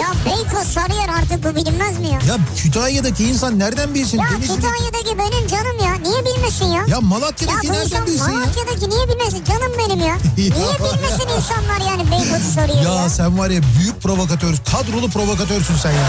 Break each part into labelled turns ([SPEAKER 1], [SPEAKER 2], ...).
[SPEAKER 1] Ya Beykoz Sarıyer artık bu bilinmez mi ya?
[SPEAKER 2] Ya Kütahya'daki insan nereden bilsin?
[SPEAKER 1] Ya
[SPEAKER 2] Denizli'de-
[SPEAKER 1] Kütahya'daki benim canım ya. Niye bilmesin ya?
[SPEAKER 2] Ya Malatya'daki
[SPEAKER 1] Ya bu
[SPEAKER 2] nereden
[SPEAKER 1] insan
[SPEAKER 2] bilsin ya?
[SPEAKER 1] Malatya'daki niye bilmesin? Canım benim ya. Niye bilmesin insanlar yani Beykoz'u soruyor ya?
[SPEAKER 2] Ya sen var ya büyük provokatör, kadrolu provokatörsün sen ya.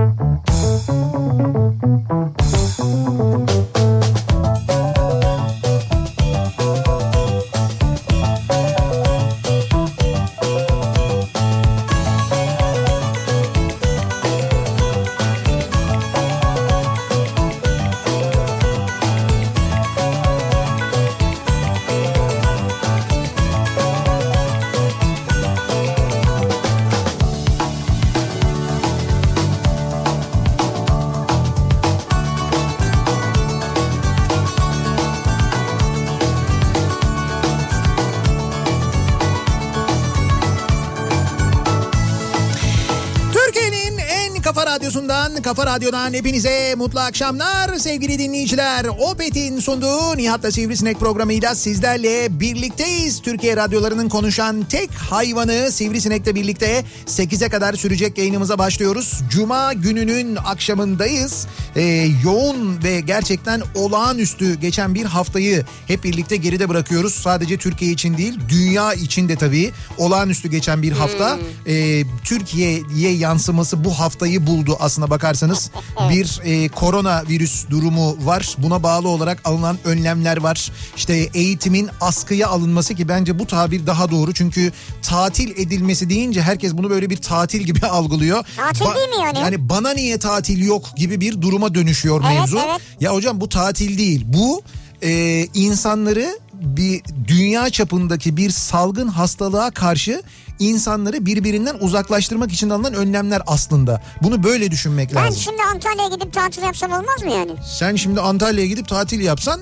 [SPEAKER 2] Türkiye'nin en kafa radyosundan, kafa radyodan hepinize mutlu akşamlar sevgili dinleyiciler. Opet'in sunduğu Nihat'la Sivrisinek programıyla sizlerle birlikteyiz. Türkiye radyolarının konuşan tek hayvanı Sivrisinek'le birlikte 8'e kadar sürecek yayınımıza başlıyoruz. Cuma gününün akşamındayız. Ee, yoğun ve gerçekten olağanüstü geçen bir haftayı hep birlikte geride bırakıyoruz. Sadece Türkiye için değil, dünya için de tabii olağanüstü geçen bir hafta. Ee, Türkiye'ye yansıması bu haftayı buldu aslına bakarsanız. Bir e, koronavirüs durumu var. Buna bağlı olarak alınan önlemler var. İşte eğitimin askıya alınması ki bence bu tabir daha doğru. Çünkü tatil edilmesi deyince herkes bunu böyle bir tatil gibi algılıyor.
[SPEAKER 1] Tatil değil mi yani?
[SPEAKER 2] Yani bana niye tatil yok gibi bir duruma dönüşüyor
[SPEAKER 1] Evet,
[SPEAKER 2] mevzu.
[SPEAKER 1] evet.
[SPEAKER 2] Ya hocam bu tatil değil. Bu e, insanları bir dünya çapındaki bir salgın hastalığa karşı insanları birbirinden uzaklaştırmak için alınan önlemler aslında. Bunu böyle düşünmek
[SPEAKER 1] Ben
[SPEAKER 2] lazım.
[SPEAKER 1] şimdi Antalya'ya gidip tatil yapsam olmaz mı yani?
[SPEAKER 2] Sen şimdi Antalya'ya gidip tatil yapsan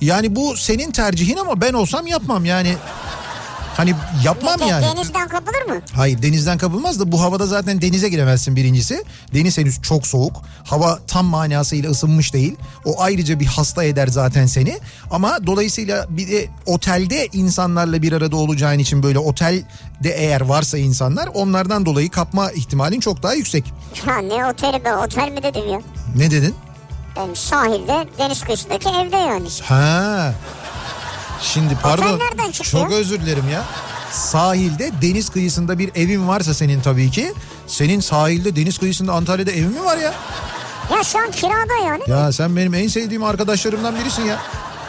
[SPEAKER 2] yani bu senin tercihin ama ben olsam yapmam yani. Hani yapmam
[SPEAKER 1] De-
[SPEAKER 2] yani.
[SPEAKER 1] Denizden kapılır mı?
[SPEAKER 2] Hayır denizden kapılmaz da bu havada zaten denize giremezsin birincisi. Deniz henüz çok soğuk. Hava tam manasıyla ısınmış değil. O ayrıca bir hasta eder zaten seni. Ama dolayısıyla bir de otelde insanlarla bir arada olacağın için böyle otelde eğer varsa insanlar onlardan dolayı kapma ihtimalin çok daha yüksek.
[SPEAKER 1] Ya ne oteli be otel mi dedim ya.
[SPEAKER 2] Ne dedin?
[SPEAKER 1] Ben sahilde deniz kıyısındaki evde yani.
[SPEAKER 2] Ha. Şimdi pardon.
[SPEAKER 1] nereden çıktı?
[SPEAKER 2] Çok özür dilerim ya. Sahilde deniz kıyısında bir evin varsa senin tabii ki. Senin sahilde deniz kıyısında Antalya'da evin mi var ya?
[SPEAKER 1] Ya şu an kirada yani.
[SPEAKER 2] Ya sen benim en sevdiğim arkadaşlarımdan birisin ya.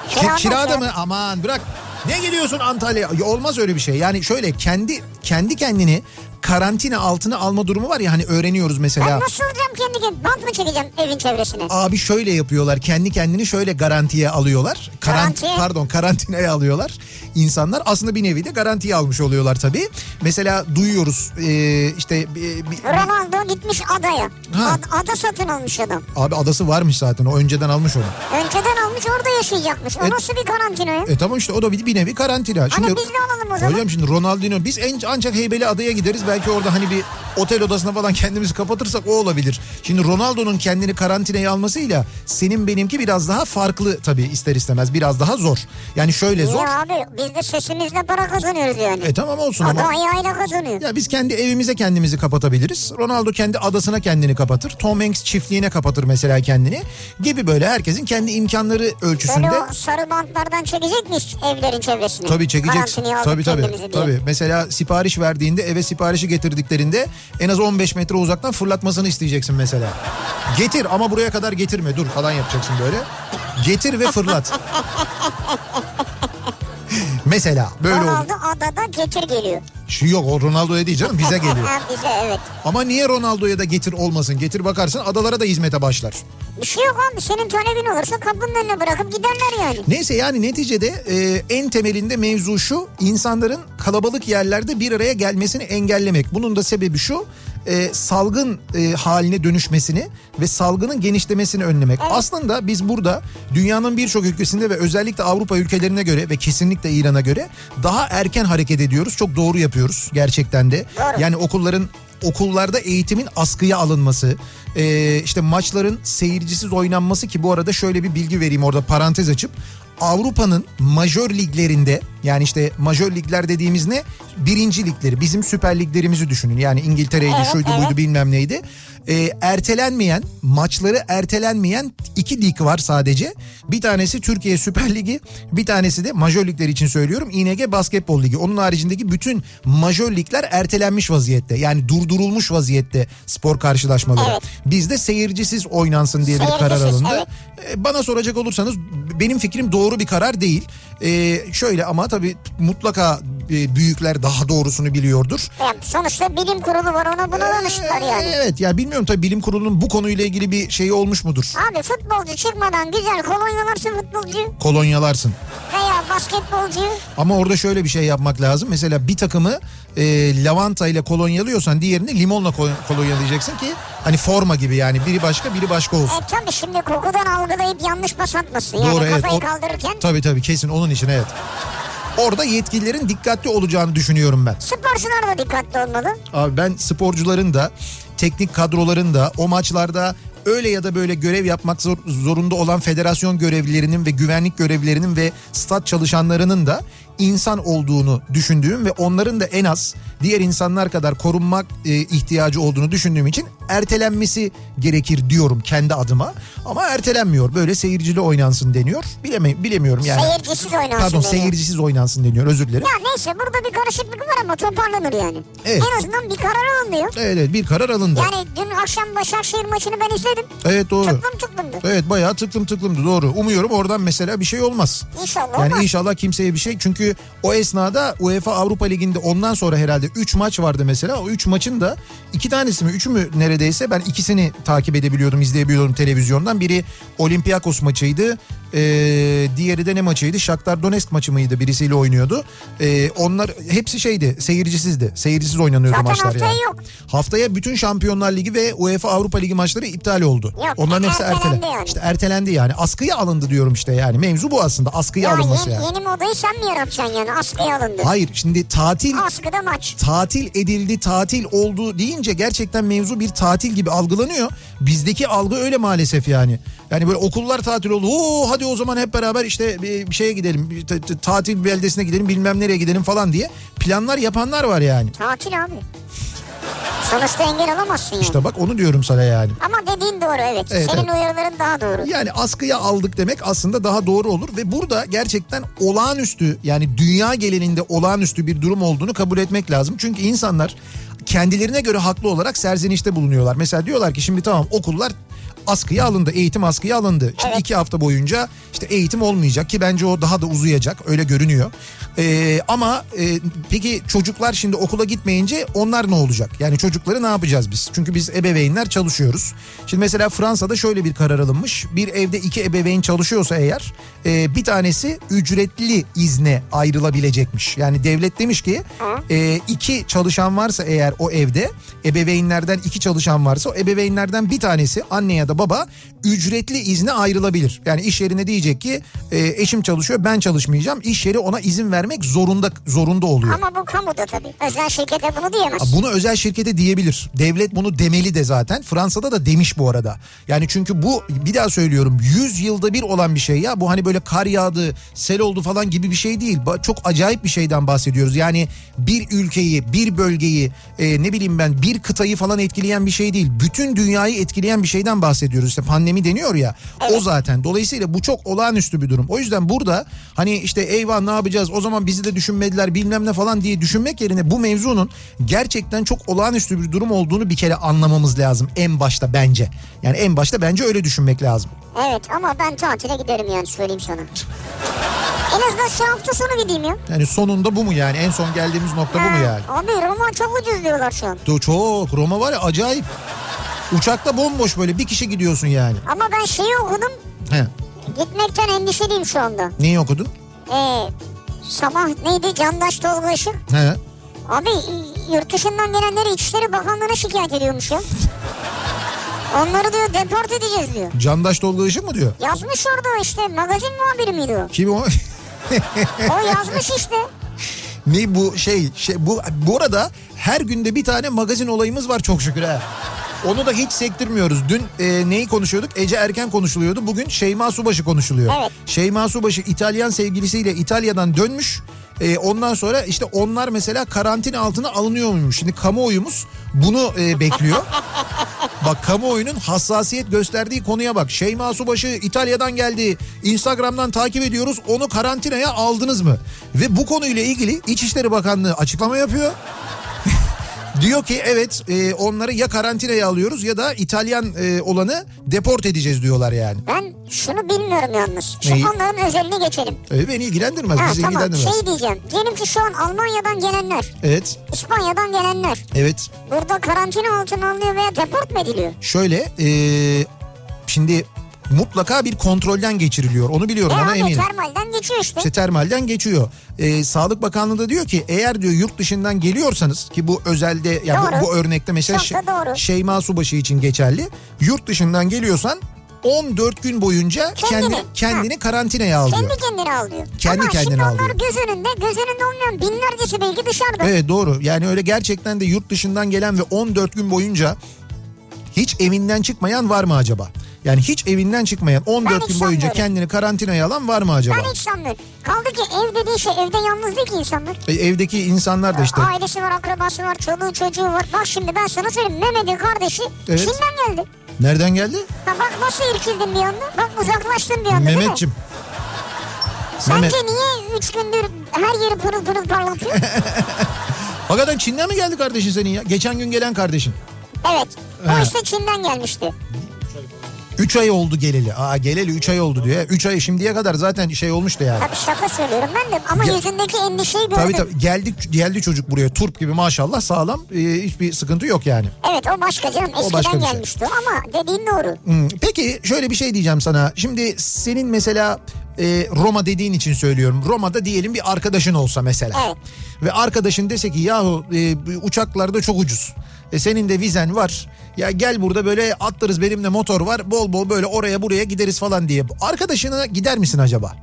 [SPEAKER 2] Ki-
[SPEAKER 1] Kirada
[SPEAKER 2] kirada
[SPEAKER 1] ya.
[SPEAKER 2] mı? Aman bırak. Ne geliyorsun Antalya'ya? Ya Olmaz öyle bir şey. Yani şöyle kendi kendi kendini karantina altına alma durumu var ya hani öğreniyoruz
[SPEAKER 1] Ben
[SPEAKER 2] mesela.
[SPEAKER 1] nasıl olacağım kendi kendime? Bant mı çekeceğim evin çevresine?
[SPEAKER 2] Abi şöyle yapıyorlar kendi kendini şöyle garantiye alıyorlar. Karant
[SPEAKER 1] Garantiye?
[SPEAKER 2] pardon karantinaya alıyorlar. İnsanlar aslında bir nevi de garantiye almış oluyorlar tabii. Mesela duyuyoruz e, işte e, bir-
[SPEAKER 1] Ronaldo gitmiş adaya.
[SPEAKER 2] Ha.
[SPEAKER 1] Ad- ada satın almış adam.
[SPEAKER 2] abi adası varmış zaten o önceden almış onu.
[SPEAKER 1] Önceden almış orada yaşayacakmış. O
[SPEAKER 2] E-
[SPEAKER 1] nasıl bir karantina ya?
[SPEAKER 2] E tamam işte o da bir, bir nevi karantina.
[SPEAKER 1] biz de alalım o zaman.
[SPEAKER 2] Hocam şimdi Ronaldinho biz en, ancak Heybeli adaya gideriz. Belki orada hani bir otel odasına falan kendimizi kapatırsak o olabilir. Şimdi Ronaldo'nun kendini karantinaya almasıyla senin benimki biraz daha farklı tabii ister istemez. Biraz daha zor. Yani şöyle zor.
[SPEAKER 1] Ya abi biz de sesimizle para kazanıyoruz yani.
[SPEAKER 2] E tamam olsun
[SPEAKER 1] Ada
[SPEAKER 2] ama.
[SPEAKER 1] ayağıyla kazanıyor.
[SPEAKER 2] Ya biz kendi evimize kendimizi kapatabiliriz. Ronaldo kendi adasına kendini kapatır. Tom Hanks çiftliğine kapatır mesela kendini. Gibi böyle herkesin kendi imkanları ölçüsünde.
[SPEAKER 1] Böyle o sarı bantlardan çekecekmiş evlerin çevresini.
[SPEAKER 2] Tabii çekeceksin.
[SPEAKER 1] Karantinaya aldık
[SPEAKER 2] Tabii tabii.
[SPEAKER 1] kendimizi diye.
[SPEAKER 2] Tabii. Mesela sipariş verdiğinde eve siparişi getirdiklerinde en az 15 metre uzaktan fırlatmasını isteyeceksin mesela. Getir ama buraya kadar getirme dur falan yapacaksın böyle. Getir ve fırlat. mesela böyle oldu.
[SPEAKER 1] Ronaldo adada getir geliyor.
[SPEAKER 2] Şimdi yok o Ronaldo'ya değil canım bize geliyor.
[SPEAKER 1] Ha, bize evet.
[SPEAKER 2] Ama niye Ronaldo'ya da getir olmasın? Getir bakarsın adalara da hizmete başlar.
[SPEAKER 1] Bir şey yok abi senin talebin olursa kapının önüne bırakıp giderler yani.
[SPEAKER 2] Neyse yani neticede e, en temelinde mevzu şu insanların kalabalık yerlerde bir araya gelmesini engellemek. Bunun da sebebi şu e, salgın e, haline dönüşmesini ve salgının genişlemesini önlemek. Aslında biz burada dünyanın birçok ülkesinde ve özellikle Avrupa ülkelerine göre ve kesinlikle İran'a göre daha erken hareket ediyoruz. Çok doğru yapıyoruz gerçekten de.
[SPEAKER 1] Doğru.
[SPEAKER 2] Yani okulların okullarda eğitimin askıya alınması, e, işte maçların seyircisiz oynanması ki bu arada şöyle bir bilgi vereyim orada parantez açıp Avrupa'nın majör liglerinde yani işte majör ligler dediğimiz ne? Birinci ligleri bizim süper liglerimizi düşünün yani İngiltere'ydi
[SPEAKER 1] Evet,
[SPEAKER 2] şuydu
[SPEAKER 1] evet.
[SPEAKER 2] buydu bilmem neydi. E, ertelenmeyen maçları ertelenmeyen iki lig var sadece. Bir tanesi Türkiye Süper Ligi bir tanesi de majör ligler için söylüyorum İNG Basketbol Ligi. Onun haricindeki bütün majör ligler ertelenmiş vaziyette yani durdurulmuş vaziyette spor karşılaşmaları.
[SPEAKER 1] Evet.
[SPEAKER 2] Bizde seyircisiz oynansın diye bir karar
[SPEAKER 1] Seyircisiz,
[SPEAKER 2] alındı. E, Bana soracak olursanız benim fikrim doğru bir karar değil. E, şöyle ama tabii mutlaka e, büyükler daha doğrusunu biliyordur.
[SPEAKER 1] Ya sonuçta bilim kurulu var ona
[SPEAKER 2] Ee.
[SPEAKER 1] buna danıştılar yani.
[SPEAKER 2] Evet ya bilmiyorum tabii bilim kurulunun bu konuyla ilgili bir şeyi olmuş mudur?
[SPEAKER 1] Abi futbolcu çıkmadan güzel kolonyalarsın futbolcu
[SPEAKER 2] Kolonyalarsın.
[SPEAKER 1] veya basketbolcu.
[SPEAKER 2] Ama orada şöyle bir şey yapmak lazım. Mesela bir takımı e, lavanta ile kolonyalıyorsan diğerini limonla ko- kolonyalayacaksın ki hani forma gibi yani biri başka biri başka olsun.
[SPEAKER 1] E tabii şimdi kokudan algılayıp yanlış pas atmasın. Yani
[SPEAKER 2] Doğru evet.
[SPEAKER 1] kafayı
[SPEAKER 2] O-
[SPEAKER 1] kaldırırken
[SPEAKER 2] Tabii tabii kesin onun için evet. Orada yetkililerin dikkatli olacağını düşünüyorum ben.
[SPEAKER 1] sporcular da dikkatli olmalı.
[SPEAKER 2] Abi ben sporcuların da teknik kadroların da o maçlarda öyle ya da böyle görev yapmak zor- zorunda olan federasyon görevlilerinin ve güvenlik görevlilerinin ve stat çalışanlarının da insan olduğunu düşündüğüm ve onların da en az diğer insanlar kadar korunmak e, ihtiyacı olduğunu düşündüğüm için ertelenmesi gerekir diyorum kendi adıma. Ama ertelenmiyor. Böyle seyircili oynansın deniyor. Bileme, bilemiyorum yani.
[SPEAKER 1] Seyircisiz oynansın
[SPEAKER 2] Pardon
[SPEAKER 1] deniyor.
[SPEAKER 2] seyircisiz oynansın deniyor. Özür dilerim.
[SPEAKER 1] Ya neyse burada bir karışıklık var ama toparlanır yani.
[SPEAKER 2] Evet.
[SPEAKER 1] En azından bir karar alınıyor.
[SPEAKER 2] Evet, evet bir karar alındı.
[SPEAKER 1] Yani dün akşam Başakşehir maçını ben izledim.
[SPEAKER 2] Evet doğru.
[SPEAKER 1] Tıklım tıklımdı.
[SPEAKER 2] Evet bayağı tıklım tıklımdı doğru. Umuyorum oradan mesela bir şey olmaz.
[SPEAKER 1] İnşallah
[SPEAKER 2] Yani
[SPEAKER 1] olmaz.
[SPEAKER 2] inşallah kimseye bir şey. Çünkü o esnada UEFA Avrupa Ligi'nde ondan sonra herhalde 3 maç vardı mesela. O 3 maçın da iki tanesi mi 3'ü mü neredeyse ben ikisini takip edebiliyordum, izleyebiliyordum televizyondan. Biri Olympiakos maçıydı. Ee, diğeri de ne maçıydı? Shakhtar Donetsk maçı mıydı? Birisiyle oynuyordu. Ee, onlar hepsi şeydi, seyircisizdi. Seyircisiz oynanıyordu
[SPEAKER 1] Zaten
[SPEAKER 2] maçlar
[SPEAKER 1] haftaya
[SPEAKER 2] yani.
[SPEAKER 1] yok.
[SPEAKER 2] Haftaya bütün Şampiyonlar Ligi ve UEFA Avrupa Ligi maçları iptal oldu.
[SPEAKER 1] Yok,
[SPEAKER 2] Onların hepsi
[SPEAKER 1] ertelendi
[SPEAKER 2] ertelendi.
[SPEAKER 1] yani.
[SPEAKER 2] İşte ertelendi yani. Askıya alındı diyorum işte yani. Mevzu bu aslında. Askıya
[SPEAKER 1] Ya
[SPEAKER 2] alınması
[SPEAKER 1] yeni,
[SPEAKER 2] yani.
[SPEAKER 1] yeni modayı sen mi yaratacaksın yani? Askıya alındı.
[SPEAKER 2] Hayır şimdi tatil
[SPEAKER 1] Askıda maç.
[SPEAKER 2] tatil edildi, tatil oldu deyince gerçekten mevzu bir tatil gibi algılanıyor. Bizdeki algı öyle maalesef yani. Yani böyle okullar tatil oldu. Oo hadi o zaman hep beraber işte bir bir şeye gidelim. bir ta- ta- tatil beldesine gidelim, bilmem nereye gidelim falan diye planlar yapanlar var yani.
[SPEAKER 1] Tatil abi. Sonuçta engel olamazsın yani.
[SPEAKER 2] İşte bak onu diyorum sana yani.
[SPEAKER 1] Ama dediğin doğru evet.
[SPEAKER 2] Evet,
[SPEAKER 1] Senin
[SPEAKER 2] evet.
[SPEAKER 1] uyarıların daha doğru.
[SPEAKER 2] Yani askıya aldık demek aslında daha doğru olur ve burada gerçekten olağanüstü yani dünya genelinde olağanüstü bir durum olduğunu kabul etmek lazım. Çünkü insanlar kendilerine göre haklı olarak serzenişte bulunuyorlar. Mesela diyorlar ki şimdi tamam okullar askıya alındı, eğitim askıya alındı. İşte iki hafta boyunca işte eğitim olmayacak ki bence o daha da uzayacak öyle görünüyor. Ee, ama e, peki çocuklar şimdi okula gitmeyince onlar ne olacak? Yani çocukları ne yapacağız biz? Çünkü biz ebeveynler çalışıyoruz. Şimdi mesela Fransa'da şöyle bir karar alınmış. Bir evde iki ebeveyn çalışıyorsa eğer e, bir tanesi ücretli izne ayrılabilecekmiş. Yani devlet demiş ki e, iki çalışan varsa eğer o evde ebeveynlerden iki çalışan varsa o ebeveynlerden bir tanesi anne ya da baba ücretli izne ayrılabilir. Yani iş yerine diyecek ki e, eşim çalışıyor ben çalışmayacağım. İş yeri ona izin vermek zorunda zorunda oluyor.
[SPEAKER 1] Ama bu kamuda tabii. Özel şirkete bunu diyemez.
[SPEAKER 2] Bunu özel şirkete diyebilir. Devlet bunu demeli de zaten. Fransa'da da demiş bu arada. Yani çünkü bu bir daha söylüyorum 100 yılda bir olan bir şey ya. Bu hani böyle kar yağdı, sel oldu falan gibi bir şey değil. Ba- Çok acayip bir şeyden bahsediyoruz. Yani bir ülkeyi, bir bölgeyi, e, ne bileyim ben bir kıtayı falan etkileyen bir şey değil. Bütün dünyayı etkileyen bir şeyden bahsediyoruz. İşte pandemi deniyor ya. O zaten. Dolayısıyla bu çok olağanüstü bir durum. O yüzden burada hani işte eyvah ne yapacağız o zaman bizi de düşünmediler bilmem ne falan diye düşünmek yerine bu mevzunun gerçekten çok olağanüstü bir durum olduğunu bir kere anlamamız lazım en başta bence. Yani en başta bence öyle düşünmek lazım.
[SPEAKER 1] Evet ama ben tatile giderim yani söyleyeyim sana. En azından şey hafta sonu gideyim ya.
[SPEAKER 2] Yani sonunda bu mu yani? En son geldiğimiz nokta bu mu
[SPEAKER 1] Ha,
[SPEAKER 2] yani?
[SPEAKER 1] Abi Roma çok ucuz diyorlar şu an.
[SPEAKER 2] Do- Çok. Roma var ya acayip. Uçakta bomboş böyle bir kişi gidiyorsun yani.
[SPEAKER 1] Ama ben şeyi okudum.
[SPEAKER 2] He.
[SPEAKER 1] Gitmekten endişeliyim şu anda.
[SPEAKER 2] Neyi okudun?
[SPEAKER 1] Ee, sabah neydi? Candaş Tolga Işık.
[SPEAKER 2] He.
[SPEAKER 1] Abi yurt dışından gelenleri İçişleri Bakanlığı'na şikayet ediyormuş ya. Onları diyor deport edeceğiz diyor.
[SPEAKER 2] Candaş Tolga Işık mı diyor?
[SPEAKER 1] Yazmış orada işte magazin muhabiri miydi o?
[SPEAKER 2] Kim o?
[SPEAKER 1] O yazmış işte.
[SPEAKER 2] ne bu şey, şey bu bu arada her günde bir tane magazin olayımız var çok şükür ha. Onu da hiç sektirmiyoruz. Dün e, neyi konuşuyorduk? Ece Erken konuşuluyordu. Bugün Şeyma Subaşı konuşuluyor.
[SPEAKER 1] Evet.
[SPEAKER 2] Şeyma Subaşı İtalyan sevgilisiyle İtalya'dan dönmüş. E, ondan sonra işte onlar mesela karantina altına alınıyor muymuş? Şimdi kamuoyumuz bunu e, bekliyor. Bak kamuoyunun hassasiyet gösterdiği konuya bak. Şeyma Subaşı İtalya'dan geldi. Instagram'dan takip ediyoruz. Onu karantinaya aldınız mı? Ve bu konuyla ilgili İçişleri Bakanlığı açıklama yapıyor. Diyor ki evet e, onları ya karantinaya alıyoruz ya da İtalyan e, olanı deport edeceğiz diyorlar yani.
[SPEAKER 1] Ben şunu bilmiyorum yalnız. Şu
[SPEAKER 2] Neyi?
[SPEAKER 1] onların özelini geçelim.
[SPEAKER 2] E, beni ilgilendirmez.
[SPEAKER 1] Ha
[SPEAKER 2] bizi
[SPEAKER 1] tamam
[SPEAKER 2] ilgilendirmez.
[SPEAKER 1] şey diyeceğim. Diyelim ki şu an Almanya'dan gelenler,
[SPEAKER 2] Evet.
[SPEAKER 1] İspanya'dan gelenler
[SPEAKER 2] Evet.
[SPEAKER 1] burada karantina altına alınıyor veya deport mu ediliyor?
[SPEAKER 2] Şöyle e, şimdi mutlaka bir kontrolden geçiriliyor. Onu biliyorum.
[SPEAKER 1] e
[SPEAKER 2] Ona
[SPEAKER 1] abi
[SPEAKER 2] eminim. Şey
[SPEAKER 1] termalden geçiyor işte.
[SPEAKER 2] İşte termalden geçiyor. Ee, Sağlık Bakanlığı da diyor ki eğer diyor yurt dışından geliyorsanız ki bu özelde yani bu,
[SPEAKER 1] Doğru.
[SPEAKER 2] bu örnekte mesela
[SPEAKER 1] Çok da
[SPEAKER 2] Şe-
[SPEAKER 1] doğru.
[SPEAKER 2] Şeyma Subaşı için geçerli. Yurt dışından geliyorsan 14 gün boyunca
[SPEAKER 1] Kendini,
[SPEAKER 2] kendini
[SPEAKER 1] ha.
[SPEAKER 2] kendini karantinaya al diyor.
[SPEAKER 1] Kendi kendini al diyor.
[SPEAKER 2] Kendi
[SPEAKER 1] Ama
[SPEAKER 2] kendini
[SPEAKER 1] şimdi
[SPEAKER 2] al
[SPEAKER 1] onlar
[SPEAKER 2] diyor.
[SPEAKER 1] göz önünde, göz önünde olmayan binlercesi belki dışarıda.
[SPEAKER 2] Evet doğru. Yani öyle gerçekten de yurt dışından gelen ve 14 gün boyunca hiç evinden çıkmayan var mı acaba? Yani hiç evinden çıkmayan 14 gün boyunca
[SPEAKER 1] sanmıyorum.
[SPEAKER 2] kendini karantinaya alan var mı acaba?
[SPEAKER 1] Ben hiç sanmıyorum. Kaldı ki ev dediği şey evde yalnız değil ki insanlar.
[SPEAKER 2] E, Evdeki insanlar da işte
[SPEAKER 1] Ailesi var, akrabası var, çoluğu çocuğu var. Bak şimdi ben sana söyleyeyim. Mehmet'in kardeşi
[SPEAKER 2] Evet.
[SPEAKER 1] Çin'den geldi.
[SPEAKER 2] nereden geldi?
[SPEAKER 1] Ha bak nasıl irkildin bir anda. Bak uzaklaştın bir anda değil mi?
[SPEAKER 2] Mehmetçim.
[SPEAKER 1] Sence niye üç gündür her yeri pırıl pırıl parlatıyor?
[SPEAKER 2] Hakikaten Çin'den mi geldi kardeşin senin ya? Geçen gün gelen kardeşin.
[SPEAKER 1] evet.
[SPEAKER 2] Ha.
[SPEAKER 1] O işte Çin'den gelmişti.
[SPEAKER 2] 3 ay oldu geleli. Aa geleli 3 ay oldu diyor. 3 ay şimdiye kadar zaten şey olmuştu yani.
[SPEAKER 1] Tabii şaka söylüyorum ben de ama
[SPEAKER 2] Ya-
[SPEAKER 1] yüzündeki endişeyi gördüm.
[SPEAKER 2] Tabii tabii geldik geldi çocuk buraya turp gibi maşallah sağlam Ee, hiçbir sıkıntı yok yani.
[SPEAKER 1] Evet o başka canım eskiden
[SPEAKER 2] başka bir şey.
[SPEAKER 1] gelmişti o ama dediğin doğru.
[SPEAKER 2] Hmm, Peki şöyle bir şey diyeceğim sana. Şimdi senin mesela e, Roma dediğin için söylüyorum. Roma'da diyelim bir arkadaşın olsa mesela.
[SPEAKER 1] Evet.
[SPEAKER 2] Ve arkadaşın dese ki yahu e, uçaklarda çok ucuz. E, senin de vizen var. Ya gel burada böyle atlarız benimle motor var. Bol bol böyle oraya buraya gideriz falan diye. Arkadaşına gider misin acaba?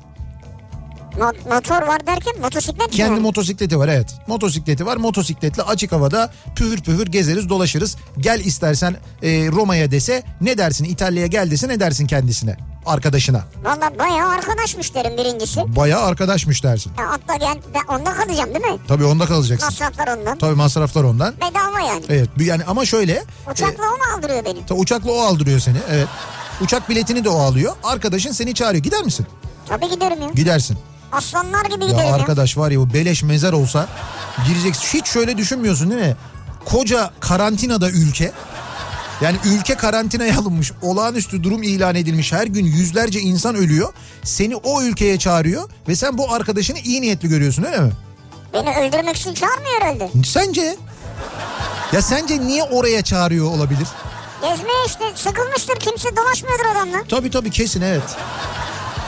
[SPEAKER 1] Mo- motor var derken motosiklet mi?
[SPEAKER 2] Kendi
[SPEAKER 1] yani?
[SPEAKER 2] motosikleti var evet. Motosikleti var. Motosikletle açık havada pühür pühür gezeriz dolaşırız. Gel istersen e, Roma'ya dese ne dersin? İtalya'ya gel dese ne dersin kendisine? Arkadaşına.
[SPEAKER 1] Valla bayağı arkadaşmış derim birincisi.
[SPEAKER 2] Bayağı arkadaşmış dersin.
[SPEAKER 1] Ya atla gel ben onda kalacağım değil mi?
[SPEAKER 2] Tabii onda kalacaksın.
[SPEAKER 1] Masraflar ondan.
[SPEAKER 2] Tabii masraflar ondan.
[SPEAKER 1] Bedava yani.
[SPEAKER 2] Evet bir- yani ama şöyle. e,
[SPEAKER 1] Uçakla o mu aldırıyor beni?
[SPEAKER 2] ta- uçakla o aldırıyor seni. Evet. Uçak biletini de o alıyor. Arkadaşın seni çağırıyor. Gider misin?
[SPEAKER 1] Tabii giderim ya.
[SPEAKER 2] Gidersin.
[SPEAKER 1] Aslanlar gibi
[SPEAKER 2] Ya
[SPEAKER 1] giderim ya.
[SPEAKER 2] arkadaş var ya bu beleş mezar olsa gireceksin. Hiç şöyle düşünmüyorsun değil mi? Koca karantinada ülke. Yani ülke karantinaya alınmış, olağanüstü durum ilan edilmiş, her gün yüzlerce insan ölüyor. Seni o ülkeye çağırıyor ve sen bu arkadaşını iyi niyetli görüyorsun öyle mi?
[SPEAKER 1] Beni öldürmek için çağırmıyor herhalde.
[SPEAKER 2] Sence? Ya sence niye oraya çağırıyor olabilir?
[SPEAKER 1] Gezmeye işte sıkılmıştır kimse dolaşmıyordur adamla.
[SPEAKER 2] Tabii tabii kesin evet.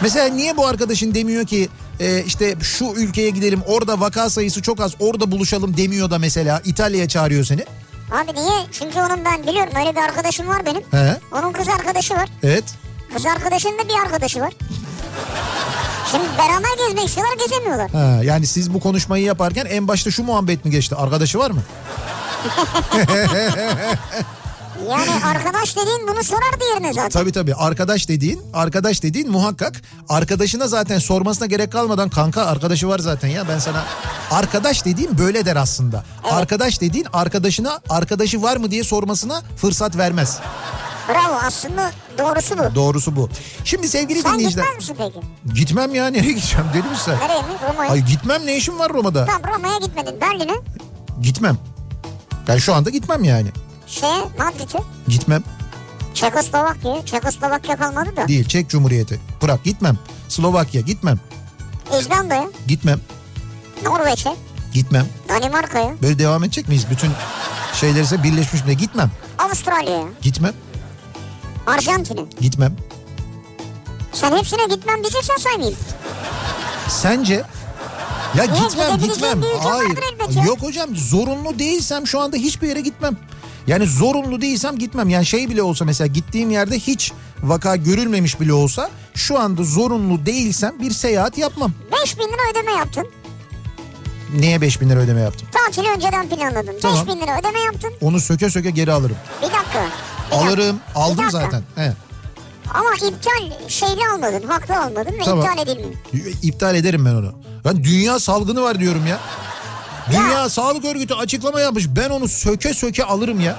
[SPEAKER 2] Mesela niye bu arkadaşın demiyor ki e, işte şu ülkeye gidelim orada vaka sayısı çok az orada buluşalım demiyor da mesela İtalya'ya çağırıyor seni.
[SPEAKER 1] Abi niye? Çünkü onun ben biliyorum öyle bir arkadaşım var benim.
[SPEAKER 2] He,
[SPEAKER 1] Onun kız arkadaşı var.
[SPEAKER 2] evet.
[SPEAKER 1] Kız arkadaşının da bir arkadaşı var. Şimdi beraber gezmek istiyorlar gezemiyorlar.
[SPEAKER 2] Ha, yani siz bu konuşmayı yaparken en başta şu muhabbet mi geçti? Arkadaşı var mı?
[SPEAKER 1] Yani arkadaş dediğin bunu sorar diğerine zaten.
[SPEAKER 2] Tabii tabii. Arkadaş dediğin, arkadaş dediğin muhakkak arkadaşına zaten sormasına gerek kalmadan kanka arkadaşı var zaten ya ben sana arkadaş dediğin böyle der aslında. Arkadaş dediğin arkadaşına arkadaşı var mı diye sormasına fırsat vermez.
[SPEAKER 1] Bravo aslında doğrusu bu.
[SPEAKER 2] Doğrusu bu. Şimdi sevgili
[SPEAKER 1] Sen
[SPEAKER 2] dinleyiciler.
[SPEAKER 1] gitmez misin peki?
[SPEAKER 2] Gitmem ya nereye gideceğim deli misin sen?
[SPEAKER 1] Nereye mi? Roma'ya?
[SPEAKER 2] Ay gitmem ne işim var Roma'da?
[SPEAKER 1] Tamam Roma'ya gitmedin. Berlin'e,
[SPEAKER 2] Gitmem. Ben şu anda gitmem yani.
[SPEAKER 1] şeye, Madrid'e,
[SPEAKER 2] Gitmem
[SPEAKER 1] Çekoslovakya, Çekoslovakya kalmadı da.
[SPEAKER 2] değil Çek Cumhuriyeti. Prag gitmem. Slovakya gitmem.
[SPEAKER 1] İzlanda'ya,
[SPEAKER 2] Gitmem.
[SPEAKER 1] Norveç'e,
[SPEAKER 2] Gitmem.
[SPEAKER 1] Danimarka'ya,
[SPEAKER 2] Böyle devam edecek miyiz? Bütün şeyler ise birleşmiş mi? Gitmem.
[SPEAKER 1] Avustralya'ya,
[SPEAKER 2] Gitmem.
[SPEAKER 1] Arjantin'e.
[SPEAKER 2] Gitmem.
[SPEAKER 1] Sen hepsine gitmem diyeceksen saymayayım.
[SPEAKER 2] Sence? Ya gitmem
[SPEAKER 1] gidebileceğin
[SPEAKER 2] gitmem.
[SPEAKER 1] bir ülke
[SPEAKER 2] Hayır.
[SPEAKER 1] vardır elbet ya.
[SPEAKER 2] Yok hocam zorunlu değilsem şu anda hiçbir yere gitmem. Yani zorunlu değilsem gitmem. Yani şey bile olsa mesela gittiğim yerde hiç vaka görülmemiş bile olsa şu anda zorunlu değilsem bir seyahat yapmam.
[SPEAKER 1] 5000 lira ödeme yaptın.
[SPEAKER 2] Neye 5000 lira ödeme yaptım?
[SPEAKER 1] Tatili önceden planladın.
[SPEAKER 2] Tamam.
[SPEAKER 1] 5000 lira ödeme yaptın.
[SPEAKER 2] Onu söke söke geri alırım.
[SPEAKER 1] Bir dakika. bir
[SPEAKER 2] Alırım.
[SPEAKER 1] dakika, bir
[SPEAKER 2] Aldım
[SPEAKER 1] dakika.
[SPEAKER 2] zaten. He.
[SPEAKER 1] Ama iptal şeyli almadın. Haklı almadın ve
[SPEAKER 2] Tamam.
[SPEAKER 1] iptal edilmiyor.
[SPEAKER 2] İptal ederim ben onu. Ben dünya salgını var diyorum ya. Dünya Sağlık Örgütü açıklama yapmış. Ben onu söke söke alırım ya.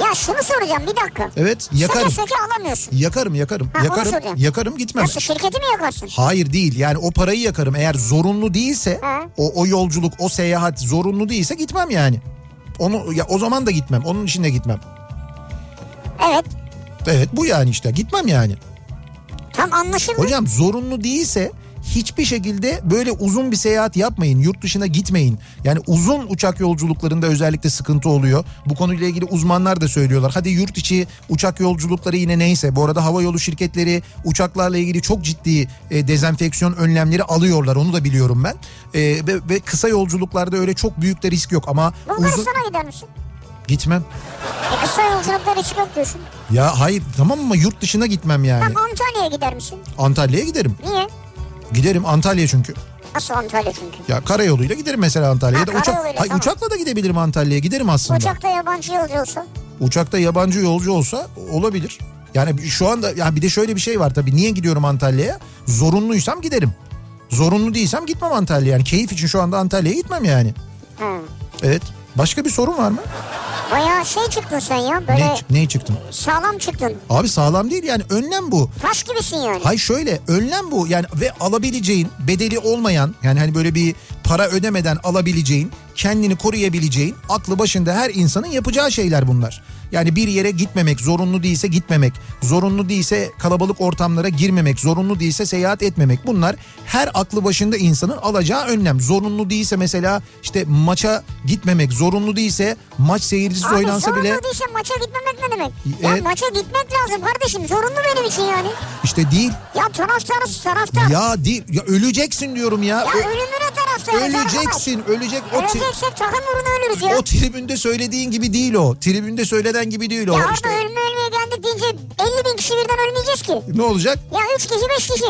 [SPEAKER 1] Ya şunu soracağım bir dakika.
[SPEAKER 2] Evet
[SPEAKER 1] Söke
[SPEAKER 2] yakarım.
[SPEAKER 1] söke alamıyorsun.
[SPEAKER 2] Yakarım yakarım.
[SPEAKER 1] onu
[SPEAKER 2] yakarım
[SPEAKER 1] soracağım.
[SPEAKER 2] yakarım gitmem.
[SPEAKER 1] Nasıl şirketi mi yakarsın?
[SPEAKER 2] Hayır değil yani o parayı yakarım. Eğer zorunlu değilse
[SPEAKER 1] Hı.
[SPEAKER 2] o, o yolculuk o seyahat zorunlu değilse gitmem yani. Onu ya o zaman da gitmem. Onun için de gitmem.
[SPEAKER 1] Evet.
[SPEAKER 2] Evet bu yani işte gitmem yani.
[SPEAKER 1] Tam anlaşıldı.
[SPEAKER 2] Hocam zorunlu değilse hiçbir şekilde böyle uzun bir seyahat yapmayın. Yurt dışına gitmeyin. Yani uzun uçak yolculuklarında özellikle sıkıntı oluyor. Bu konuyla ilgili uzmanlar da söylüyorlar. Hadi yurt içi uçak yolculukları yine neyse. Bu arada hava yolu şirketleri uçaklarla ilgili çok ciddi e, dezenfeksiyon önlemleri alıyorlar. Onu da biliyorum ben. E, ve, ve kısa yolculuklarda öyle çok büyük de risk yok ama uzun
[SPEAKER 1] Bulgaristan'a gider misin?
[SPEAKER 2] gitmem.
[SPEAKER 1] E, kısa yolculuklar için yok diyorsun.
[SPEAKER 2] Ya hayır tamam mı yurt dışına gitmem yani.
[SPEAKER 1] Tam Antalya'ya gider misin?
[SPEAKER 2] Antalya'ya giderim.
[SPEAKER 1] Niye?
[SPEAKER 2] Giderim Antalya çünkü.
[SPEAKER 1] Nasıl Antalya çünkü?
[SPEAKER 2] Ya karayoluyla giderim mesela Antalya'ya.
[SPEAKER 1] Ha,
[SPEAKER 2] da uçak,
[SPEAKER 1] karayoluyla,
[SPEAKER 2] Ay,
[SPEAKER 1] tamam.
[SPEAKER 2] uçakla da gidebilirim Antalya'ya. Giderim aslında.
[SPEAKER 1] Uçakta yabancı yolcu olsa.
[SPEAKER 2] Uçakta yabancı yolcu olsa olabilir. Yani şu anda yani bir de şöyle bir şey var tabii. Niye gidiyorum Antalya'ya? Zorunluysam giderim. Zorunlu değilsem gitmem Antalya'ya. Yani keyif için şu anda Antalya'ya gitmem yani.
[SPEAKER 1] Ha.
[SPEAKER 2] Evet. Başka bir sorun var mı?
[SPEAKER 1] Bayağı şey çıktın sen ya böyle
[SPEAKER 2] Ne, neyi çıktım?
[SPEAKER 1] sağlam çıktın.
[SPEAKER 2] Abi sağlam değil yani önlem bu.
[SPEAKER 1] Taş gibisin yani.
[SPEAKER 2] Hay şöyle önlem bu yani ve alabileceğin bedeli olmayan yani hani böyle bir para ödemeden alabileceğin kendini koruyabileceğin aklı başında her insanın yapacağı şeyler bunlar. Yani bir yere gitmemek zorunlu değilse gitmemek zorunlu değilse kalabalık ortamlara girmemek zorunlu değilse seyahat etmemek bunlar her aklı başında insanın alacağı önlem. Zorunlu değilse mesela işte maça gitmemek zorunlu değilse maç seyircisi
[SPEAKER 1] Abi
[SPEAKER 2] oynansa
[SPEAKER 1] zorunlu
[SPEAKER 2] bile
[SPEAKER 1] değilse maça gitmemek ne demek?
[SPEAKER 2] E-
[SPEAKER 1] Ya maça gitmek lazım kardeşim zorunlu benim için yani.
[SPEAKER 2] işte değil
[SPEAKER 1] Ya taraftarız taraftar. Ya,
[SPEAKER 2] ya değil ya öleceksin diyorum ya. Ö-
[SPEAKER 1] ölümüne taraftarız. arkadaş.
[SPEAKER 2] Öleceksin, ölecek. O, tri-
[SPEAKER 1] Öleceksek takım uğruna ölürüz ya.
[SPEAKER 2] o tribünde söylediğin gibi değil o. Tribünde söylenen gibi değil o.
[SPEAKER 1] ya orada
[SPEAKER 2] İşte
[SPEAKER 1] ölme ölmeye geldik deyince 50 bin kişi birden ölmeyeceğiz ki.
[SPEAKER 2] e, ne olacak?
[SPEAKER 1] Ya 3 kişi 5 kişi.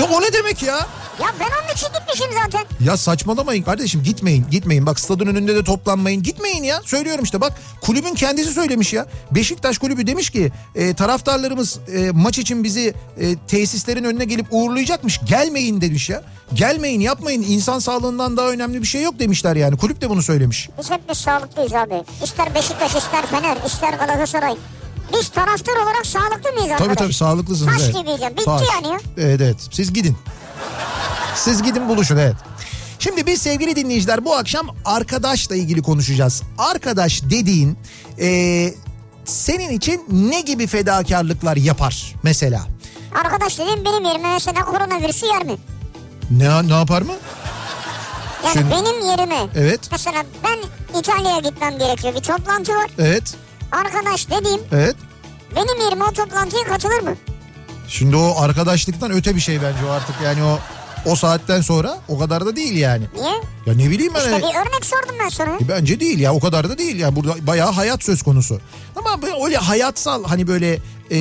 [SPEAKER 2] Ya o ne demek ya?
[SPEAKER 1] Ya ben onun için gitmişim zaten.
[SPEAKER 2] Ya saçmalamayın kardeşim gitmeyin gitmeyin. Bak stadın önünde de toplanmayın gitmeyin ya. Söylüyorum işte bak kulübün kendisi söylemiş ya. Beşiktaş kulübü demiş ki e, taraftarlarımız e, maç için bizi e, tesislerin önüne gelip uğurlayacakmış. Gelmeyin demiş ya. Gelmeyin yapmayın insan sağlığından daha önemli bir şey yok demişler yani. Kulüp de bunu söylemiş.
[SPEAKER 1] Biz hep biz sağlıklıyız abi. İster Beşiktaş, ister Fener, ister Galatasaray. Biz taraftar olarak sağlıklı mıyız
[SPEAKER 2] Tabii
[SPEAKER 1] arkadaş?
[SPEAKER 2] tabii sağlıklısınız.
[SPEAKER 1] Taş
[SPEAKER 2] evet.
[SPEAKER 1] gibiydi. Bitti
[SPEAKER 2] Taş.
[SPEAKER 1] yani ya.
[SPEAKER 2] Evet evet siz gidin. Siz gidin buluşun evet. Şimdi biz sevgili dinleyiciler bu akşam arkadaşla ilgili konuşacağız. Arkadaş dediğin eee, senin için ne gibi fedakarlıklar yapar mesela?
[SPEAKER 1] Arkadaş dedim benim yerime mesela koronavirüsü yer mi?
[SPEAKER 2] Ne, ne yapar mı?
[SPEAKER 1] Yani
[SPEAKER 2] Şimdi-
[SPEAKER 1] benim yerime.
[SPEAKER 2] Evet.
[SPEAKER 1] Mesela ben İtalya'ya gitmem gerekiyor. Bir toplantı var.
[SPEAKER 2] Evet.
[SPEAKER 1] Arkadaş dediğim
[SPEAKER 2] Evet.
[SPEAKER 1] benim yerime o toplantıya katılır mı?
[SPEAKER 2] Şimdi o arkadaşlıktan öte bir şey bence o artık yani o o saatten sonra o kadar da değil yani.
[SPEAKER 1] Niye?
[SPEAKER 2] Ya ne bileyim ben.
[SPEAKER 1] İşte
[SPEAKER 2] hani-
[SPEAKER 1] bir örnek sordum ben sana.
[SPEAKER 2] E Bence değil ya o kadar da değil ya burada bayağı hayat söz konusu. Ama böyle öyle hayatsal hani böyle e,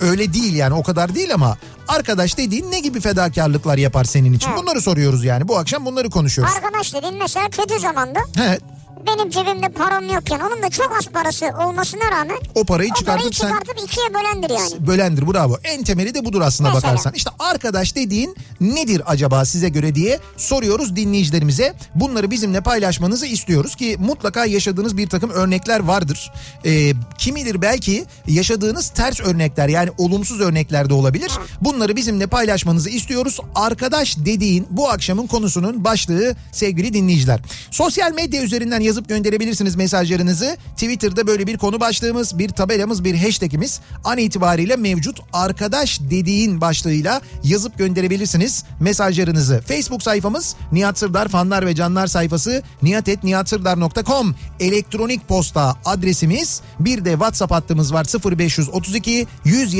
[SPEAKER 2] öyle değil yani o kadar değil ama arkadaş dediğin ne gibi fedakarlıklar yapar senin için?
[SPEAKER 1] He.
[SPEAKER 2] Bunları soruyoruz yani bu akşam bunları konuşuyoruz.
[SPEAKER 1] Arkadaş dediğin mesela kötü zamanda
[SPEAKER 2] He,
[SPEAKER 1] benim cebimde param yokken onun da çok az parası olmasına rağmen
[SPEAKER 2] o parayı
[SPEAKER 1] o parayı
[SPEAKER 2] çıkartıp sen
[SPEAKER 1] çıkartıp ikiye bölendir yani.
[SPEAKER 2] bölendir bravo. En temeli de budur aslında
[SPEAKER 1] Mesela.
[SPEAKER 2] bakarsan. İşte arkadaş dediğin nedir acaba size göre diye soruyoruz dinleyicilerimize. Bunları bizimle paylaşmanızı istiyoruz ki mutlaka yaşadığınız bir takım örnekler vardır. Ee, kimidir belki yaşadığınız ters örnekler yani olumsuz örnekler de olabilir. Bunları bizimle paylaşmanızı istiyoruz. Arkadaş dediğin bu akşamın konusunun başlığı sevgili dinleyiciler. Sosyal medya üzerinden yazın yazıp gönderebilirsiniz mesajlarınızı. Twitter'da böyle bir konu başlığımız, bir tabelamız, bir hashtagimiz an itibariyle mevcut. Arkadaş dediğin başlığıyla yazıp gönderebilirsiniz mesajlarınızı. Facebook sayfamız Nihat Sırdar fanlar ve canlar sayfası nihatetnihatsırdar.com elektronik posta adresimiz bir de WhatsApp hattımız var 0532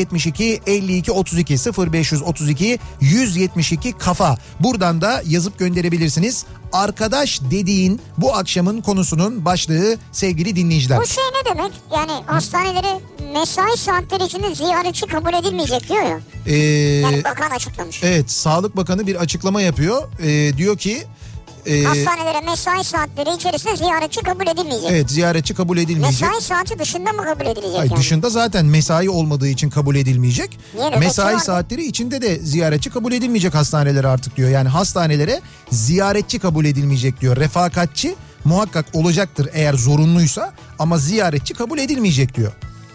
[SPEAKER 2] 172 52 32 0532 172 kafa. Buradan da yazıp gönderebilirsiniz. Arkadaş dediğin bu akşamın konusunun başlığı sevgili dinleyiciler.
[SPEAKER 1] Bu şey ne demek? Yani hastanelere mesai saatleri içinde ziyaretçi kabul edilmeyecek diyor ya. Yani
[SPEAKER 2] Ee,
[SPEAKER 1] bakan açıklamış.
[SPEAKER 2] evet Sağlık Bakanı bir açıklama yapıyor. Ee, diyor ki e,
[SPEAKER 1] Hastanelere mesai saatleri içerisinde ziyaretçi kabul edilmeyecek.
[SPEAKER 2] evet ziyaretçi kabul edilmeyecek.
[SPEAKER 1] Mesai saati dışında mı kabul edilecek
[SPEAKER 2] Ay
[SPEAKER 1] yani?
[SPEAKER 2] dışında zaten mesai olmadığı için kabul edilmeyecek.
[SPEAKER 1] Niye nöbetçi
[SPEAKER 2] mesai
[SPEAKER 1] vardı?
[SPEAKER 2] saatleri içinde de ziyaretçi kabul edilmeyecek hastanelere artık diyor. Yani hastanelere ziyaretçi kabul edilmeyecek diyor. Refakatçi muhakkak olacaktır eğer zorunluysa ama ziyaretçi kabul edilmeyecek diyor.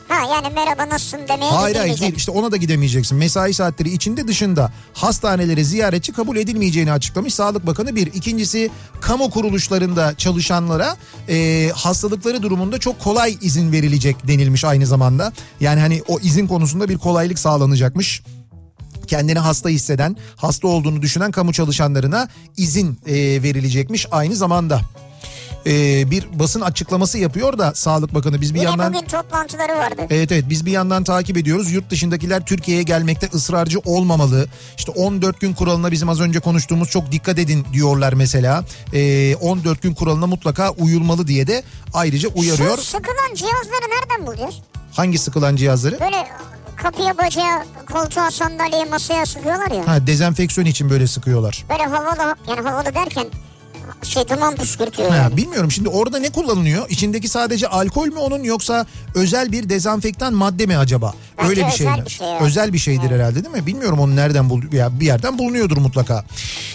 [SPEAKER 1] Ha yani merhaba nasılsın
[SPEAKER 2] Hayır
[SPEAKER 1] demeye
[SPEAKER 2] hayır
[SPEAKER 1] gidilmeyecek.
[SPEAKER 2] değil işte ona da gidemeyeceksin. Mesai saatleri içinde dışında hastanelere ziyaretçi kabul edilmeyeceğini açıklamış Sağlık Bakanı bir. İkincisi kamu kuruluşlarında çalışanlara e, hastalıkları durumunda çok kolay izin verilecek denilmiş aynı zamanda. Yani hani o izin konusunda bir kolaylık sağlanacakmış kendini hasta hisseden, hasta olduğunu düşünen kamu çalışanlarına izin e, verilecekmiş aynı zamanda. E, bir basın açıklaması yapıyor da Sağlık Bakanı biz bir
[SPEAKER 1] Yine
[SPEAKER 2] yandan e,
[SPEAKER 1] bugün toplantıları vardı.
[SPEAKER 2] Evet evet biz bir yandan takip ediyoruz. Yurt dışındakiler Türkiye'ye gelmekte ısrarcı olmamalı. İşte 14 gün kuralına bizim az önce konuştuğumuz çok dikkat edin diyorlar mesela. Ee, 14 gün kuralına mutlaka uyulmalı diye de ayrıca uyarıyor.
[SPEAKER 1] Şu sıkılan cihazları nereden buluyoruz?
[SPEAKER 2] Hangi sıkılan cihazları?
[SPEAKER 1] Böyle kapıya, bacağa, koltuğa, sandalyeye, masaya sıkıyorlar ya.
[SPEAKER 2] Ha dezenfeksiyon için böyle sıkıyorlar.
[SPEAKER 1] Böyle havalı, yani havalı derken şey duman püskürtüyor. yani.
[SPEAKER 2] Ha, bilmiyorum şimdi orada ne kullanılıyor? İçindeki sadece alkol mü onun yoksa özel bir dezenfektan madde mi acaba?
[SPEAKER 1] Bence
[SPEAKER 2] Öyle bir
[SPEAKER 1] özel
[SPEAKER 2] şey mi?
[SPEAKER 1] bir şey ya.
[SPEAKER 2] Özel bir şeydir herhalde değil mi? Bilmiyorum onu nereden bul ya bir yerden bulunuyordur mutlaka.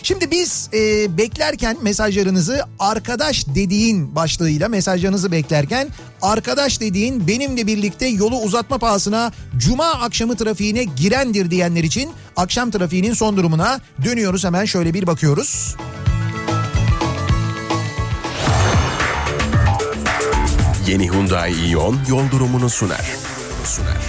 [SPEAKER 2] Şimdi biz e, beklerken mesajlarınızı arkadaş dediğin başlığıyla mesajlarınızı beklerken arkadaş dediğin benimle birlikte yolu uzatma pahasına cuma akşamı trafiğine girendir diyenler için akşam trafiğinin son durumuna dönüyoruz hemen şöyle bir bakıyoruz.
[SPEAKER 3] Yeni Hyundai Ion yol durumunu sunar. Sunar.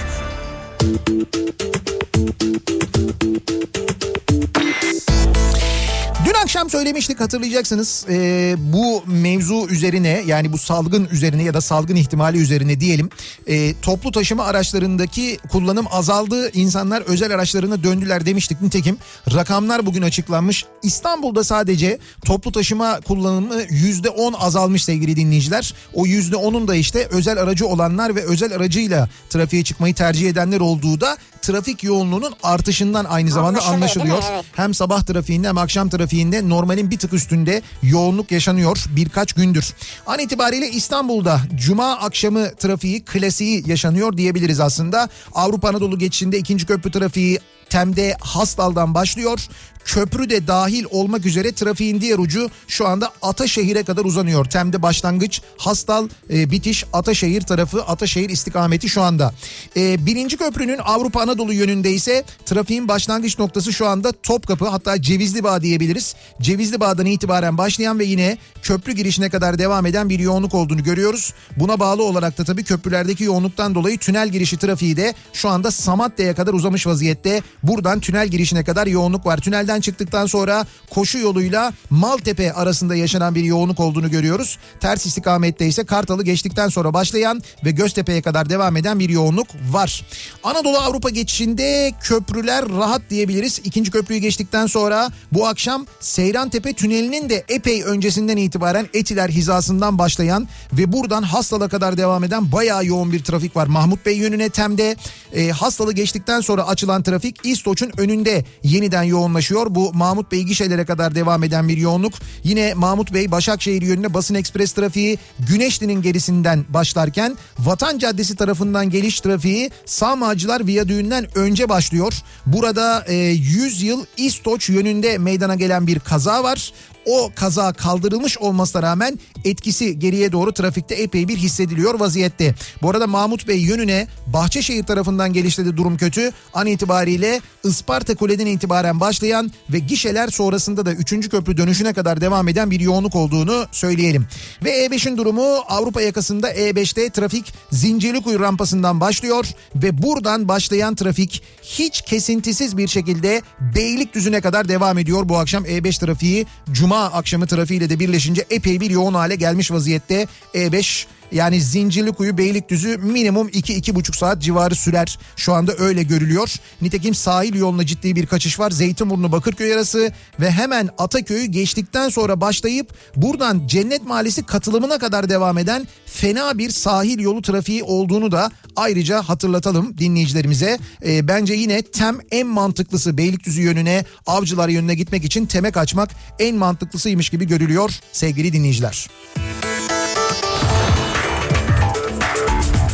[SPEAKER 2] Dün akşam söylemiştik hatırlayacaksınız Ee, bu mevzu üzerine yani bu salgın üzerine ya da salgın ihtimali üzerine diyelim ee, toplu taşıma araçlarındaki kullanım azaldı insanlar özel araçlarına döndüler demiştik nitekim rakamlar bugün açıklanmış İstanbul'da sadece toplu taşıma kullanımı yüzde %10 azalmış sevgili dinleyiciler o yüzde %10'un da işte özel aracı olanlar ve özel aracıyla trafiğe çıkmayı tercih edenler olduğu da trafik yoğunluğunun artışından aynı zamanda
[SPEAKER 1] Anlaşılıyor, değil mi?
[SPEAKER 2] anlaşılıyor
[SPEAKER 1] Evet.
[SPEAKER 2] hem sabah trafiğinde hem akşam trafiğinde normalin bir tık üstünde yoğunluk yaşanıyor birkaç gündür. An itibariyle İstanbul'da cuma akşamı trafiği klasiği yaşanıyor diyebiliriz aslında. Avrupa Anadolu geçişinde ikinci köprü trafiği Tem'de Hastal'dan başlıyor. Köprü de dahil olmak üzere trafiğin diğer ucu şu anda Ataşehir'e kadar uzanıyor. Tem'de başlangıç, Hastal, e, bitiş, Ataşehir tarafı, Ataşehir istikameti şu anda. E, birinci köprünün Avrupa Anadolu yönünde ise trafiğin başlangıç noktası şu anda Topkapı hatta Cevizli Bağ diyebiliriz. Cevizli Bağ'dan itibaren başlayan ve yine köprü girişine kadar devam eden bir yoğunluk olduğunu görüyoruz. Buna bağlı olarak da tabii köprülerdeki yoğunluktan dolayı tünel girişi trafiği de şu anda Samatya'ya kadar uzamış vaziyette. Buradan tünel girişine kadar yoğunluk var. Tünelden çıktıktan sonra koşu yoluyla Maltepe arasında yaşanan bir yoğunluk olduğunu görüyoruz. Ters istikamette ise Kartal'ı geçtikten sonra başlayan ve Göztepe'ye kadar devam eden bir yoğunluk var. Anadolu Avrupa geçişinde köprüler rahat diyebiliriz. İkinci köprüyü geçtikten sonra bu akşam Seyrantepe tünelinin de epey öncesinden itibaren Etiler hizasından başlayan ve buradan Hastal'a kadar devam eden bayağı yoğun bir trafik var. Mahmut Bey yönüne Tem'de e, Hastal'ı geçtikten sonra açılan trafik İstoç'un önünde yeniden yoğunlaşıyor. Bu Mahmut Bey gişelere kadar devam eden bir yoğunluk. Yine Mahmut Bey Başakşehir yönüne basın ekspres trafiği Güneşli'nin gerisinden başlarken Vatan Caddesi tarafından geliş trafiği Sağmacılar Viyadüğü'nden önce başlıyor. Burada e, 100 yıl İstoç yönünde meydana gelen bir kaza var. O kaza kaldırılmış olmasına rağmen etkisi geriye doğru trafikte epey bir hissediliyor vaziyette. Bu arada Mahmut Bey yönüne Bahçeşehir tarafından gelişte de durum kötü. An itibariyle Isparta Kule'den itibaren başlayan ve gişeler sonrasında da 3. köprü dönüşüne kadar devam eden bir yoğunluk olduğunu söyleyelim. Ve E5'in durumu Avrupa yakasında E5'te trafik Zincirlikuyu rampasından başlıyor ve buradan başlayan trafik hiç kesintisiz bir şekilde Beylikdüzü'ne kadar devam ediyor. Bu akşam E5 trafiği cuma akşamı trafiğiyle de birleşince epey bir yoğun hale gelmiş vaziyette E E5 yani Zincirlikuyu Beylikdüzü minimum 2-2,5 saat civarı sürer. Şu anda öyle görülüyor. Nitekim sahil yoluna ciddi bir kaçış var. Zeytinburnu Bakırköy arası ve hemen Ataköy'ü geçtikten sonra başlayıp buradan Cennet Mahallesi katılımına kadar devam eden fena bir sahil yolu trafiği olduğunu da ayrıca hatırlatalım dinleyicilerimize. Ee, bence yine tem en mantıklısı Beylikdüzü yönüne, Avcılar yönüne gitmek için teme kaçmak en mantıklısıymış gibi görülüyor sevgili dinleyiciler.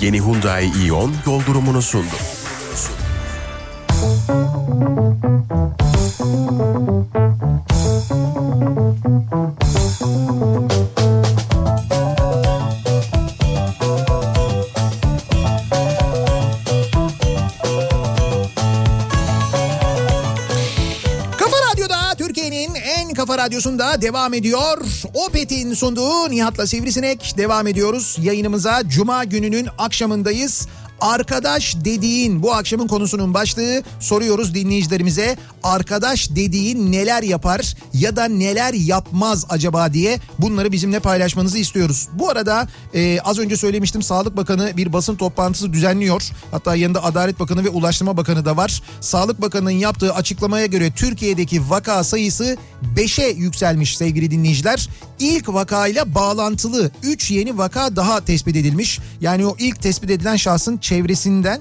[SPEAKER 3] Yeni Hyundai Ion yol durumunu sundu.
[SPEAKER 2] Kafa Radyo'da Türkiye'nin en kafa radyosunda devam ediyor. Opet'in sunduğu Nihat'la Sivrisinek devam ediyoruz. Yayınımıza Cuma gününün akşamındayız. Arkadaş dediğin bu akşamın konusunun başlığı soruyoruz dinleyicilerimize. Arkadaş dediğin neler yapar ya da neler yapmaz acaba diye bunları bizimle paylaşmanızı istiyoruz. Bu arada e, az önce söylemiştim Sağlık Bakanı bir basın toplantısı düzenliyor. Hatta yanında Adalet Bakanı ve Ulaştırma Bakanı da var. Sağlık Bakanı'nın yaptığı açıklamaya göre Türkiye'deki vaka sayısı 5'e yükselmiş sevgili dinleyiciler. İlk vakayla bağlantılı 3 yeni vaka daha tespit edilmiş. Yani o ilk tespit edilen şahsın çevresinden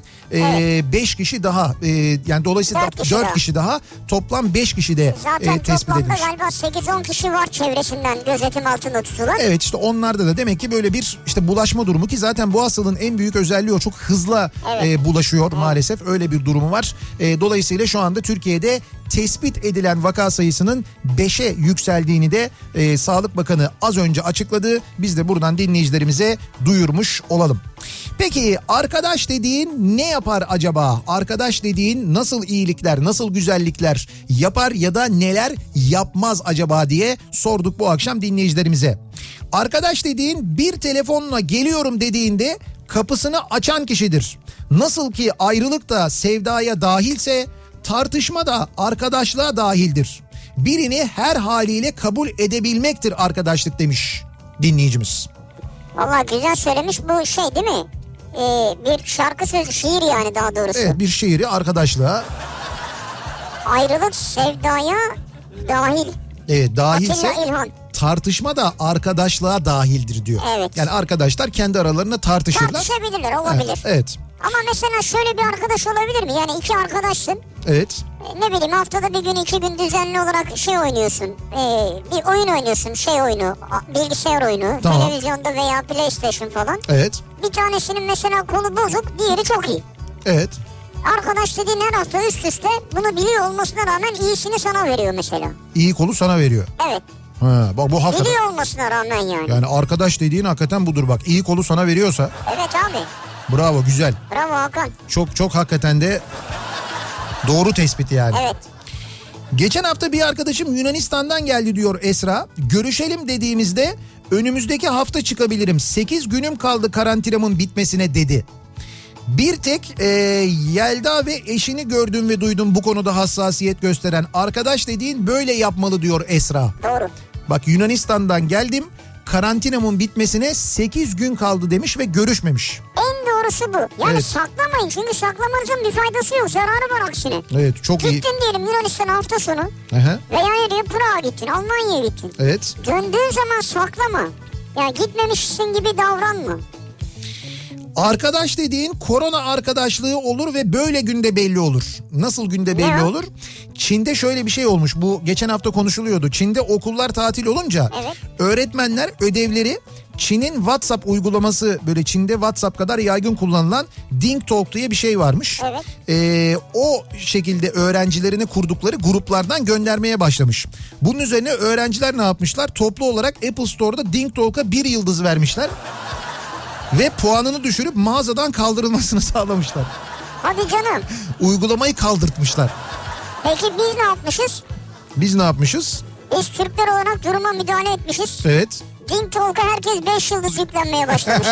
[SPEAKER 2] 5 kişi daha e, yani dolayısıyla
[SPEAKER 1] Dört kişi
[SPEAKER 2] 4
[SPEAKER 1] daha.
[SPEAKER 2] kişi daha toplam 5 kişi de
[SPEAKER 1] Zaten
[SPEAKER 2] e, tespit
[SPEAKER 1] toplamda
[SPEAKER 2] edilmiş.
[SPEAKER 1] galiba 8-10 kişi var çevresinden gözetim altında tutulan.
[SPEAKER 2] Evet işte onlarda da demek ki böyle bir işte bulaşma durumu ki zaten bu hastalığın en büyük özelliği o çok hızla
[SPEAKER 1] Evet.
[SPEAKER 2] e, bulaşıyor maalesef öyle bir durumu var. E, dolayısıyla şu anda Türkiye'de tespit edilen vaka sayısının 5'e yükseldiğini de e, Sağlık Bakanı az önce açıkladı. Biz de buradan dinleyicilerimize duyurmuş olalım. Peki arkadaş dediğin ne yapar acaba? Arkadaş dediğin nasıl iyilikler, nasıl güzellikler yapar ya da neler yapmaz acaba diye sorduk bu akşam dinleyicilerimize. Arkadaş dediğin bir telefonla geliyorum dediğinde kapısını açan kişidir. Nasıl ki ayrılık da sevdaya dahilse tartışma da arkadaşlığa dahildir. Birini her haliyle kabul edebilmektir arkadaşlık demiş dinleyicimiz.
[SPEAKER 1] Valla güzel söylemiş bu şey değil mi? Ee, bir şarkı sözü, şiir yani daha doğrusu.
[SPEAKER 2] Evet bir şiiri arkadaşlığa
[SPEAKER 1] Ayrılık sevdaya dahil.
[SPEAKER 2] e, dahilse
[SPEAKER 1] Atilla İlhan.
[SPEAKER 2] tartışma da arkadaşlığa dahildir diyor.
[SPEAKER 1] Evet.
[SPEAKER 2] Yani arkadaşlar kendi aralarında tartışırlar.
[SPEAKER 1] Tartışabilirler olabilir.
[SPEAKER 2] Evet.
[SPEAKER 1] Ama mesela şöyle bir arkadaş olabilir mi? Yani iki arkadaşsın.
[SPEAKER 2] Evet.
[SPEAKER 1] E, Ne bileyim haftada bir gün iki gün düzenli olarak şey oynuyorsun. E, bir oyun oynuyorsun şey oyunu. a- Bilgisayar oyunu.
[SPEAKER 2] Tamam.
[SPEAKER 1] Televizyonda veya PlayStation falan.
[SPEAKER 2] Evet.
[SPEAKER 1] Bir tanesinin mesela kolu bozuk diğeri çok iyi.
[SPEAKER 2] Evet.
[SPEAKER 1] Arkadaş dediğin her hafta üst üste bunu biliyor olmasına rağmen iyisini sana veriyor mesela.
[SPEAKER 2] İyi kolu sana veriyor.
[SPEAKER 1] Evet.
[SPEAKER 2] Ha, bak bu hakikaten.
[SPEAKER 1] Biliyor olmasına rağmen yani.
[SPEAKER 2] Yani arkadaş dediğin hakikaten budur bak. İyi kolu sana veriyorsa
[SPEAKER 1] Evet abi.
[SPEAKER 2] bravo güzel.
[SPEAKER 1] Bravo Hakan.
[SPEAKER 2] Çok çok hakikaten de doğru tespit yani.
[SPEAKER 1] Evet.
[SPEAKER 2] Geçen hafta bir arkadaşım Yunanistan'dan geldi diyor Esra. Görüşelim dediğimizde önümüzdeki hafta çıkabilirim. 8 günüm kaldı karantinamın bitmesine dedi. Bir tek e, Yelda ve eşini gördüm ve duydum bu konuda hassasiyet gösteren arkadaş dediğin böyle yapmalı diyor Esra.
[SPEAKER 1] Doğru.
[SPEAKER 2] Bak Yunanistan'dan geldim karantinamın bitmesine 8 gün kaldı demiş ve görüşmemiş.
[SPEAKER 1] En doğrusu bu. Yani
[SPEAKER 2] Evet.
[SPEAKER 1] saklamayın çünkü saklamanızın bir faydası yok. Zararı var aksine.
[SPEAKER 2] Evet çok iyi.
[SPEAKER 1] Gittin diyelim Yunanistan'a hafta sonu
[SPEAKER 2] Aha,
[SPEAKER 1] veya nereye Prag'a gittin, Almanya'ya gittin.
[SPEAKER 2] evet.
[SPEAKER 1] Döndüğün zaman saklama. Ya gitmemişsin gibi davranma.
[SPEAKER 2] Arkadaş dediğin korona arkadaşlığı olur ve böyle günde belli olur. Nasıl günde belli
[SPEAKER 1] Ne?
[SPEAKER 2] olur? Çin'de şöyle bir şey olmuş. Bu geçen hafta konuşuluyordu. Çin'de okullar tatil olunca
[SPEAKER 1] Evet.
[SPEAKER 2] öğretmenler ödevleri Çin'in WhatsApp uygulaması böyle Çin'de WhatsApp kadar yaygın kullanılan Ding Talk diye bir şey varmış.
[SPEAKER 1] Evet.
[SPEAKER 2] Ee, o şekilde öğrencilerini kurdukları gruplardan göndermeye başlamış. Bunun üzerine öğrenciler ne yapmışlar? Toplu olarak Apple Store'da Ding Talk'a bir yıldız vermişler. Ve puanını düşürüp mağazadan kaldırılmasını sağlamışlar.
[SPEAKER 1] Hadi canım.
[SPEAKER 2] Uygulamayı kaldırtmışlar.
[SPEAKER 1] Peki biz ne yapmışız?
[SPEAKER 2] Biz ne yapmışız?
[SPEAKER 1] Biz Türkler olarak duruma müdahale etmişiz.
[SPEAKER 2] Evet.
[SPEAKER 1] Ding Talk'a herkes 5 yıldız yüklenmeye başlamış.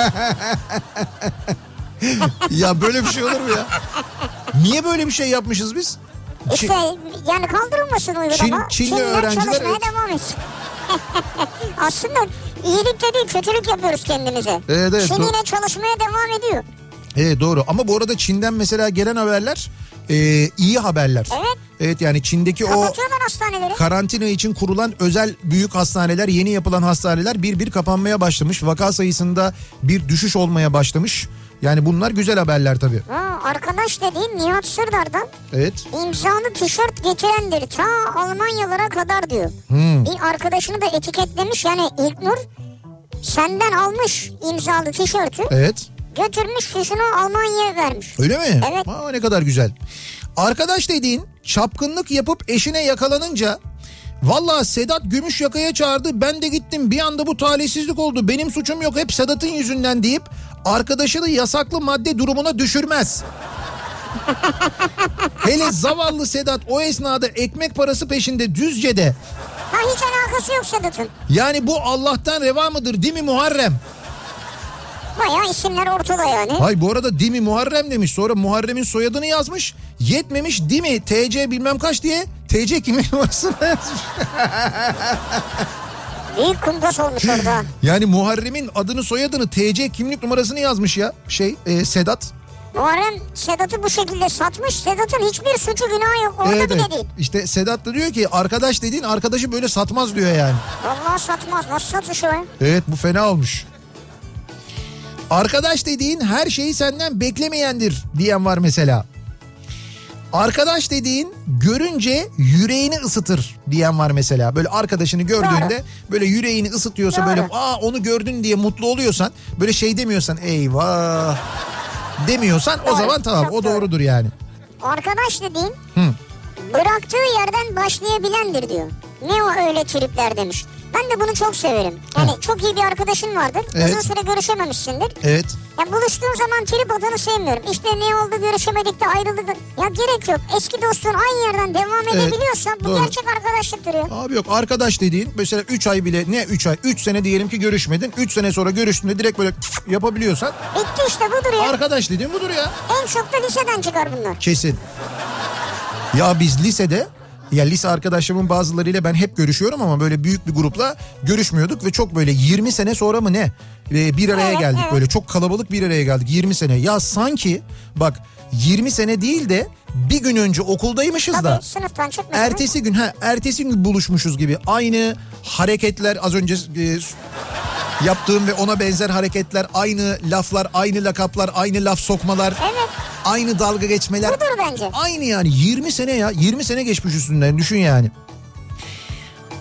[SPEAKER 2] Ya böyle bir şey olur mu ya? Niye böyle bir şey yapmışız biz?
[SPEAKER 1] işte yani kaldırılmasın uygulama.
[SPEAKER 2] Çin- Çinli
[SPEAKER 1] Çinliler
[SPEAKER 2] öğrenciler-
[SPEAKER 1] çalışmaya devam etsin. Aslında iyilikte değil kötülük yapıyoruz kendimize.
[SPEAKER 2] Evet, evet,
[SPEAKER 1] Çin
[SPEAKER 2] doğru.
[SPEAKER 1] yine çalışmaya devam ediyor.
[SPEAKER 2] Evet doğru ama bu arada Çin'den mesela gelen haberler e, iyi haberler.
[SPEAKER 1] Evet.
[SPEAKER 2] Evet yani Çin'deki o
[SPEAKER 1] Kapatıyorlar hastaneleri.
[SPEAKER 2] karantina için kurulan özel büyük hastaneler, yeni yapılan hastaneler bir bir kapanmaya başlamış. Vaka sayısında bir düşüş olmaya başlamış. Yani bunlar güzel haberler tabii.
[SPEAKER 1] Ha, arkadaş dediğim Nihat Sırdar'dan
[SPEAKER 2] Evet.
[SPEAKER 1] imzalı tişört getirendir ta Almanyalara kadar diyor.
[SPEAKER 2] Hmm.
[SPEAKER 1] Bir arkadaşını da etiketlemiş yani İlknur senden almış imzalı tişörtü
[SPEAKER 2] Evet.
[SPEAKER 1] götürmüş fişini Almanya'ya vermiş.
[SPEAKER 2] Öyle mi?
[SPEAKER 1] Evet.
[SPEAKER 2] Aa, ne kadar güzel. Arkadaş dediğin çapkınlık yapıp eşine yakalanınca Valla Sedat Gümüş yakaya çağırdı ben de gittim bir anda bu talihsizlik oldu benim suçum yok hep Sedat'ın yüzünden deyip arkadaşını yasaklı madde durumuna düşürmez. Hele zavallı Sedat o esnada ekmek parası peşinde Düzce'de
[SPEAKER 1] Ha hiç alakası yok Sedat'ın.
[SPEAKER 2] yani bu Allah'tan reva mıdır değil mi Muharrem?
[SPEAKER 1] Bayağı isimler ortada yani.
[SPEAKER 2] Hay bu arada Dimi Muharrem demiş. Sonra Muharrem'in soyadını yazmış. Yetmemiş Dimi TC bilmem kaç diye TC kimlik numarasını yazmış.
[SPEAKER 1] Büyük kumdas olmuş orada.
[SPEAKER 2] Yani Muharrem'in adını soyadını TC kimlik numarasını yazmış ya şey e, Sedat.
[SPEAKER 1] Muharrem Sedat'ı bu şekilde satmış. Sedat'ın hiçbir suçu günahı yok. Orada
[SPEAKER 2] Evet,
[SPEAKER 1] bile
[SPEAKER 2] evet.
[SPEAKER 1] değil.
[SPEAKER 2] İşte Sedat da diyor ki arkadaş dediğin arkadaşı böyle satmaz diyor yani.
[SPEAKER 1] Vallahi satmaz. Nasıl satışı var?
[SPEAKER 2] Evet bu fena olmuş. Arkadaş dediğin her şeyi senden beklemeyendir diyen var mesela. Arkadaş dediğin görünce yüreğini ısıtır diyen var mesela. Böyle arkadaşını gördüğünde böyle yüreğini ısıtıyorsa
[SPEAKER 1] Doğru.
[SPEAKER 2] böyle aa onu gördün diye mutlu oluyorsan böyle şey demiyorsan eyvah demiyorsan o
[SPEAKER 1] Doğru,
[SPEAKER 2] zaman tamam
[SPEAKER 1] çok
[SPEAKER 2] o
[SPEAKER 1] doğru.
[SPEAKER 2] doğrudur yani.
[SPEAKER 1] Arkadaş dediğin bıraktığı yerden başlayabilendir diyor. Ne o öyle tripler demiş. Ben de bunu çok severim. Yani çok iyi bir arkadaşın vardır.
[SPEAKER 2] Evet.
[SPEAKER 1] Uzun süre görüşememişsindir.
[SPEAKER 2] Evet.
[SPEAKER 1] Ya buluştuğun zaman trip adını sevmiyorum. İşte ne oldu görüşemedik de ayrıldık. da- Ya gerek yok. Eski dostun aynı yerden devam edebiliyorsa bu
[SPEAKER 2] doğru.
[SPEAKER 1] gerçek arkadaşlıktır ya.
[SPEAKER 2] Abi yok arkadaş dediğin mesela 3 ay bile ne 3 ay 3 sene diyelim ki görüşmedin. 3 sene sonra görüştüğünde direkt böyle yapabiliyorsan
[SPEAKER 1] Bitti işte budur ya.
[SPEAKER 2] arkadaş dediğin budur ya.
[SPEAKER 1] en çok da liseden çıkar bunlar.
[SPEAKER 2] Kesin. Ya biz lisede ya lise arkadaşlarımın bazılarıyla ben hep görüşüyorum ama böyle büyük bir grupla görüşmüyorduk ve çok böyle 20 sene sonra mı ne e, bir araya
[SPEAKER 1] Evet,
[SPEAKER 2] geldik
[SPEAKER 1] evet.
[SPEAKER 2] böyle çok kalabalık bir araya geldik 20 sene ya sanki bak 20 sene değil de bir gün önce okuldaymışız da
[SPEAKER 1] Tabii sınıftan çıkmasın.
[SPEAKER 2] ertesi gün ha ertesi gün buluşmuşuz gibi aynı hareketler az önce e, yaptığım ve ona benzer hareketler aynı laflar aynı lakaplar aynı laf sokmalar
[SPEAKER 1] Evet.
[SPEAKER 2] aynı dalga geçmeler
[SPEAKER 1] Budur bence.
[SPEAKER 2] aynı yani 20 sene ya 20 sene geçmiş üstünden düşün yani.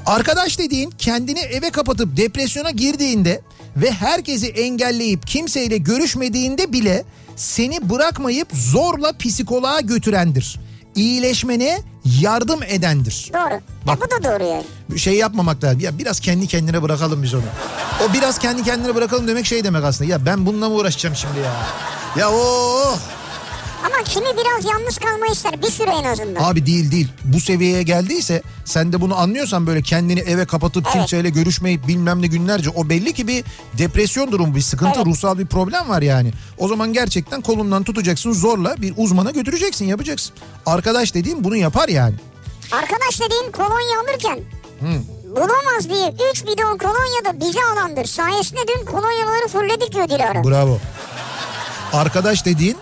[SPEAKER 2] Arkadaş dediğin kendini eve kapatıp depresyona girdiğinde ve herkesi engelleyip kimseyle görüşmediğinde bile seni bırakmayıp zorla psikoloğa götürendir. İyileşmene yardım edendir.
[SPEAKER 1] Doğru.
[SPEAKER 2] Bak.
[SPEAKER 1] Ya bu da doğru yani.
[SPEAKER 2] Şey yapmamak lazım. Ya biraz kendi kendine bırakalım biz onu. O biraz kendi kendine bırakalım demek şey demek aslında. Ya ben bununla mı uğraşacağım şimdi ya? Ya oh!
[SPEAKER 1] Ama kimi biraz yalnız kalmayı ister bir süre en azından.
[SPEAKER 2] Abi değil değil. Bu seviyeye geldiyse sen de bunu anlıyorsan böyle kendini eve kapatıp
[SPEAKER 1] Evet.
[SPEAKER 2] kimseyle görüşmeyip bilmem ne günlerce o belli ki bir depresyon durumu bir sıkıntı
[SPEAKER 1] Evet.
[SPEAKER 2] ruhsal bir problem var yani. O zaman gerçekten kolundan tutacaksın zorla bir uzmana götüreceksin yapacaksın. Arkadaş dediğim bunu yapar yani.
[SPEAKER 1] Arkadaş dediğin kolonya alırken bulamaz diye 3 bidon kolonya da bize alandır. Sayesinde dün kolonyaları fulledik diyor Dilara.
[SPEAKER 2] Bravo. Arkadaş dediğin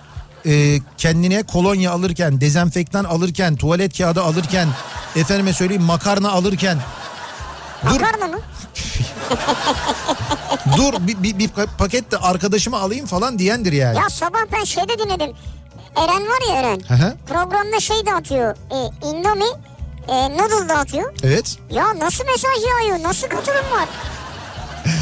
[SPEAKER 2] e, kendine kolonya alırken, dezenfektan alırken, tuvalet kağıdı alırken, efendime söyleyeyim makarna alırken dur
[SPEAKER 1] Makarna mı?
[SPEAKER 2] dur bir, bir, bir paket de arkadaşıma alayım falan diyendir yani.
[SPEAKER 1] Ya sabah ben şeyde dinledim. Eren var ya Eren.
[SPEAKER 2] Hı hı.
[SPEAKER 1] Programda şey dağıtıyor. E, Indomie e, noodle dağıtıyor.
[SPEAKER 2] Evet.
[SPEAKER 1] Ya nasıl mesaj yağıyor? Nasıl katılım var?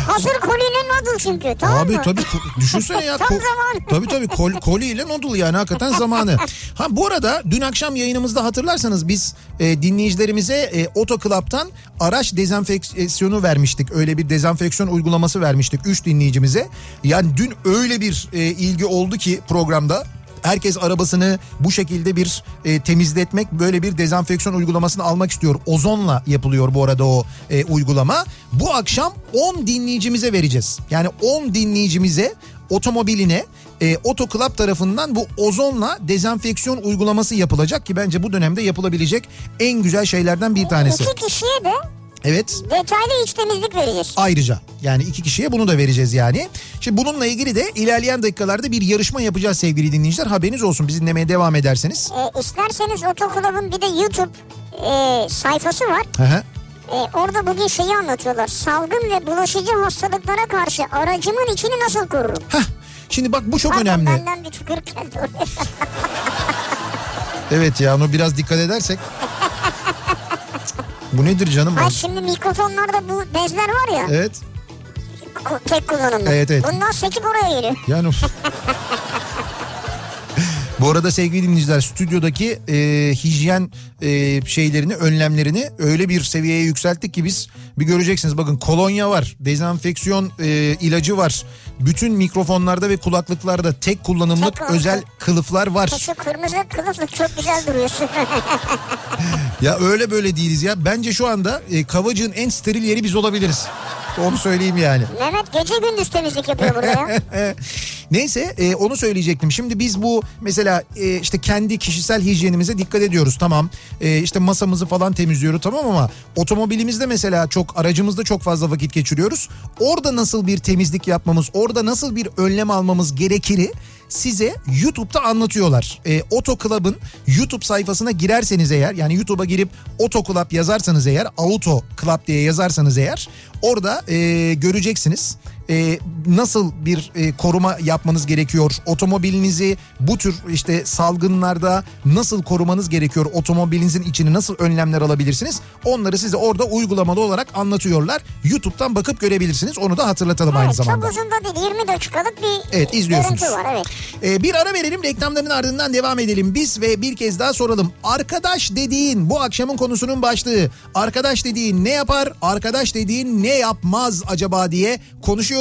[SPEAKER 1] Hazır koliyle noodle çünkü tamam
[SPEAKER 2] Abi
[SPEAKER 1] mı?
[SPEAKER 2] tabii ko- düşünsene ya.
[SPEAKER 1] Tam
[SPEAKER 2] ko-
[SPEAKER 1] zamanı.
[SPEAKER 2] Tabii tabii kol, koliyle noodle yani hakikaten zamanı. Ha bu arada dün akşam yayınımızda hatırlarsanız biz e, dinleyicilerimize e, Oto Club'tan araç dezenfeksiyonu vermiştik. Öyle bir dezenfeksiyon uygulaması vermiştik 3 dinleyicimize. Yani dün öyle bir e, ilgi oldu ki programda. Herkes arabasını bu şekilde bir e, temizletmek, böyle bir dezenfeksiyon uygulamasını almak istiyor. Ozonla yapılıyor bu arada o e, uygulama. Bu akşam 10 dinleyicimize vereceğiz. Yani 10 dinleyicimize otomobiline e, Oto Club tarafından bu ozonla dezenfeksiyon uygulaması yapılacak ki bence bu dönemde yapılabilecek en güzel şeylerden bir tanesi.
[SPEAKER 1] İki kişiye de
[SPEAKER 2] Evet.
[SPEAKER 1] detaylı iç temizlik vereceğiz.
[SPEAKER 2] Ayrıca yani iki kişiye bunu da vereceğiz yani. Şimdi bununla ilgili de ilerleyen dakikalarda bir yarışma yapacağız sevgili dinleyiciler. Haberiniz olsun biz dinlemeye devam ederseniz.
[SPEAKER 1] E, isterseniz Otokulub'un bir de YouTube e, sayfası var.
[SPEAKER 2] Hı hı.
[SPEAKER 1] E, orada bugün şeyi anlatıyorlar. Salgın ve bulaşıcı hastalıklara karşı aracımın içini nasıl korurum?
[SPEAKER 2] Heh, Şimdi bak bu çok
[SPEAKER 1] Pardon,
[SPEAKER 2] önemli.
[SPEAKER 1] Benden bir tükür geldi oraya.
[SPEAKER 2] Evet ya onu biraz dikkat edersek. bu nedir canım?
[SPEAKER 1] Ay şimdi mikrofonlarda bu bezler var ya.
[SPEAKER 2] Evet.
[SPEAKER 1] ku- Tek kullanımlı.
[SPEAKER 2] Evet, evet.
[SPEAKER 1] Bundan sekip oraya geliyor.
[SPEAKER 2] Yani Bu arada sevgili dinleyiciler stüdyodaki e, hijyen e, şeylerini, önlemlerini öyle bir seviyeye yükselttik ki biz bir göreceksiniz. Bakın kolonya var, dezenfeksiyon e, ilacı var. Bütün mikrofonlarda ve kulaklıklarda tek kullanımlık
[SPEAKER 1] Tek kullanımlık.
[SPEAKER 2] özel kılıflar var.
[SPEAKER 1] E, Şu kırmızı kılıfla çok güzel duruyorsun.
[SPEAKER 2] Ya öyle böyle değiliz ya. Bence şu anda e, Kavacık'ın en steril yeri biz olabiliriz. Onu söyleyeyim yani.
[SPEAKER 1] Mehmet gece gündüz temizlik yapıyor burada ya.
[SPEAKER 2] Ee, Neyse e, onu söyleyecektim. Şimdi biz bu mesela e, işte kendi kişisel hijyenimize dikkat ediyoruz tamam. E, işte masamızı falan temizliyoruz tamam ama otomobilimizde mesela çok aracımızda çok fazla vakit geçiriyoruz. Orada nasıl bir temizlik yapmamız, orada nasıl bir önlem almamız gerekiri size YouTube'da anlatıyorlar. E, Oto Club'ın YouTube sayfasına girerseniz eğer yani YouTube'a girip Oto Club yazarsanız eğer Auto Club diye yazarsanız eğer orada e, göreceksiniz e, nasıl bir e, koruma yapmanız gerekiyor? Otomobilinizi bu tür işte salgınlarda nasıl korumanız gerekiyor? Otomobilinizin içini nasıl önlemler alabilirsiniz? Onları size orada uygulamalı olarak anlatıyorlar. YouTube'dan bakıp görebilirsiniz. Onu da hatırlatalım aynı
[SPEAKER 1] Evet,
[SPEAKER 2] zamanda.
[SPEAKER 1] Çok uzun da değil 20 dakikalık bir
[SPEAKER 2] Evet, izliyorsunuz.
[SPEAKER 1] görüntü var evet.
[SPEAKER 2] Ee, bir ara verelim reklamların ardından devam edelim biz ve bir kez daha soralım. Arkadaş dediğin bu akşamın konusunun başlığı. Arkadaş dediğin ne yapar? Arkadaş dediğin ne yapmaz acaba diye konuşuyoruz.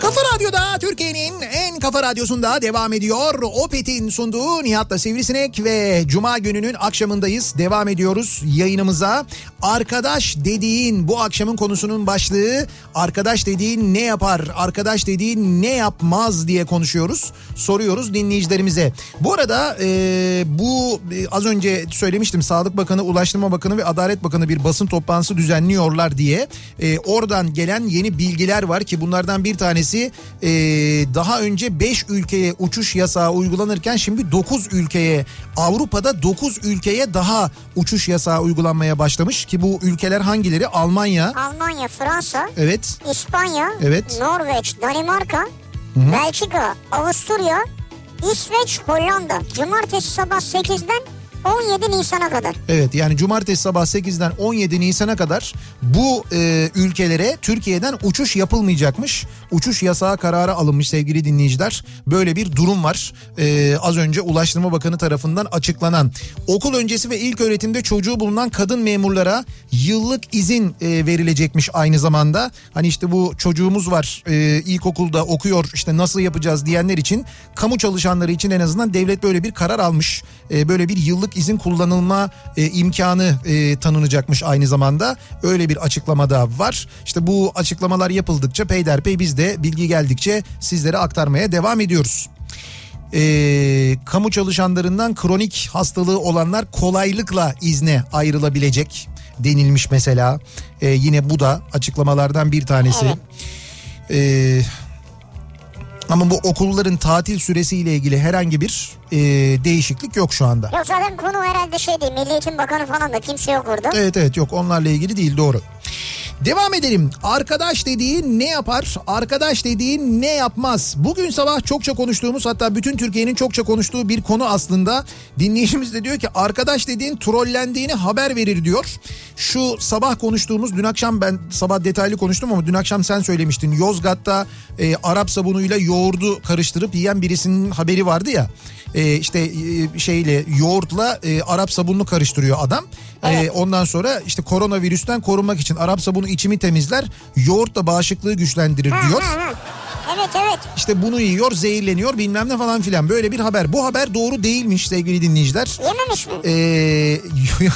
[SPEAKER 2] Kafa Radyo'da Türkiye'nin en kafa radyosunda devam ediyor. Opet'in sunduğu Nihat'la Sivrisinek ve Cuma gününün akşamındayız. Devam ediyoruz yayınımıza. Arkadaş dediğin bu akşamın konusunun başlığı arkadaş dediğin ne yapar, arkadaş dediğin ne yapmaz diye konuşuyoruz. Soruyoruz dinleyicilerimize. Bu arada e, bu e, az önce söylemiştim Sağlık Bakanı, Ulaştırma Bakanı ve Adalet Bakanı bir basın toplantısı düzenliyorlar diye. E, oradan gelen yeni bilgiler var ki bunlardan bir tanesi e, daha önce 5 ülkeye uçuş yasağı uygulanırken şimdi 9 ülkeye Avrupa'da 9 ülkeye daha uçuş yasağı uygulanmaya başlamış ki bu ülkeler hangileri? Almanya,
[SPEAKER 1] Almanya, Fransa,
[SPEAKER 2] evet,
[SPEAKER 1] İspanya,
[SPEAKER 2] Evet.
[SPEAKER 1] Norveç, Danimarka, Belçika, Avusturya, İsveç, Hollanda. Cumartesi sabah 8'den 17 Nisan'a kadar.
[SPEAKER 2] Evet yani cumartesi sabah 8'den 17 Nisan'a kadar bu e, ülkelere Türkiye'den uçuş yapılmayacakmış. Uçuş yasağı kararı alınmış sevgili dinleyiciler. Böyle bir durum var. E, az önce Ulaştırma Bakanı tarafından açıklanan. Okul öncesi ve ilk öğretimde çocuğu bulunan kadın memurlara yıllık izin e, verilecekmiş aynı zamanda. Hani işte bu çocuğumuz var e, ilkokulda okuyor işte nasıl yapacağız diyenler için kamu çalışanları için en azından devlet böyle bir karar almış. E, böyle bir yıllık izin kullanılma e, imkanı e, tanınacakmış aynı zamanda. Öyle bir açıklama da var. İşte bu açıklamalar yapıldıkça peyderpey biz de bilgi geldikçe sizlere aktarmaya devam ediyoruz. E, kamu çalışanlarından kronik hastalığı olanlar kolaylıkla izne ayrılabilecek. denilmiş mesela. Ee, yine bu da açıklamalardan bir tanesi. Ee, ama bu okulların tatil süresiyle ilgili herhangi bir e, değişiklik yok şu anda.
[SPEAKER 1] Yok zaten konu herhalde şey değil. Milli Eğitim Bakanı falan da kimse yok orada.
[SPEAKER 2] Evet evet yok onlarla ilgili değil doğru. Devam edelim. Arkadaş dediğin ne yapar? Arkadaş dediğin ne yapmaz? Bugün sabah çokça konuştuğumuz hatta bütün Türkiye'nin çokça konuştuğu bir konu aslında. Dinleyicimiz de diyor ki arkadaş dediğin trollendiğini haber verir diyor. Şu sabah konuştuğumuz dün akşam ben sabah detaylı konuştum ama dün akşam sen söylemiştin. Yozgat'ta e, Arap sabunuyla yoğurdu karıştırıp yiyen birisinin haberi vardı ya. E, işte e, şeyle yoğurtla e, Arap sabununu karıştırıyor adam. E, ondan sonra işte koronavirüsten korunmak için Arap sabunu içimi temizler, yoğurtla bağışıklığı güçlendirir
[SPEAKER 1] Ha,
[SPEAKER 2] diyor.
[SPEAKER 1] ha, ha. Evet evet.
[SPEAKER 2] İşte bunu yiyor, zehirleniyor bilmem ne falan filan. Böyle bir haber. Bu haber doğru değilmiş sevgili dinleyiciler.
[SPEAKER 1] Yememiş mi?
[SPEAKER 2] Ee,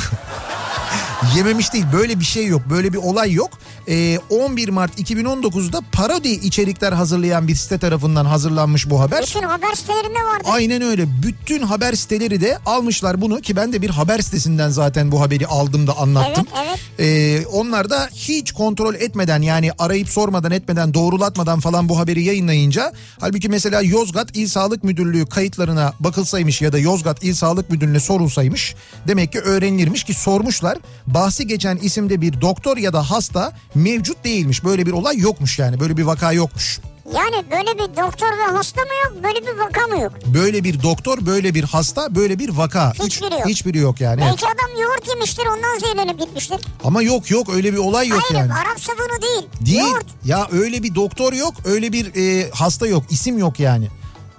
[SPEAKER 2] yememiş değil böyle bir şey yok böyle bir olay yok. Ee, 11 Mart 2019'da parodi içerikler hazırlayan bir site tarafından hazırlanmış bu haber.
[SPEAKER 1] Bütün haber sitelerinde vardı.
[SPEAKER 2] Aynen öyle. Bütün haber siteleri de almışlar bunu ki ben de bir haber sitesinden zaten bu haberi aldım da anlattım.
[SPEAKER 1] Evet,
[SPEAKER 2] Ee, onlar da hiç kontrol etmeden yani arayıp sormadan etmeden doğrulatmadan falan bu haberi yayınlayınca halbuki mesela Yozgat İl Sağlık Müdürlüğü kayıtlarına bakılsaymış ya da Yozgat İl Sağlık Müdürlüğü'ne sorulsaymış demek ki öğrenilirmiş ki sormuşlar bahsi geçen isimde bir doktor ya da hasta mevcut değilmiş. Böyle bir olay yokmuş yani böyle bir vaka yokmuş.
[SPEAKER 1] Yani böyle bir doktor ve hasta mı yok? Böyle bir vaka mı yok?
[SPEAKER 2] Böyle bir doktor, böyle bir hasta, böyle bir vaka.
[SPEAKER 1] Hiçbiri yok.
[SPEAKER 2] Hiçbiri yok yani. evet.
[SPEAKER 1] Belki adam yoğurt yemiştir ondan zehirlenip gitmiştir.
[SPEAKER 2] Ama yok yok öyle bir olay yok
[SPEAKER 1] Hayır
[SPEAKER 2] yani.
[SPEAKER 1] Arap sabunu değil.
[SPEAKER 2] Değil.
[SPEAKER 1] Yoğurt.
[SPEAKER 2] Ya öyle bir doktor yok, öyle bir e, hasta yok, isim yok yani.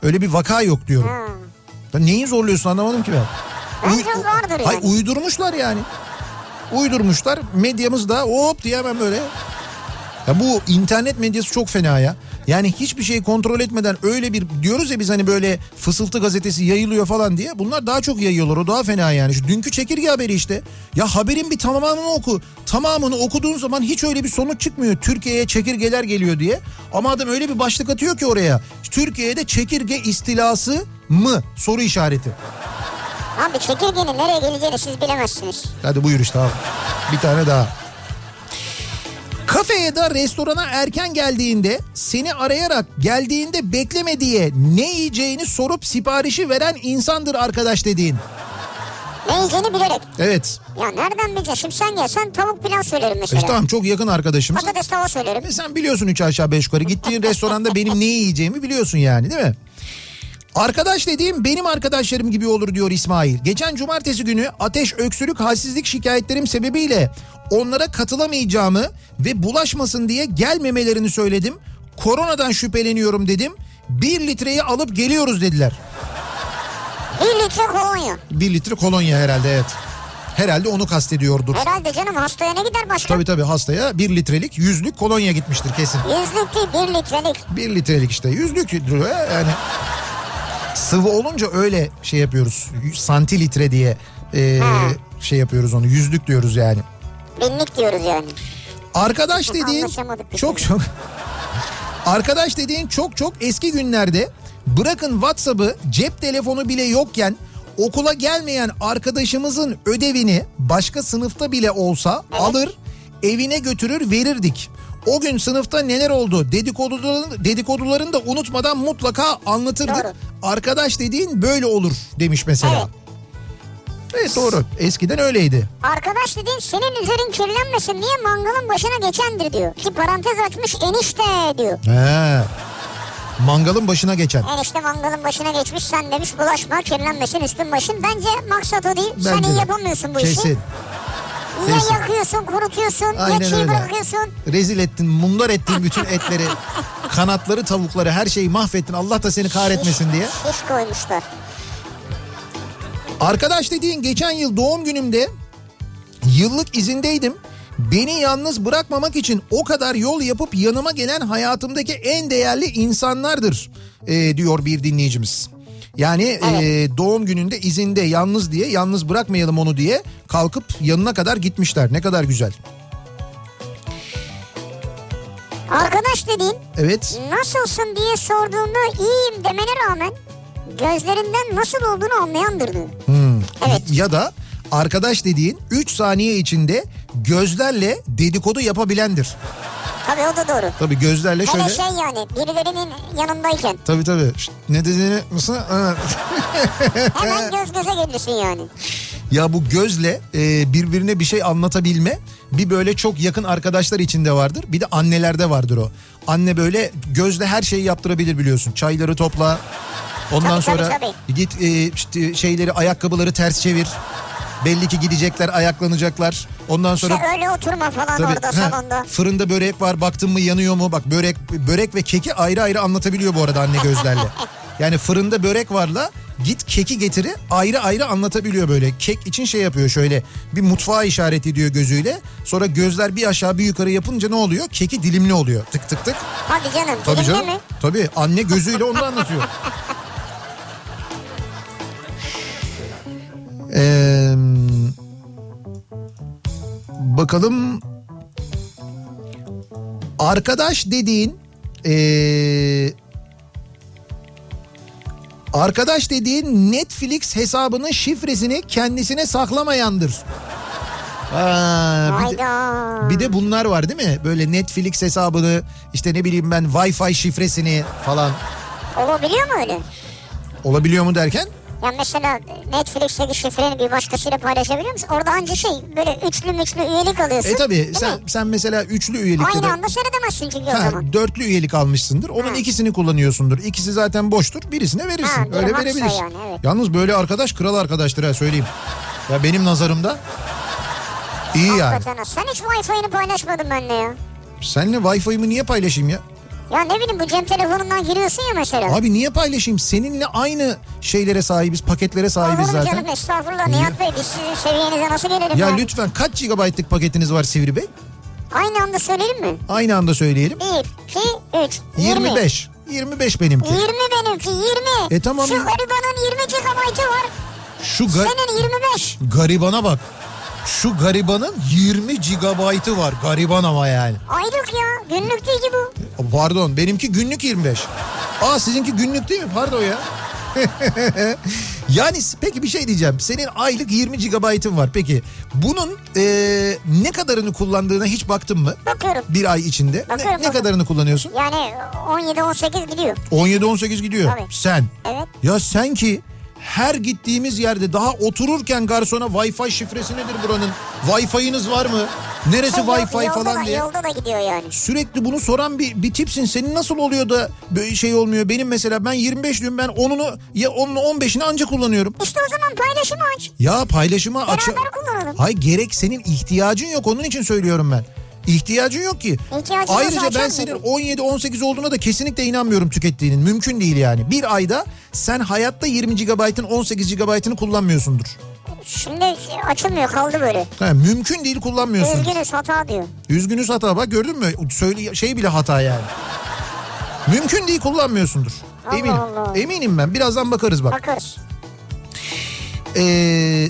[SPEAKER 2] Öyle bir vaka yok diyorum.
[SPEAKER 1] Ha.
[SPEAKER 2] Ya neyi zorluyorsun anlamadım ki ben.
[SPEAKER 1] Hmm. Bence vardır
[SPEAKER 2] Hayır,
[SPEAKER 1] yani.
[SPEAKER 2] uydurmuşlar yani. Uydurmuşlar. Medyamız da hop diye hemen böyle. Ya bu internet medyası çok fena ya. Yani hiçbir şeyi kontrol etmeden öyle bir diyoruz ya biz hani böyle fısıltı gazetesi yayılıyor falan diye. Bunlar daha çok yayıyorlar o daha fena yani. Şu dünkü çekirge haberi işte. Ya haberin bir tamamını oku. Tamamını okuduğun zaman hiç öyle bir sonuç çıkmıyor. Türkiye'ye çekirgeler geliyor diye. Ama adam öyle bir başlık atıyor ki oraya. Türkiye'de çekirge istilası mı? Soru işareti.
[SPEAKER 1] Abi çekirgenin nereye geleceğini siz bilemezsiniz.
[SPEAKER 2] Hadi buyur işte abi. Bir tane daha. Kafe ya da restorana erken geldiğinde seni arayarak geldiğinde bekleme diye ne yiyeceğini sorup siparişi veren insandır arkadaş dediğin.
[SPEAKER 1] Ne yiyeceğini bilerek.
[SPEAKER 2] Evet.
[SPEAKER 1] Ya nereden bileceksin? Şimdi sen gelsen tavuk pilav söylerim mesela.
[SPEAKER 2] İşte tamam çok yakın arkadaşımız.
[SPEAKER 1] Patates tava söylerim.
[SPEAKER 2] E sen biliyorsun üç aşağı beş yukarı. Gittiğin restoranda benim ne yiyeceğimi biliyorsun yani değil mi? Arkadaş dediğim benim arkadaşlarım gibi olur diyor İsmail. Geçen cumartesi günü ateş, öksürük, halsizlik şikayetlerim sebebiyle onlara katılamayacağımı ve bulaşmasın diye gelmemelerini söyledim. Koronadan şüpheleniyorum dedim. Bir litreyi alıp geliyoruz dediler.
[SPEAKER 1] Bir litre kolonya.
[SPEAKER 2] Bir litre kolonya herhalde evet. Herhalde onu kastediyordur.
[SPEAKER 1] Herhalde canım hastaya ne gider başka?
[SPEAKER 2] Tabii tabii hastaya bir litrelik yüzlük kolonya gitmiştir kesin.
[SPEAKER 1] Yüzlük değil bir litrelik.
[SPEAKER 2] Bir litrelik işte yüzlük litre yani sıvı olunca öyle şey yapıyoruz santilitre diye e,
[SPEAKER 1] Ha.
[SPEAKER 2] şey yapıyoruz onu yüzlük diyoruz yani.
[SPEAKER 1] Binlik diyoruz yani.
[SPEAKER 2] Arkadaş dediğin
[SPEAKER 1] Anlaşamadık bir şey.
[SPEAKER 2] çok
[SPEAKER 1] türlü.
[SPEAKER 2] çok arkadaş dediğin çok çok eski günlerde bırakın WhatsApp'ı cep telefonu bile yokken okula gelmeyen arkadaşımızın ödevini başka sınıfta bile olsa alır evine götürür verirdik. O gün sınıfta neler oldu dedikoduların, dedikodularını da unutmadan mutlaka anlatırdık.
[SPEAKER 1] Doğru.
[SPEAKER 2] Arkadaş dediğin böyle olur demiş mesela. Evet doğru eskiden öyleydi.
[SPEAKER 1] Arkadaş dediğin senin üzerin kirlenmesin diye mangalın başına geçendir diyor. Ki parantez açmış enişte diyor.
[SPEAKER 2] He. Mangalın başına geçen.
[SPEAKER 1] Enişte mangalın başına geçmiş sen demiş bulaşma kirlenmesin üstün başın. Bence maksat o değil. sen
[SPEAKER 2] Bence
[SPEAKER 1] iyi
[SPEAKER 2] de.
[SPEAKER 1] yapamıyorsun bu
[SPEAKER 2] Kesin.
[SPEAKER 1] işi. Ya
[SPEAKER 2] kesin.
[SPEAKER 1] yakıyorsun kurutuyorsun
[SPEAKER 2] Aynen
[SPEAKER 1] ya çiğ
[SPEAKER 2] öyle.
[SPEAKER 1] bırakıyorsun.
[SPEAKER 2] Rezil ettin, mundar ettin bütün etleri, kanatları, tavukları, her şeyi mahvettin. Allah da seni kahretmesin diye.
[SPEAKER 1] Şiş koymuşlar.
[SPEAKER 2] Arkadaş dediğin geçen yıl doğum günümde yıllık izindeydim. Beni yalnız bırakmamak için o kadar yol yapıp yanıma gelen hayatımdaki en değerli insanlardır e, diyor bir dinleyicimiz. Yani e, doğum gününde izinde yalnız diye yalnız bırakmayalım onu diye kalkıp yanına kadar gitmişler. Ne kadar güzel.
[SPEAKER 1] Arkadaş dediğin
[SPEAKER 2] Evet.
[SPEAKER 1] nasılsın diye sorduğunda iyiyim demene rağmen gözlerinden nasıl
[SPEAKER 2] Hmm.
[SPEAKER 1] olduğunu anlayandır diyor. Evet.
[SPEAKER 2] Ya da arkadaş dediğin 3 saniye içinde gözlerle dedikodu yapabilendir.
[SPEAKER 1] Tabii o da doğru.
[SPEAKER 2] Tabii gözlerle şöyle...
[SPEAKER 1] Hele şey yani birilerinin yanındayken
[SPEAKER 2] Tabii tabii. Şşt, Ne dediğini mısın? Ha.
[SPEAKER 1] hemen göz göze gelirsin yani.
[SPEAKER 2] Ya bu gözle e, birbirine bir şey anlatabilme bir böyle çok yakın arkadaşlar içinde vardır. Bir de annelerde vardır o. Anne böyle gözle her şeyi yaptırabilir biliyorsun. Çayları topla. Ondan
[SPEAKER 1] Tabii, tabii,
[SPEAKER 2] sonra
[SPEAKER 1] tabii.
[SPEAKER 2] git e, işte şeyleri ayakkabıları ters çevir. Belli ki gidecekler, ayaklanacaklar. Ondan sonra
[SPEAKER 1] İşte öyle oturma falan
[SPEAKER 2] Tabii,
[SPEAKER 1] orada
[SPEAKER 2] heh,
[SPEAKER 1] salonda.
[SPEAKER 2] Fırında börek var baktın mı yanıyor mu? Bak börek börek ve keki ayrı ayrı anlatabiliyor bu arada anne gözlerle. Yani fırında börek varla git keki getiri ayrı ayrı anlatabiliyor böyle. Kek için şey yapıyor şöyle bir mutfağa işaret ediyor gözüyle. Sonra gözler bir aşağı bir yukarı yapınca ne oluyor? Keki dilimli oluyor tık tık tık.
[SPEAKER 1] Hadi canım.
[SPEAKER 2] Tabii
[SPEAKER 1] dilimde
[SPEAKER 2] canım.
[SPEAKER 1] mi?
[SPEAKER 2] Tabii anne gözüyle onu anlatıyor. Ee, bakalım. Arkadaş dediğin ee, arkadaş dediğin Netflix hesabının şifresini kendisine saklamayandır. Ha, bir de-
[SPEAKER 1] Hayda.
[SPEAKER 2] bir de bunlar var değil mi? Böyle Netflix hesabını işte ne bileyim ben Wi-Fi şifresini falan
[SPEAKER 1] Olabiliyor mu öyle?
[SPEAKER 2] olabiliyor mu derken?
[SPEAKER 1] Ya mesela Netflix'teki şifreni bir başkasıyla paylaşabiliyor musun? Orada anca şey böyle üçlü müçlü üyelik alıyorsun.
[SPEAKER 2] E tabii
[SPEAKER 1] değil
[SPEAKER 2] sen,
[SPEAKER 1] mi?
[SPEAKER 2] sen mesela üçlü üyelikte de
[SPEAKER 1] Aynı anda seyredemezsin çünkü o
[SPEAKER 2] Ha,
[SPEAKER 1] zaman.
[SPEAKER 2] dörtlü üyelik almışsındır. Onun
[SPEAKER 1] Ha.
[SPEAKER 2] ikisini kullanıyorsundur. İkisi zaten boştur. Birisine verirsin.
[SPEAKER 1] Ha, biri
[SPEAKER 2] Öyle
[SPEAKER 1] haksa
[SPEAKER 2] verebilirsin.
[SPEAKER 1] yani, evet.
[SPEAKER 2] Yalnız böyle arkadaş kral arkadaştır ha söyleyeyim. Ya benim nazarımda iyi yani.
[SPEAKER 1] Hakikaten ha. Sen hiç Wi-Fi'ni paylaşmadın benimle ya.
[SPEAKER 2] Seninle Wi-Fi'mi niye paylaşayım ya?
[SPEAKER 1] Ya ne bileyim bu cep telefonundan giriyorsun ya mesela.
[SPEAKER 2] Abi niye paylaşayım? Seninle aynı şeylere sahibiz, paketlere
[SPEAKER 1] Olur mu
[SPEAKER 2] sahibiz zaten.
[SPEAKER 1] canım estağfurullah Nihat Bey biz sizin seviyenize nasıl gelelim
[SPEAKER 2] Ya
[SPEAKER 1] ya?
[SPEAKER 2] lütfen kaç GB'lık paketiniz var Sivri Bey?
[SPEAKER 1] Aynı anda söyleyelim mi?
[SPEAKER 2] Aynı anda söyleyelim.
[SPEAKER 1] 1, 2, 3, 20.
[SPEAKER 2] 25. 25 benimki.
[SPEAKER 1] 20 benimki 20.
[SPEAKER 2] E tamam.
[SPEAKER 1] Şu garibanın 20 gigabaytı var.
[SPEAKER 2] Şu ga-
[SPEAKER 1] Senin 25.
[SPEAKER 2] garibana bak. Şu garibanın 20 GB'ı var. Gariban ama yani.
[SPEAKER 1] Aylık ya. Günlük değil ki bu.
[SPEAKER 2] Pardon benimki günlük 25. Aa sizinki günlük değil mi? Pardon ya. yani s- peki bir şey diyeceğim. Senin aylık 20 GB'ın var. Peki bunun eee, ne kadarını kullandığına hiç baktın mı?
[SPEAKER 1] Bakıyorum.
[SPEAKER 2] Bir ay içinde. Ne,
[SPEAKER 1] Bakıyorum,
[SPEAKER 2] ne
[SPEAKER 1] bakıyorum.
[SPEAKER 2] kadarını kullanıyorsun?
[SPEAKER 1] Yani 17-18 gidiyor.
[SPEAKER 2] 17-18 gidiyor.
[SPEAKER 1] Tabii.
[SPEAKER 2] Sen.
[SPEAKER 1] Evet.
[SPEAKER 2] Ya sen ki her gittiğimiz yerde daha otururken garsona Wi-Fi şifresi nedir buranın? Wi-Fi'niz var mı? Neresi
[SPEAKER 1] Yol-
[SPEAKER 2] Wi-Fi
[SPEAKER 1] yolda
[SPEAKER 2] falan
[SPEAKER 1] da,
[SPEAKER 2] diye.
[SPEAKER 1] Yolda da gidiyor yani.
[SPEAKER 2] Sürekli bunu soran bir, bir tipsin. Senin nasıl oluyor da böyle şey olmuyor? Benim mesela ben 25 diyorum ben 10'unu ya 10'unu 15'ini anca kullanıyorum.
[SPEAKER 1] İşte o zaman paylaşımı aç.
[SPEAKER 2] Ya paylaşıma aç.
[SPEAKER 1] Beraber kullanalım.
[SPEAKER 2] Hay gerek senin ihtiyacın yok onun için söylüyorum ben. İhtiyacın yok ki.
[SPEAKER 1] İhtiyacın olsa
[SPEAKER 2] Ayrıca ben
[SPEAKER 1] açar
[SPEAKER 2] senin
[SPEAKER 1] mıydın?
[SPEAKER 2] 17-18 olduğuna da kesinlikle inanmıyorum tükettiğinin. Mümkün değil yani. Bir ayda sen hayatta 20 GB'ın 18 GB'ını kullanmıyorsundur.
[SPEAKER 1] Şimdi açılmıyor kaldı böyle.
[SPEAKER 2] Ha, mümkün değil kullanmıyorsundur.
[SPEAKER 1] Üzgünüz hata diyor.
[SPEAKER 2] Üzgünüz hata bak gördün mü? Söyle şey bile hata yani. Mümkün değil kullanmıyorsundur.
[SPEAKER 1] Allah
[SPEAKER 2] Eminim.
[SPEAKER 1] Allah.
[SPEAKER 2] Eminim ben. Birazdan bakarız bak.
[SPEAKER 1] Bakarız.
[SPEAKER 2] Ee,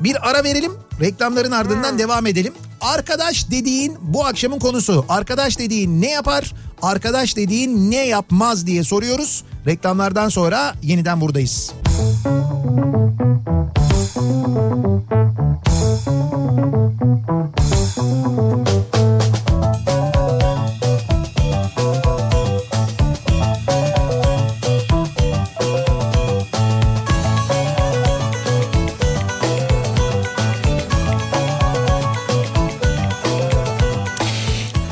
[SPEAKER 2] bir ara verelim. Reklamların ardından devam edelim. Arkadaş dediğin bu akşamın konusu. Arkadaş dediğin ne yapar? Arkadaş dediğin ne yapmaz diye soruyoruz. Reklamlardan sonra yeniden buradayız.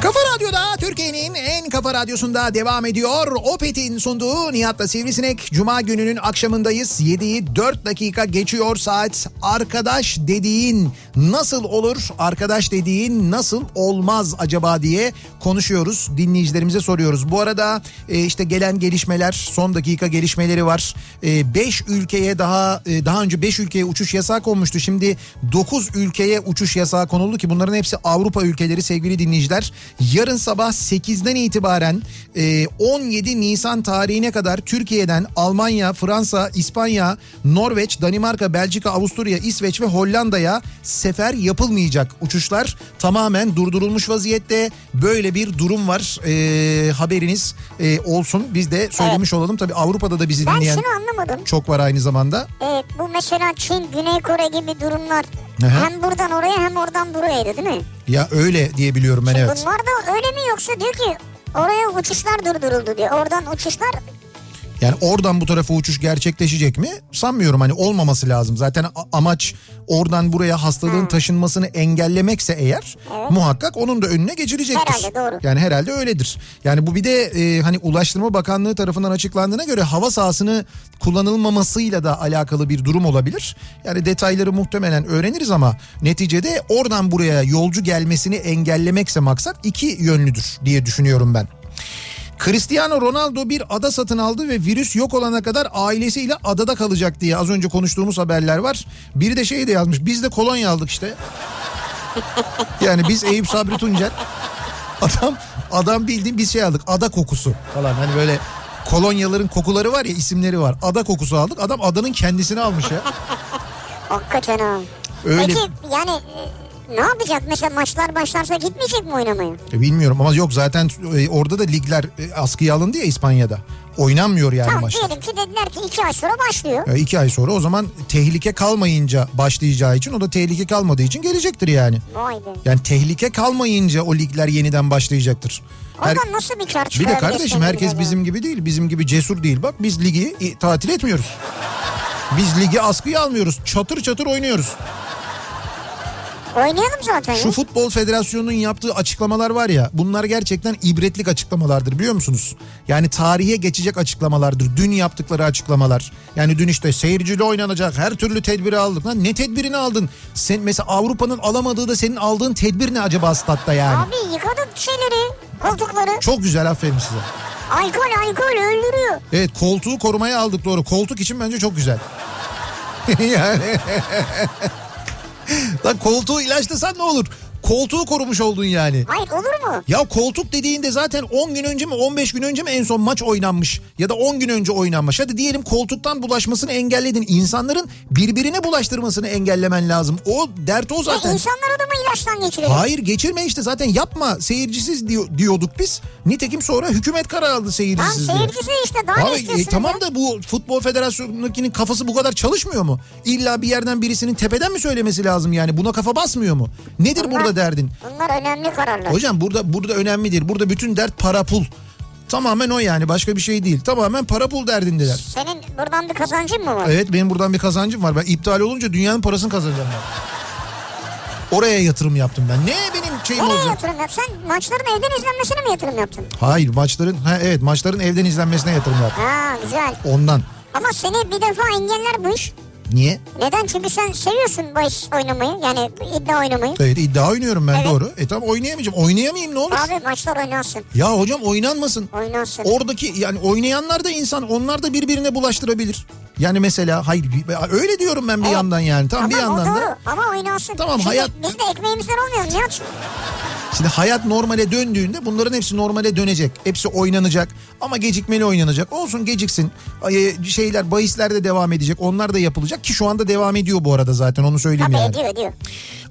[SPEAKER 2] Kafa Radyo'da Türkiye'nin en kafa radyosunda devam ediyor. Opet'in sunduğu Nihat'la Sivrisinek. Cuma gününün akşamındayız. 7'yi 4 dakika geçiyor saat. Arkadaş dediğin nasıl olur? Arkadaş dediğin nasıl olmaz acaba diye konuşuyoruz. Dinleyicilerimize soruyoruz. Bu arada e, işte gelen gelişmeler, son dakika gelişmeleri var. 5 ülkeye daha e, daha önce 5 ülkeye uçuş yasağı konmuştu. Şimdi 9 ülkeye uçuş yasağı konuldu ki bunların hepsi Avrupa ülkeleri sevgili dinleyiciler. Yarın sabah 8'den itibaren e, 17 Nisan tarihine kadar Türkiye'den Almanya, Fransa, İspanya, Norveç, Danimarka, Belçika, Avusturya, İsveç ve Hollanda'ya sefer yapılmayacak. Uçuşlar tamamen durdurulmuş vaziyette. Böyle bir durum var. E, haberiniz e, olsun. Biz de söylemiş olalım. Tabii Avrupa'da da bizi
[SPEAKER 1] Ben
[SPEAKER 2] dinleyen
[SPEAKER 1] şunu anlamadım. E,
[SPEAKER 2] çok var aynı zamanda.
[SPEAKER 1] Evet, bu mesela Çin, Güney Kore gibi durumlar
[SPEAKER 2] Aha.
[SPEAKER 1] Hem buradan oraya hem oradan burayaydı değil mi?
[SPEAKER 2] Ya öyle diye biliyorum ben evet.
[SPEAKER 1] Bunlar da öyle mi yoksa diyor ki oraya uçuşlar durduruldu diyor. Oradan uçuşlar
[SPEAKER 2] Yani oradan bu tarafa uçuş gerçekleşecek mi? Sanmıyorum hani olmaması lazım. Zaten a- amaç oradan buraya
[SPEAKER 1] Hmm.
[SPEAKER 2] hastalığın taşınmasını engellemekse eğer muhakkak onun da önüne geçilecektir.
[SPEAKER 1] Herhalde, doğru.
[SPEAKER 2] Yani herhalde öyledir. Yani bu bir de e, hani Ulaştırma Bakanlığı tarafından açıklandığına göre hava sahasını kullanılmamasıyla da alakalı bir durum olabilir. Yani detayları muhtemelen öğreniriz ama neticede oradan buraya yolcu gelmesini engellemekse maksat iki yönlüdür diye düşünüyorum ben. Cristiano Ronaldo bir ada satın aldı ve virüs yok olana kadar ailesiyle adada kalacak diye az önce konuştuğumuz haberler var. Biri de şey de yazmış biz de kolonya aldık işte. yani biz Eyüp Sabri Tuncer adam adam bildiğin bir şey aldık ada kokusu falan hani böyle kolonyaların kokuları var ya isimleri var ada kokusu aldık adam adanın kendisini almış ya.
[SPEAKER 1] hakikaten ha.
[SPEAKER 2] Öyle.
[SPEAKER 1] Peki yani e, ne yapacak mesela maçlar başlarsa gitmeyecek mi oynamaya?
[SPEAKER 2] E, Bilmiyorum ama yok zaten e, orada da ligler e, askıya alındı ya İspanya'da. Oynanmıyor yani
[SPEAKER 1] Tamam
[SPEAKER 2] maçlar.
[SPEAKER 1] diyelim ki dediler ki iki ay sonra başlıyor.
[SPEAKER 2] E, iki ay sonra o zaman tehlike kalmayınca başlayacağı için o da tehlike kalmadığı için gelecektir yani.
[SPEAKER 1] Vay be.
[SPEAKER 2] Yani tehlike kalmayınca o ligler yeniden başlayacaktır.
[SPEAKER 1] O
[SPEAKER 2] Her-
[SPEAKER 1] da nasıl bir kar
[SPEAKER 2] bir de
[SPEAKER 1] çıkarabilir
[SPEAKER 2] kardeşim
[SPEAKER 1] sevgili
[SPEAKER 2] herkes
[SPEAKER 1] Bilal?
[SPEAKER 2] bizim gibi değil. Bizim gibi cesur değil. Bak biz ligi e, tatil etmiyoruz. Biz ligi askıya almıyoruz. Çatır çatır oynuyoruz.
[SPEAKER 1] Oynayalım zaten. ya.
[SPEAKER 2] Şu Futbol Federasyonu'nun yaptığı açıklamalar var ya bunlar gerçekten ibretlik açıklamalardır biliyor musunuz? Yani tarihe geçecek açıklamalardır. Dün yaptıkları açıklamalar. Yani dün işte seyirciyle oynanacak her türlü tedbiri aldık. Lan ne tedbirini aldın? Sen mesela Avrupa'nın alamadığı da senin aldığın tedbir ne acaba statta yani?
[SPEAKER 1] Abi yıkadık şeyleri, koltukları.
[SPEAKER 2] Çok güzel aferin size.
[SPEAKER 1] Alkol alkol öldürüyor.
[SPEAKER 2] Evet koltuğu korumaya aldık doğru. Koltuk için bence çok güzel. yani. Lan koltuğu ilaçlasan ne olur? Koltuğu korumuş oldun yani.
[SPEAKER 1] Hayır olur mu?
[SPEAKER 2] Ya koltuk dediğinde zaten 10 gün önce mi 15 gün önce mi en son maç oynanmış ya da 10 gün önce oynanmış. Hadi diyelim koltuktan bulaşmasını engelledin. İnsanların birbirine bulaştırmasını engellemen lazım. O dert o
[SPEAKER 1] Ya
[SPEAKER 2] zaten.
[SPEAKER 1] insanlar adamı ilaçtan geçiriyor.
[SPEAKER 2] Hayır geçirme işte zaten yapma seyircisiz diyor, diyorduk biz. Nitekim sonra hükümet karar aldı
[SPEAKER 1] Lan
[SPEAKER 2] seyircisiz diye.
[SPEAKER 1] seyircisi işte daha
[SPEAKER 2] Abi,
[SPEAKER 1] ne
[SPEAKER 2] e,
[SPEAKER 1] istiyorsun?
[SPEAKER 2] tamam
[SPEAKER 1] ya?
[SPEAKER 2] da bu futbol federasyonundakinin kafası bu kadar çalışmıyor mu? İlla bir yerden birisinin tepeden mi söylemesi lazım yani? Buna kafa basmıyor mu? Nedir
[SPEAKER 1] Bunlar-
[SPEAKER 2] burada derdin?
[SPEAKER 1] Bunlar önemli kararlar.
[SPEAKER 2] Hocam burada burada önemlidir. Burada bütün dert para pul. Tamamen o yani başka bir şey değil. Tamamen para pul derdindeler.
[SPEAKER 1] Senin buradan bir kazancın mı var?
[SPEAKER 2] Evet benim buradan bir kazancım var. Ben iptal olunca dünyanın parasını kazanacağım ben. Oraya yatırım yaptım ben. Ne benim şeyim
[SPEAKER 1] Nereye
[SPEAKER 2] olacak?
[SPEAKER 1] yatırım yaptın? Sen maçların evden izlenmesine mi yatırım yaptın?
[SPEAKER 2] Hayır maçların ha evet maçların evden izlenmesine yatırım yaptım.
[SPEAKER 1] Ha güzel.
[SPEAKER 2] Ondan.
[SPEAKER 1] Ama seni bir defa engeller bu iş.
[SPEAKER 2] Niye?
[SPEAKER 1] Neden? Çünkü sen seviyorsun bahis oynamayı. Yani iddia oynamayı.
[SPEAKER 2] Evet iddia oynuyorum ben
[SPEAKER 1] Evet.
[SPEAKER 2] doğru. E tamam oynayamayacağım. Oynayamayayım ne olur?
[SPEAKER 1] Abi maçlar oynansın.
[SPEAKER 2] Ya hocam oynanmasın.
[SPEAKER 1] Oynansın.
[SPEAKER 2] Oradaki yani oynayanlar da insan onlar da birbirine bulaştırabilir. Yani mesela hayır bir- öyle diyorum ben bir
[SPEAKER 1] Evet.
[SPEAKER 2] yandan yani. Tam bir
[SPEAKER 1] Tamam, o
[SPEAKER 2] yandan da
[SPEAKER 1] doğru. Ama oynansın.
[SPEAKER 2] Tamam,
[SPEAKER 1] Şimdi
[SPEAKER 2] hayat-
[SPEAKER 1] Biz de ekmeğimizden olmayalım Nihat'cığım.
[SPEAKER 2] Şimdi hayat normale döndüğünde bunların hepsi normale dönecek. Hepsi oynanacak ama gecikmeli oynanacak. Olsun geciksin. Ay, e, Şeyler bahisler de devam edecek. Onlar da yapılacak ki şu anda devam ediyor bu arada zaten onu söyleyeyim
[SPEAKER 1] Tabii
[SPEAKER 2] yani.
[SPEAKER 1] ediyor ediyor.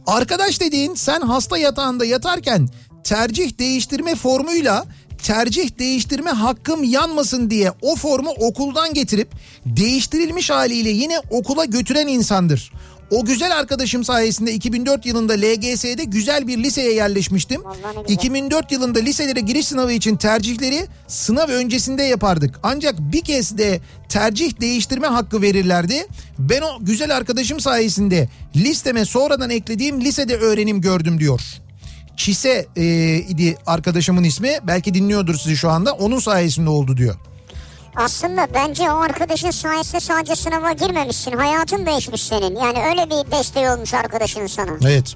[SPEAKER 2] Arkadaş dediğin sen hasta yatağında yatarken tercih değiştirme formuyla tercih değiştirme hakkım yanmasın diye o formu okuldan getirip değiştirilmiş haliyle yine okula götüren insandır. O güzel arkadaşım sayesinde 2004 yılında LGS'de güzel bir liseye yerleşmiştim.
[SPEAKER 1] Vallahi ne güzel.
[SPEAKER 2] 2004 yılında liselere giriş sınavı için tercihleri sınav öncesinde yapardık. Ancak bir kez de tercih değiştirme hakkı verirlerdi. Ben o güzel arkadaşım sayesinde listeme sonradan eklediğim lisede öğrenim gördüm diyor. Çise e, idi arkadaşımın ismi. Belki dinliyordur sizi şu anda. Onun sayesinde oldu diyor.
[SPEAKER 1] Aslında bence o arkadaşın sayesinde sadece sınava girmemişsin. Hayatın değişmiş senin. Yani öyle bir desteği olmuş arkadaşının sana.
[SPEAKER 2] Evet.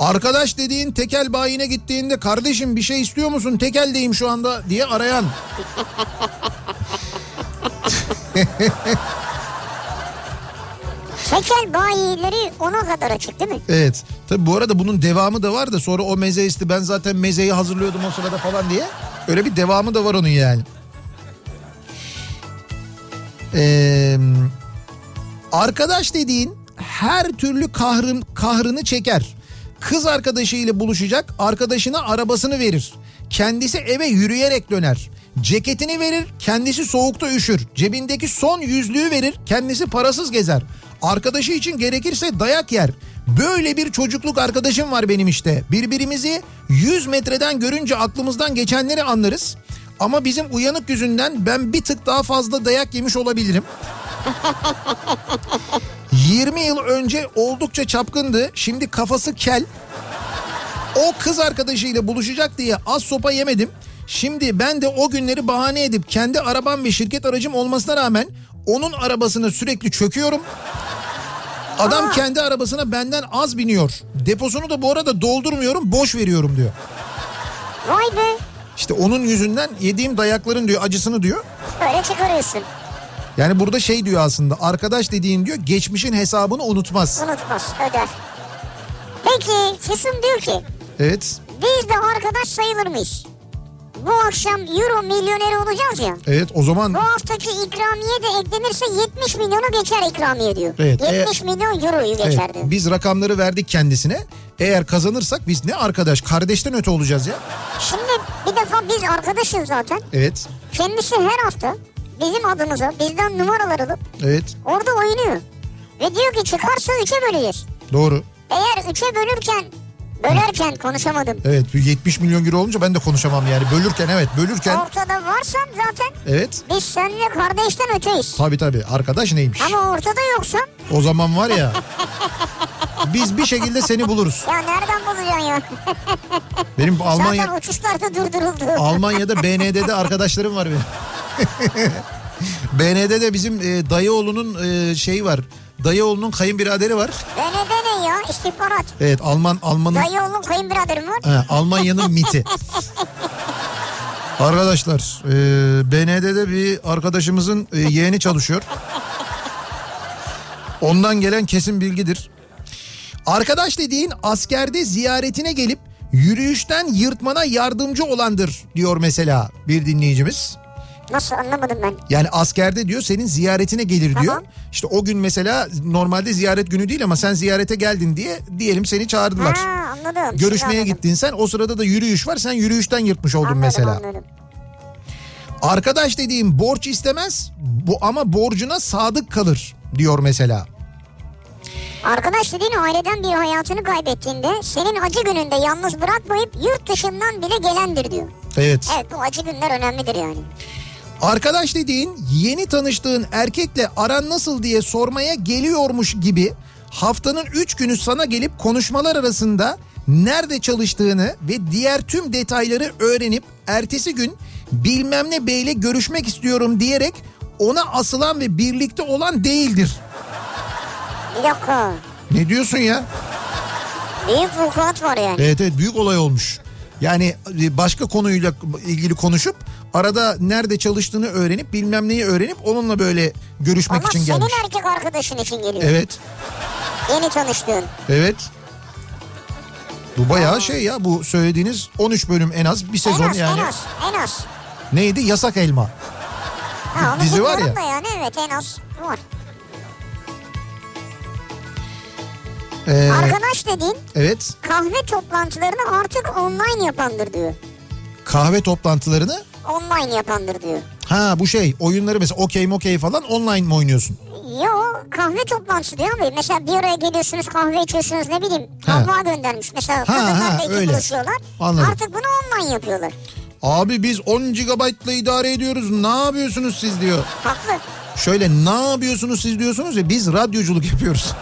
[SPEAKER 2] Arkadaş dediğin tekel bayine gittiğinde kardeşim bir şey istiyor musun tekeldeyim şu anda diye arayan.
[SPEAKER 1] Tekel bayileri ona kadar açık değil mi?
[SPEAKER 2] Evet. Tabi bu arada bunun devamı da var da sonra o meze isti ben zaten mezeyi hazırlıyordum o sırada falan diye. Öyle bir devamı da var onun yani. Ee, arkadaş dediğin her türlü kahrın, kahrını çeker. Kız arkadaşıyla buluşacak arkadaşına arabasını verir. Kendisi eve yürüyerek döner. Ceketini verir kendisi soğukta üşür. Cebindeki son yüzlüğü verir kendisi parasız gezer. Arkadaşı için gerekirse dayak yer. Böyle bir çocukluk arkadaşım var benim işte. Birbirimizi 100 metreden görünce aklımızdan geçenleri anlarız. Ama bizim uyanık yüzünden ben bir tık daha fazla dayak yemiş olabilirim. 20 yıl önce oldukça çapkındı. Şimdi kafası kel. O kız arkadaşıyla buluşacak diye az sopa yemedim. Şimdi ben de o günleri bahane edip kendi arabam ve şirket aracım olmasına rağmen onun arabasına sürekli çöküyorum. Adam kendi arabasına benden az biniyor. Deposunu da bu arada doldurmuyorum, boş veriyorum diyor.
[SPEAKER 1] Vay be.
[SPEAKER 2] İşte onun yüzünden yediğim dayakların diyor acısını diyor.
[SPEAKER 1] Böyle çıkarıyorsun.
[SPEAKER 2] Yani burada şey diyor aslında arkadaş dediğin diyor geçmişin hesabını unutmaz.
[SPEAKER 1] Unutmaz. Öder. Peki Füsun diyor ki
[SPEAKER 2] Evet.
[SPEAKER 1] biz de arkadaş sayılır mıyız? Bu akşam euro milyoneri olacağız ya.
[SPEAKER 2] Evet o zaman
[SPEAKER 1] Bu haftaki ikramiye de eklenirse 70 milyonu geçer ikramiye diyor.
[SPEAKER 2] Evet, e-
[SPEAKER 1] 70 milyon euroyu
[SPEAKER 2] Evet,
[SPEAKER 1] geçer diyor.
[SPEAKER 2] biz rakamları verdik kendisine. Eğer kazanırsak biz ne arkadaş kardeşten öte olacağız ya.
[SPEAKER 1] Şimdi bir defa biz arkadaşız zaten.
[SPEAKER 2] Evet.
[SPEAKER 1] Kendisi her hafta bizim adımıza bizden numaralar alıp
[SPEAKER 2] Evet.
[SPEAKER 1] orada oynuyor. Ve diyor ki çıkarsa 3'e böleceğiz.
[SPEAKER 2] Doğru.
[SPEAKER 1] Eğer 3'e bölürken bölerken konuşamadım.
[SPEAKER 2] Evet bu 70 milyon euro olunca ben de konuşamam yani. Bölürken evet bölürken.
[SPEAKER 1] Ortada varsam zaten
[SPEAKER 2] Evet.
[SPEAKER 1] biz seninle kardeşten öteyiz.
[SPEAKER 2] Tabii tabii arkadaş neymiş?
[SPEAKER 1] Ama ortada yoksan
[SPEAKER 2] O zaman var ya. Biz bir şekilde seni buluruz.
[SPEAKER 1] ya nereden bulacaksın ya?
[SPEAKER 2] Benim
[SPEAKER 1] Zaten
[SPEAKER 2] Almanya
[SPEAKER 1] uçuşlarda durduruldu.
[SPEAKER 2] Almanya'da BND'de arkadaşlarım var benim. BND'de bizim e, dayıoğlunun e, şeyi var. Dayıoğlunun kayınbiraderi var.
[SPEAKER 1] Ve neden ne ya? İstihbarat.
[SPEAKER 2] Evet Alman Almanın
[SPEAKER 1] Dayı oğlum kayınbiraderim var.
[SPEAKER 2] Ha, Almanya'nın miti. Arkadaşlar e, BND'de bir arkadaşımızın e, yeğeni çalışıyor. Ondan gelen kesin bilgidir. Arkadaş dediğin askerde ziyaretine gelip yürüyüşten yırtmana yardımcı olandır diyor mesela bir dinleyicimiz.
[SPEAKER 1] Nasıl anlamadım ben.
[SPEAKER 2] Yani askerde diyor senin ziyaretine gelir diyor.
[SPEAKER 1] Tamam.
[SPEAKER 2] İşte o gün mesela normalde ziyaret günü değil ama sen ziyarete geldin diye diyelim seni çağırdılar.
[SPEAKER 1] Ha anladım. Şimdi
[SPEAKER 2] Görüşmeye
[SPEAKER 1] anladım.
[SPEAKER 2] gittin sen o sırada da yürüyüş var sen yürüyüşten yırtmış oldun
[SPEAKER 1] Anladım,
[SPEAKER 2] mesela.
[SPEAKER 1] anladım.
[SPEAKER 2] Arkadaş dediğim borç istemez bu ama borcuna sadık kalır diyor mesela.
[SPEAKER 1] Arkadaş dediğin aileden biri hayatını kaybettiğinde senin acı gününde yalnız bırakmayıp yurt dışından bile gelendir diyor.
[SPEAKER 2] Evet.
[SPEAKER 1] Evet bu acı günler önemlidir yani.
[SPEAKER 2] Arkadaş dediğin yeni tanıştığın erkekle aran nasıl diye sormaya geliyormuş gibi haftanın 3 günü sana gelip konuşmalar arasında nerede çalıştığını ve diğer tüm detayları öğrenip ertesi gün bilmem ne beyle görüşmek istiyorum diyerek ona asılan ve birlikte olan değildir.
[SPEAKER 1] Bir dakika.
[SPEAKER 2] Ne diyorsun ya?
[SPEAKER 1] Büyük vukuat var yani.
[SPEAKER 2] Evet evet büyük olay olmuş. Yani e, başka konuyla ilgili konuşup arada nerede çalıştığını öğrenip bilmem neyi öğrenip onunla böyle görüşmek
[SPEAKER 1] Ama
[SPEAKER 2] için
[SPEAKER 1] senin
[SPEAKER 2] gelmiş.
[SPEAKER 1] erkek arkadaşın için geliyor.
[SPEAKER 2] Evet
[SPEAKER 1] Yeni tanıştığın.
[SPEAKER 2] evet. Bu bayağı şey ya bu söylediğiniz 13 bölüm en az bir
[SPEAKER 1] En
[SPEAKER 2] sezon
[SPEAKER 1] az,
[SPEAKER 2] yani.
[SPEAKER 1] en az, en az.
[SPEAKER 2] Neydi? Yasak Elma.
[SPEAKER 1] Ha, onu
[SPEAKER 2] Dizi var
[SPEAKER 1] bilmiyorum
[SPEAKER 2] ya.
[SPEAKER 1] Da yani, evet en az var.
[SPEAKER 2] Ee,
[SPEAKER 1] Arkadaş dediğin
[SPEAKER 2] evet
[SPEAKER 1] kahve toplantılarını artık online yapandır diyor.
[SPEAKER 2] kahve toplantılarını
[SPEAKER 1] Online yapandır diyor.
[SPEAKER 2] ha bu şey oyunları mesela okey mokey falan online mi oynuyorsun?
[SPEAKER 1] Yo kahve toplantısı diyor abi. Mesela bir araya geliyorsunuz kahve içiyorsunuz ne bileyim.
[SPEAKER 2] Ha.
[SPEAKER 1] Havva göndermiş mesela
[SPEAKER 2] ha,
[SPEAKER 1] kadınlarla ekip
[SPEAKER 2] öyle.
[SPEAKER 1] buluşuyorlar.
[SPEAKER 2] Anladım.
[SPEAKER 1] Artık bunu online yapıyorlar.
[SPEAKER 2] Abi biz 10 GB ile idare ediyoruz ne yapıyorsunuz siz diyor.
[SPEAKER 1] Haklı.
[SPEAKER 2] Şöyle ne yapıyorsunuz siz diyorsunuz ya biz radyoculuk yapıyoruz.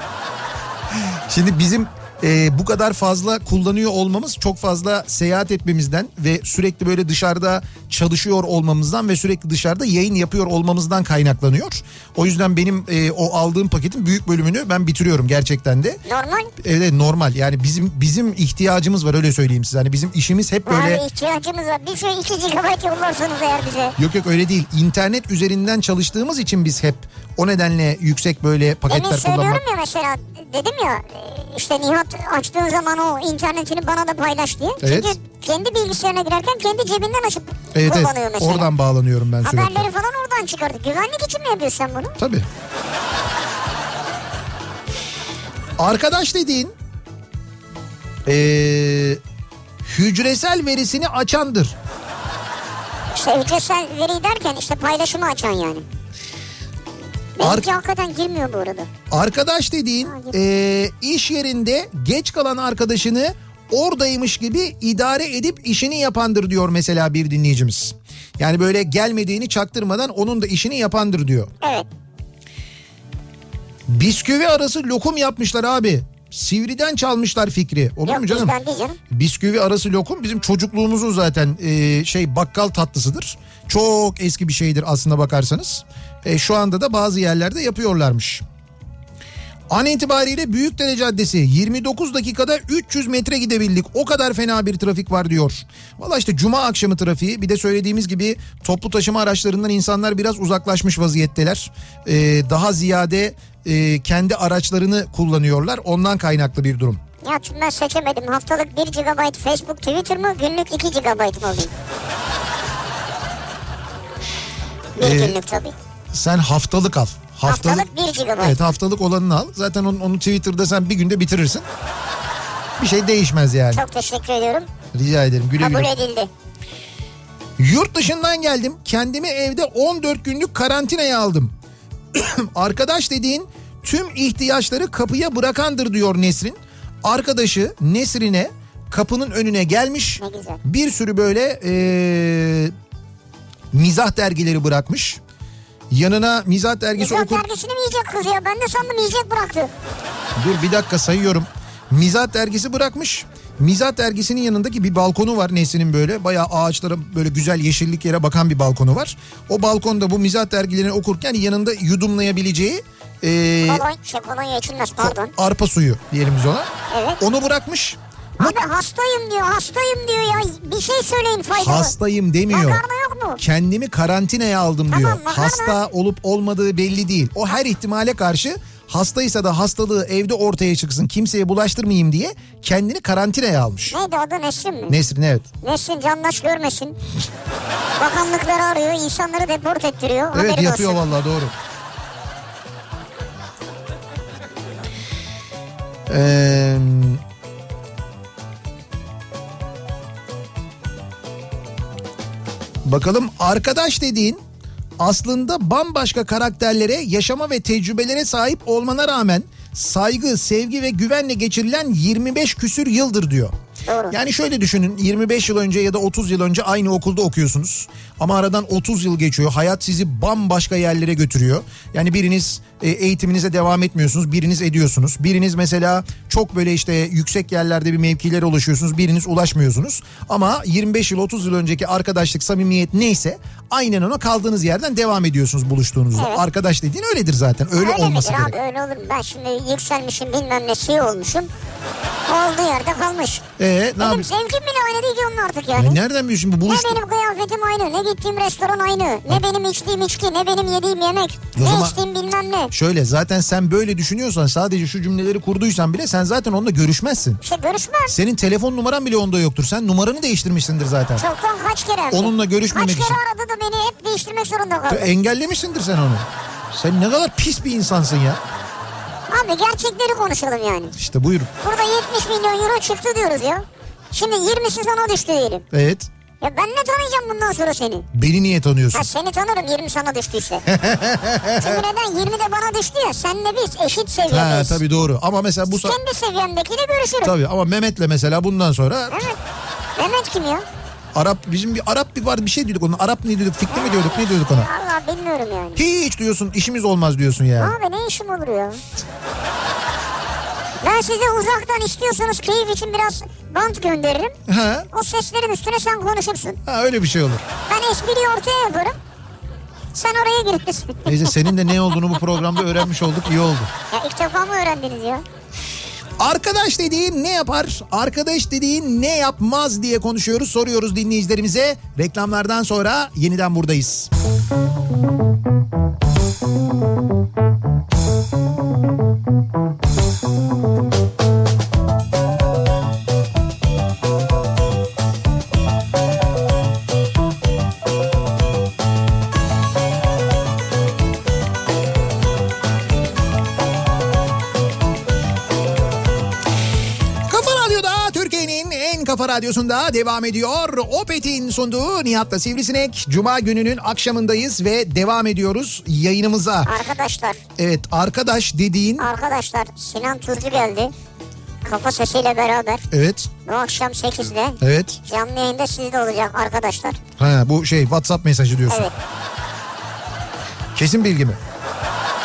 [SPEAKER 2] Şimdi bizim e, bu kadar fazla kullanıyor olmamız çok fazla seyahat etmemizden ve sürekli böyle dışarıda çalışıyor olmamızdan ve sürekli dışarıda yayın yapıyor olmamızdan kaynaklanıyor. O yüzden benim e, o aldığım paketin büyük bölümünü ben bitiriyorum gerçekten de.
[SPEAKER 1] Normal.
[SPEAKER 2] Evet normal yani bizim bizim ihtiyacımız var öyle söyleyeyim size. Hani bizim işimiz hep böyle
[SPEAKER 1] Abi ihtiyacımız var. Bir şey 2 GB yollarsanız eğer bize.
[SPEAKER 2] Yok yok öyle değil. İnternet üzerinden çalıştığımız için biz hep o nedenle yüksek böyle
[SPEAKER 1] Demin
[SPEAKER 2] paketler
[SPEAKER 1] söylüyorum
[SPEAKER 2] kullanmak.
[SPEAKER 1] ya mesela dedim ya e, işte Nihat açtığın zaman o internetini bana da paylaş diye.
[SPEAKER 2] Evet.
[SPEAKER 1] Çünkü kendi bilgisayarına girerken kendi cebinden açıp
[SPEAKER 2] Evet evet
[SPEAKER 1] kullanıyor mesela.
[SPEAKER 2] oradan bağlanıyorum ben sürekli.
[SPEAKER 1] Haberleri falan oradan çıkardı. Güvenlik için mi yapıyorsun sen bunu?
[SPEAKER 2] Tabii. Arkadaş dediğin eee, hücresel verisini açandır.
[SPEAKER 1] İşte hücresel veri derken işte paylaşımı açan yani.
[SPEAKER 2] Ar-
[SPEAKER 1] Benimki hakikaten girmiyor bu arada.
[SPEAKER 2] Arkadaş dediğin e, iş yerinde geç kalan arkadaşını oradaymış gibi idare edip işini yapandır diyor mesela bir dinleyicimiz. Yani böyle gelmediğini çaktırmadan onun da işini yapandır diyor.
[SPEAKER 1] Evet.
[SPEAKER 2] Bisküvi arası lokum yapmışlar abi. Sivri'den çalmışlar fikri. Olur
[SPEAKER 1] Yok
[SPEAKER 2] mu canım?
[SPEAKER 1] bizden değil canım.
[SPEAKER 2] Bisküvi arası lokum bizim çocukluğumuzun zaten e, şey bakkal tatlısıdır. Çok eski bir şeydir aslına bakarsanız. E, şu anda da bazı yerlerde yapıyorlarmış. An itibariyle Büyükdere Caddesi 29 dakikada 300 metre gidebildik. O kadar fena bir trafik var diyor. Valla işte cuma akşamı trafiği bir de söylediğimiz gibi toplu taşıma araçlarından insanlar biraz uzaklaşmış vaziyetteler. E, daha ziyade e, kendi araçlarını kullanıyorlar. Ondan kaynaklı bir durum.
[SPEAKER 1] Ya çünkü ben seçemedim. Haftalık 1 GB Facebook Twitter mı? Günlük 2 GB mı alayım? Bir
[SPEAKER 2] Ee,
[SPEAKER 1] günlük tabii.
[SPEAKER 2] Sen haftalık al.
[SPEAKER 1] Haftalık 1 GB.
[SPEAKER 2] Evet haftalık olanını al. Zaten onu, onu Twitter'da sen bir günde bitirirsin. Bir şey değişmez yani.
[SPEAKER 1] Çok teşekkür ediyorum.
[SPEAKER 2] Rica ederim güle
[SPEAKER 1] Kabul
[SPEAKER 2] güle.
[SPEAKER 1] edildi.
[SPEAKER 2] Yurt dışından geldim. Kendimi evde 14 günlük karantinaya aldım. Arkadaş dediğin tüm ihtiyaçları kapıya bırakandır diyor Nesrin. Arkadaşı Nesrin'e kapının önüne gelmiş.
[SPEAKER 1] Ne güzel.
[SPEAKER 2] Bir sürü böyle ee, mizah dergileri bırakmış. Yanına mizah dergisi
[SPEAKER 1] Güzel
[SPEAKER 2] okur.
[SPEAKER 1] dergisini mi yiyecek kız ya? Ben de sandım yiyecek bıraktı.
[SPEAKER 2] Dur bir dakika sayıyorum. Mizah dergisi bırakmış. Mizah dergisinin yanındaki bir balkonu var Nesin'in böyle. Bayağı ağaçlara böyle güzel yeşillik yere bakan bir balkonu var. O balkonda bu mizah dergilerini okurken yanında yudumlayabileceği e,
[SPEAKER 1] Kolonya, şey kolonya içilmez pardon.
[SPEAKER 2] arpa suyu diyelim biz ona.
[SPEAKER 1] Evet.
[SPEAKER 2] Onu bırakmış.
[SPEAKER 1] Abi hastayım diyor hastayım diyor ya. Bir şey söyleyin faydalı.
[SPEAKER 2] Hastayım demiyor.
[SPEAKER 1] Makarna yok mu?
[SPEAKER 2] Kendimi karantinaya aldım
[SPEAKER 1] Tamam,
[SPEAKER 2] diyor.
[SPEAKER 1] makarna.
[SPEAKER 2] Hasta olup olmadığı belli değil. O her ihtimale karşı hastaysa da hastalığı evde ortaya çıksın kimseye bulaştırmayayım diye kendini karantinaya almış.
[SPEAKER 1] Neydi adı Nesrin mi?
[SPEAKER 2] Nesrin evet.
[SPEAKER 1] Nesrin canlaş görmesin. Bakanlıkları arıyor insanları deport ettiriyor.
[SPEAKER 2] Evet
[SPEAKER 1] Haberin
[SPEAKER 2] yapıyor
[SPEAKER 1] olsun.
[SPEAKER 2] vallahi doğru. Eee, bakalım arkadaş dediğin aslında bambaşka karakterlere, yaşama ve tecrübelere sahip olmana rağmen saygı, sevgi ve güvenle geçirilen 25 küsür yıldır diyor.
[SPEAKER 1] Doğru.
[SPEAKER 2] Yani şöyle düşünün 25 yıl önce ya da 30 yıl önce aynı okulda okuyorsunuz. Ama aradan 30 yıl geçiyor. Hayat sizi bambaşka yerlere götürüyor. Yani biriniz e, eğitiminize devam etmiyorsunuz. Biriniz ediyorsunuz. Biriniz mesela çok böyle işte yüksek yerlerde bir mevkilere ulaşıyorsunuz. Biriniz ulaşmıyorsunuz. Ama 25 yıl 30 yıl önceki arkadaşlık samimiyet neyse aynen ona kaldığınız yerden devam ediyorsunuz buluştuğunuzda.
[SPEAKER 1] Evet.
[SPEAKER 2] Arkadaş dediğin öyledir zaten. Öyle, olması
[SPEAKER 1] midir
[SPEAKER 2] gerek.
[SPEAKER 1] abi öyle olur mu? Ben şimdi yükselmişim bilmem ne şey olmuşum. Olduğu yerde kalmış.
[SPEAKER 2] Ee, ne
[SPEAKER 1] Benim
[SPEAKER 2] yapıyorsun?
[SPEAKER 1] zevkim bile aynı değil ki onun artık yani.
[SPEAKER 2] Ay, Nereden biliyorsun şimdi
[SPEAKER 1] Ne
[SPEAKER 2] buluştu?
[SPEAKER 1] benim kıyafetim aynı, ne gittiğim restoran aynı, ne benim içtiğim içki, ne benim yediğim yemek, ne
[SPEAKER 2] zaman-
[SPEAKER 1] içtiğim bilmem ne.
[SPEAKER 2] Şöyle zaten sen böyle düşünüyorsan sadece şu cümleleri kurduysan bile sen zaten onunla görüşmezsin.
[SPEAKER 1] İşte görüşmez.
[SPEAKER 2] Senin telefon numaran bile onda yoktur. Sen numaranı değiştirmişsindir zaten.
[SPEAKER 1] Çoktan kaç kere. hem de.
[SPEAKER 2] Onunla görüşmemek
[SPEAKER 1] Kaç
[SPEAKER 2] için.
[SPEAKER 1] kere aradı da beni hep değiştirmek zorunda kaldı.
[SPEAKER 2] Engellemişsindir sen onu. Sen ne kadar pis bir insansın ya.
[SPEAKER 1] Abi gerçekleri konuşalım yani.
[SPEAKER 2] İşte buyur.
[SPEAKER 1] Burada 70 milyon euro çıktı diyoruz ya. Şimdi 20'si sana düştü diyelim.
[SPEAKER 2] Evet.
[SPEAKER 1] Ya ben ne tanıyacağım bundan sonra seni?
[SPEAKER 2] Beni niye tanıyorsun?
[SPEAKER 1] Ha seni tanırım 20 sana düştüyse. Çünkü neden 20 de bana düştü ya senle biz eşit
[SPEAKER 2] Ha
[SPEAKER 1] seviyedeyiz.
[SPEAKER 2] tabii doğru. Ama mesela bu sa-
[SPEAKER 1] Kendi seviyemdekiyle görüşürüm.
[SPEAKER 2] tabii ama Mehmet'le mesela bundan sonra
[SPEAKER 1] Evet. Mehmet kim ya?
[SPEAKER 2] Arap bizim bir Arap bir var bir şey diyorduk ona. Arap ne diyorduk? Fikri mi diyorduk? Ne diyorduk ona?
[SPEAKER 1] Allah bilmiyorum yani.
[SPEAKER 2] Hiç diyorsun işimiz olmaz diyorsun yani.
[SPEAKER 1] Abi ne işim olur ya? Ben size uzaktan istiyorsanız keyif için biraz bant gönderirim.
[SPEAKER 2] Ha?
[SPEAKER 1] O seslerin üstüne sen konuşursun.
[SPEAKER 2] ha öyle bir şey olur.
[SPEAKER 1] Ben espriyi ortaya yaparım. Sen oraya girersin.
[SPEAKER 2] Neyse senin de ne olduğunu bu programda öğrenmiş olduk. iyi oldu.
[SPEAKER 1] ya ilk defa mı öğrendiniz ya?
[SPEAKER 2] Arkadaş dediğin ne yapar? Arkadaş dediğin ne yapmaz diye konuşuyoruz, soruyoruz dinleyicilerimize. Reklamlardan sonra yeniden buradayız. Kafa Radyo'da Türkiye'nin Türkiye'nin en kafa radyosunda devam ediyor. Opet'in sunduğu Nihat'la Sivrisinek. Cuma gününün akşamındayız ve devam ediyoruz yayınımıza.
[SPEAKER 1] Arkadaşlar,
[SPEAKER 2] Evet arkadaş dediğin...
[SPEAKER 1] arkadaşlar Sinan Tuzcu geldi. Kafa sesiyle beraber
[SPEAKER 2] Evet,
[SPEAKER 1] bu akşam 8'de
[SPEAKER 2] evet.
[SPEAKER 1] canlı yayında sizde olacak arkadaşlar.
[SPEAKER 2] Ha, bu şey WhatsApp mesajı diyorsun.
[SPEAKER 1] Evet.
[SPEAKER 2] Kesin bilgi mi?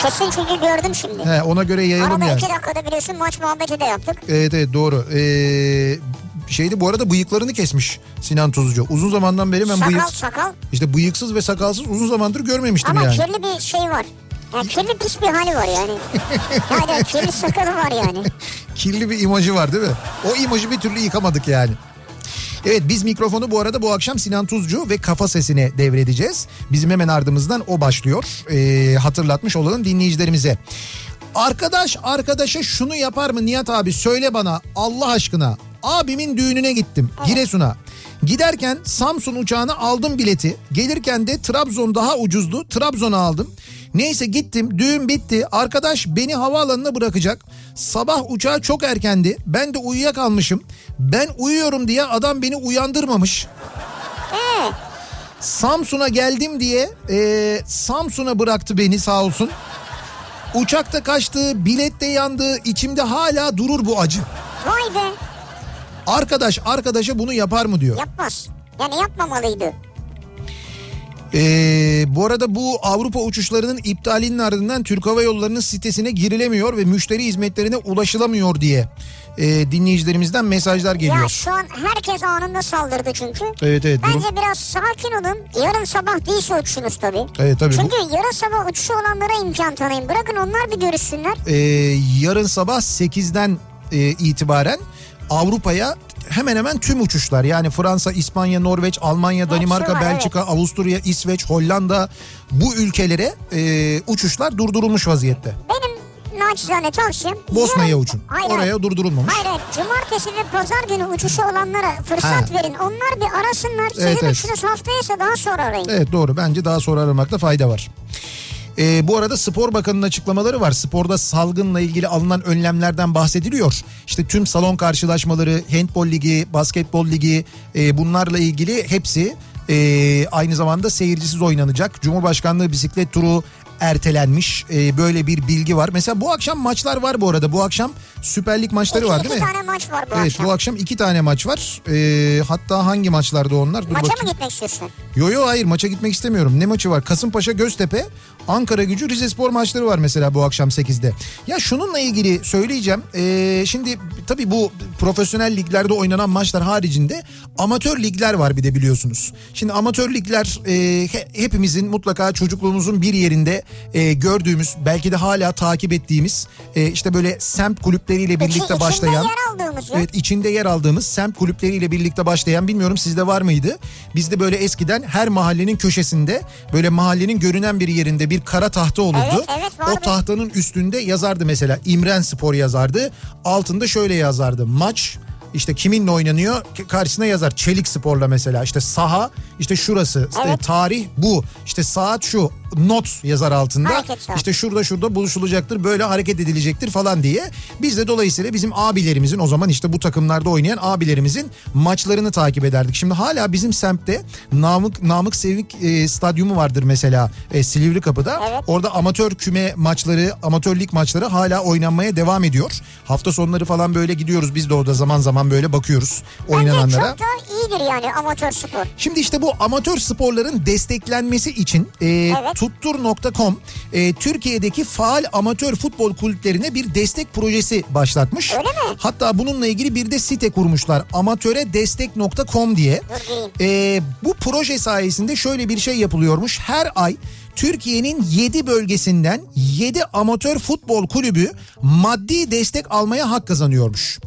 [SPEAKER 1] Kesin çünkü gördüm şimdi.
[SPEAKER 2] He, ona göre yayalım
[SPEAKER 1] Arada
[SPEAKER 2] yani.
[SPEAKER 1] iki dakikada biliyorsun maç muhabbeti de yaptık.
[SPEAKER 2] Evet evet doğru. Ee, şeydi bu arada bıyıklarını kesmiş Sinan Tuzcu. Uzun zamandan beri ben
[SPEAKER 1] sakal
[SPEAKER 2] bıyık...
[SPEAKER 1] sakal
[SPEAKER 2] İşte bıyıksız ve sakalsız uzun zamandır görmemiştim
[SPEAKER 1] ama
[SPEAKER 2] yani.
[SPEAKER 1] kirli bir şey var. Yani kirli pis bir hali var yani. yani kirli sakalı var yani.
[SPEAKER 2] Kirli bir imajı var değil mi? O imajı bir türlü yıkamadık yani. Evet biz mikrofonu bu arada bu akşam Sinan Tuzcu ve Kafa Sesi'ne devredeceğiz. Bizim hemen ardımızdan o başlıyor. Ee, hatırlatmış olalım dinleyicilerimize. Arkadaş arkadaşa şunu yapar mı Nihat abi söyle bana Allah aşkına. Abimin düğününe gittim Giresun'a. Giderken Samsun uçağına aldım bileti. Gelirken de Trabzon daha ucuzdu. Trabzon'a aldım. Neyse gittim düğün bitti. Arkadaş beni havaalanına bırakacak. Sabah uçağı çok erkendi. Ben de uyuyakalmışım. Ben uyuyorum diye adam beni uyandırmamış. Samsun'a geldim diye e, Samsun'a bıraktı beni sağ olsun. Uçakta kaçtı, bilette yandı, içimde hala durur bu acı.
[SPEAKER 1] Vay be
[SPEAKER 2] Arkadaş arkadaşa bunu yapar mı diyor.
[SPEAKER 1] yapmaz. Yani yapmamalıydı.
[SPEAKER 2] Ee, bu arada bu Avrupa uçuşlarının iptalinin ardından Türk Hava Yolları'nın sitesine girilemiyor ve müşteri hizmetlerine ulaşılamıyor diye e, dinleyicilerimizden mesajlar
[SPEAKER 1] Ya
[SPEAKER 2] geliyor.
[SPEAKER 1] şu an herkes anında saldırdı çünkü.
[SPEAKER 2] Evet evet. durum-
[SPEAKER 1] Bence biraz sakin olun. Yarın sabah değilse uçuşunuz tabii.
[SPEAKER 2] Evet E, tabii. bu-
[SPEAKER 1] Çünkü yarın sabah uçuşu olanlara imkan tanıyın. Bırakın onlar bir görüşsünler.
[SPEAKER 2] e, yarın sabah 8'den e, itibaren Avrupa'ya hemen hemen tüm uçuşlar yani Fransa, İspanya, Norveç, Almanya, Danimarka,
[SPEAKER 1] var,
[SPEAKER 2] Belçika, Avusturya, İsveç, Hollanda bu ülkelere e, uçuşlar durdurulmuş vaziyette.
[SPEAKER 1] Benim naçizane tavsiyem...
[SPEAKER 2] Bosna'ya
[SPEAKER 1] yarın-
[SPEAKER 2] uçun.
[SPEAKER 1] Hayır, hayır.
[SPEAKER 2] Oraya durdurulmamış.
[SPEAKER 1] Hayır hayır. Cumartesi ve pazar günü uçuşu olanlara fırsat
[SPEAKER 2] Ha.
[SPEAKER 1] verin. Onlar bir arasınlar. Sizin
[SPEAKER 2] Evet, evet.
[SPEAKER 1] uçuşunuz haftaysa daha sonra arayın.
[SPEAKER 2] Evet doğru bence daha sonra aramakta fayda var. Ee, bu arada Spor Bakanı'nın açıklamaları var. Sporda salgınla ilgili alınan önlemlerden bahsediliyor. İşte tüm salon karşılaşmaları, handbol ligi, basketbol ligi e, bunlarla ilgili hepsi e, aynı zamanda seyircisiz oynanacak. Cumhurbaşkanlığı bisiklet turu ertelenmiş. E, böyle bir bilgi var. Mesela bu akşam maçlar var bu arada. Bu akşam Süper Lig maçları
[SPEAKER 1] İki-
[SPEAKER 2] var
[SPEAKER 1] iki
[SPEAKER 2] değil mi?
[SPEAKER 1] tane maç var bu
[SPEAKER 2] Evet
[SPEAKER 1] akşam.
[SPEAKER 2] bu akşam iki tane maç var. E, hatta hangi maçlarda onlar? Dur
[SPEAKER 1] Maça
[SPEAKER 2] bakayım.
[SPEAKER 1] mı gitmek istiyorsun?
[SPEAKER 2] Yo yo hayır maça gitmek istemiyorum. Ne maçı var? Kasımpaşa Göztepe, Ankara Gücü Rize Spor maçları var mesela bu akşam 8'de. Ya şununla ilgili söyleyeceğim. Ee, şimdi tabii bu profesyonel liglerde oynanan maçlar haricinde amatör ligler var bir de biliyorsunuz. Şimdi amatör ligler e, he- hepimizin mutlaka çocukluğumuzun bir yerinde e, gördüğümüz belki de hala takip ettiğimiz e, işte böyle semt kulüpleriyle
[SPEAKER 1] İçi-
[SPEAKER 2] birlikte
[SPEAKER 1] içinde
[SPEAKER 2] başlayan
[SPEAKER 1] yer aldığımız yok.
[SPEAKER 2] Evet içinde yer aldığımız semt kulüpleriyle birlikte başlayan bilmiyorum sizde var mıydı? Bizde böyle eskiden her mahallenin köşesinde böyle mahallenin görünen bir yerinde bir kara tahta olurdu.
[SPEAKER 1] Evet, evet, vardı.
[SPEAKER 2] o tahtanın üstünde yazardı mesela İmren Spor yazardı. Altında şöyle yazardı maç işte kiminle oynanıyor K- karşısına yazar Çelik Spor'la mesela işte saha işte şurası işte
[SPEAKER 1] Evet.
[SPEAKER 2] tarih bu işte saat şu not yazar altında
[SPEAKER 1] Hareket saat.
[SPEAKER 2] işte işte şurada şurada buluşulacaktır böyle hareket edilecektir falan diye. Biz de dolayısıyla bizim abilerimizin o zaman işte bu takımlarda oynayan abilerimizin maçlarını takip ederdik. Şimdi hala bizim semtte Namık Namık Sevik e, stadyumu vardır mesela e, Silivri Kapı'da.
[SPEAKER 1] Evet.
[SPEAKER 2] Orada amatör küme maçları, amatör lig maçları hala oynanmaya devam ediyor. Hafta sonları falan böyle gidiyoruz biz de orada zaman zaman böyle bakıyoruz
[SPEAKER 1] Bence
[SPEAKER 2] oynananlara.
[SPEAKER 1] çok da iyidir yani amatör spor.
[SPEAKER 2] Şimdi işte bu amatör sporların desteklenmesi için e, tuttur.com e, Türkiye'deki faal amatör futbol kulüplerine bir destek projesi başlatmış.
[SPEAKER 1] Öyle mi?
[SPEAKER 2] Hatta bununla ilgili bir de site kurmuşlar amatöredestek.com diye.
[SPEAKER 1] Dur
[SPEAKER 2] E,
[SPEAKER 1] gireyim.
[SPEAKER 2] bu proje sayesinde şöyle bir şey yapılıyormuş. Her ay Türkiye'nin 7 bölgesinden 7 amatör futbol kulübü maddi destek almaya hak kazanıyormuş.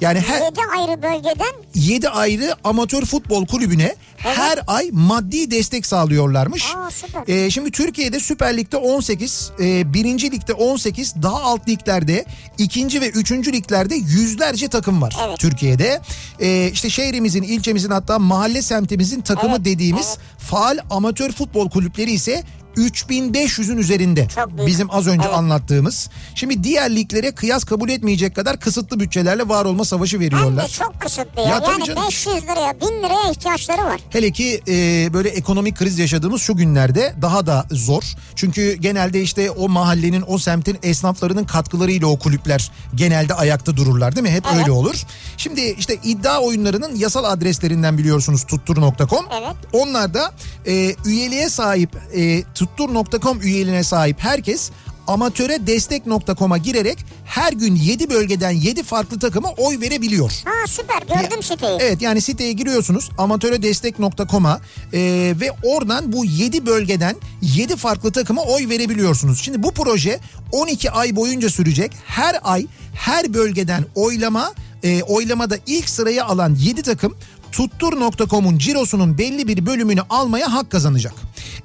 [SPEAKER 2] Yani her
[SPEAKER 1] 7 ayrı bölgeden
[SPEAKER 2] 7 ayrı amatör futbol kulübüne her ay maddi destek sağlıyorlarmış.
[SPEAKER 1] Aa, süper.
[SPEAKER 2] Ee, şimdi Türkiye'de Süper Lig'de 18, e, 1. Lig'de 18, daha alt liglerde 2. ve 3. liglerde yüzlerce takım var
[SPEAKER 1] Evet.
[SPEAKER 2] Türkiye'de. Ee, işte şehrimizin, ilçemizin hatta mahalle semtimizin takımı dediğimiz faal amatör futbol kulüpleri ise 3500'ün üzerinde.
[SPEAKER 1] Çok büyük.
[SPEAKER 2] Bizim az önce
[SPEAKER 1] Evet.
[SPEAKER 2] anlattığımız. Şimdi diğer liglere kıyas kabul etmeyecek kadar kısıtlı bütçelerle var olma savaşı
[SPEAKER 1] Hem de
[SPEAKER 2] veriyorlar.
[SPEAKER 1] çok kısıtlı ya.
[SPEAKER 2] Ya tabii
[SPEAKER 1] yani
[SPEAKER 2] canım.
[SPEAKER 1] 500 liraya 1000 liraya ihtiyaçları var.
[SPEAKER 2] Hele ki e, böyle ekonomik kriz yaşadığımız şu günlerde daha da zor. Çünkü genelde işte o mahallenin, o semtin esnaflarının katkılarıyla o kulüpler genelde ayakta dururlar değil mi? Hep
[SPEAKER 1] Evet.
[SPEAKER 2] öyle olur. Şimdi işte iddia oyunlarının yasal adreslerinden biliyorsunuz tuttur.com.
[SPEAKER 1] Evet.
[SPEAKER 2] Onlar da e, üyeliğe sahip, e, tuttur.com üyeliğine sahip herkes amatöre destek.com'a girerek her gün 7 bölgeden 7 farklı takıma oy verebiliyor.
[SPEAKER 1] Ha süper gördüm siteyi.
[SPEAKER 2] Evet yani siteye giriyorsunuz amatöredestek.com'a e, ve oradan bu 7 bölgeden 7 farklı takıma oy verebiliyorsunuz. Şimdi bu proje 12 ay boyunca sürecek. Her ay her bölgeden oylama e, oylamada ilk sırayı alan 7 takım tuttur.com'un cirosunun belli bir bölümünü almaya hak kazanacak.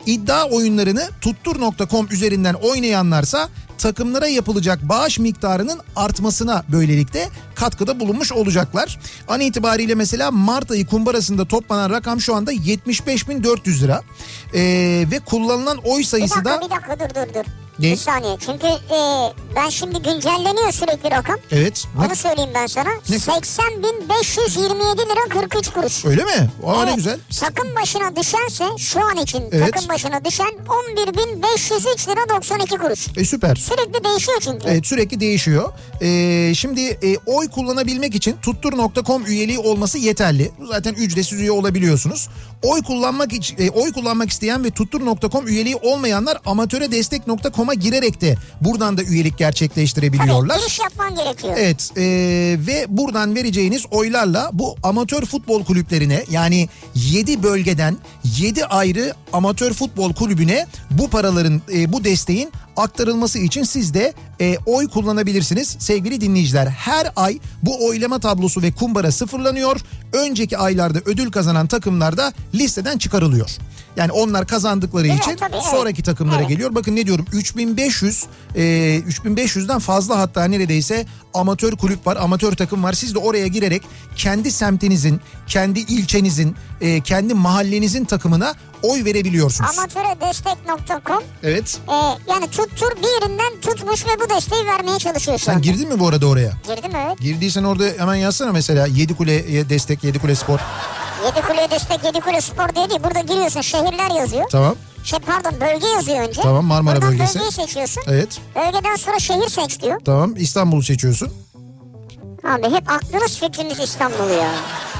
[SPEAKER 2] İddia oyunlarını tuttur.com üzerinden oynayanlarsa takımlara yapılacak bağış miktarının artmasına böylelikle katkıda bulunmuş olacaklar. An itibariyle mesela Mart ayı kumbarasında toplanan rakam şu anda 75.400 lira. Ee, ve kullanılan oy
[SPEAKER 1] bir
[SPEAKER 2] sayısı
[SPEAKER 1] dakika
[SPEAKER 2] da...
[SPEAKER 1] bir dakika dur dur dur.
[SPEAKER 2] Ne?
[SPEAKER 1] Bir saniye çünkü e, ben şimdi güncelleniyor sürekli rakam.
[SPEAKER 2] Evet. ne-
[SPEAKER 1] Onu söyleyeyim ben sana.
[SPEAKER 2] Ne?
[SPEAKER 1] 80.527 lira 43 kuruş.
[SPEAKER 2] Öyle mi? Aa ne
[SPEAKER 1] Evet,
[SPEAKER 2] güzel.
[SPEAKER 1] Takım başına düşense şu an için
[SPEAKER 2] Evet.
[SPEAKER 1] takım başına düşen 11.503 lira 92 kuruş.
[SPEAKER 2] E, süper.
[SPEAKER 1] Sürekli değişiyor çünkü.
[SPEAKER 2] Evet, E, sürekli değişiyor. Ee, şimdi e, oy kullanabilmek için tuttur.com üyeliği olması yeterli. Zaten ücretsiz üye olabiliyorsunuz. Oy kullanmak iç- e, oy kullanmak isteyen ve tuttur.com üyeliği olmayanlar amatöre destek.com'a girerek de buradan da üyelik gerçekleştirebiliyorlar.
[SPEAKER 1] Giriş yapman gerekiyor.
[SPEAKER 2] Evet e, ve buradan vereceğiniz oylarla bu amatör futbol kulüplerine yani 7 bölgeden 7 ayrı amatör futbol kulübüne bu paraların e, bu desteğin aktarılması için siz de e, oy kullanabilirsiniz sevgili dinleyiciler. Her ay bu oylama tablosu ve kumbara sıfırlanıyor. Önceki aylarda ödül kazanan takımlar da listeden çıkarılıyor. Yani onlar kazandıkları
[SPEAKER 1] Evet,
[SPEAKER 2] için
[SPEAKER 1] tabii, evet.
[SPEAKER 2] sonraki takımlara
[SPEAKER 1] Evet.
[SPEAKER 2] geliyor. Bakın ne diyorum 3500 e, 3500'den fazla hatta neredeyse amatör kulüp var, amatör takım var. Siz de oraya girerek kendi semtinizin, kendi ilçenizin, e, kendi mahallenizin takımına oy verebiliyorsunuz.
[SPEAKER 1] Amatöre destek.com
[SPEAKER 2] Evet.
[SPEAKER 1] e, yani tuttur bir yerinden tutmuş ve bu desteği vermeye çalışıyor şu
[SPEAKER 2] Sen
[SPEAKER 1] anda.
[SPEAKER 2] girdin mi bu arada oraya?
[SPEAKER 1] Girdim evet.
[SPEAKER 2] Girdiysen orada hemen yazsana mesela Yedi Kule'ye destek, Yedi Kule Spor.
[SPEAKER 1] Yedi Kule Destek, Yedi Kule Spor diye değil. Burada giriyorsun şehirler yazıyor.
[SPEAKER 2] Tamam.
[SPEAKER 1] Şey pardon bölge yazıyor önce.
[SPEAKER 2] Tamam, Marmara
[SPEAKER 1] Buradan
[SPEAKER 2] bölgesi.
[SPEAKER 1] bölgeyi seçiyorsun.
[SPEAKER 2] Evet.
[SPEAKER 1] Bölgeden sonra şehir seç diyor.
[SPEAKER 2] Tamam. İstanbul'u seçiyorsun.
[SPEAKER 1] Abi hep aklınız fikriniz İstanbul ya.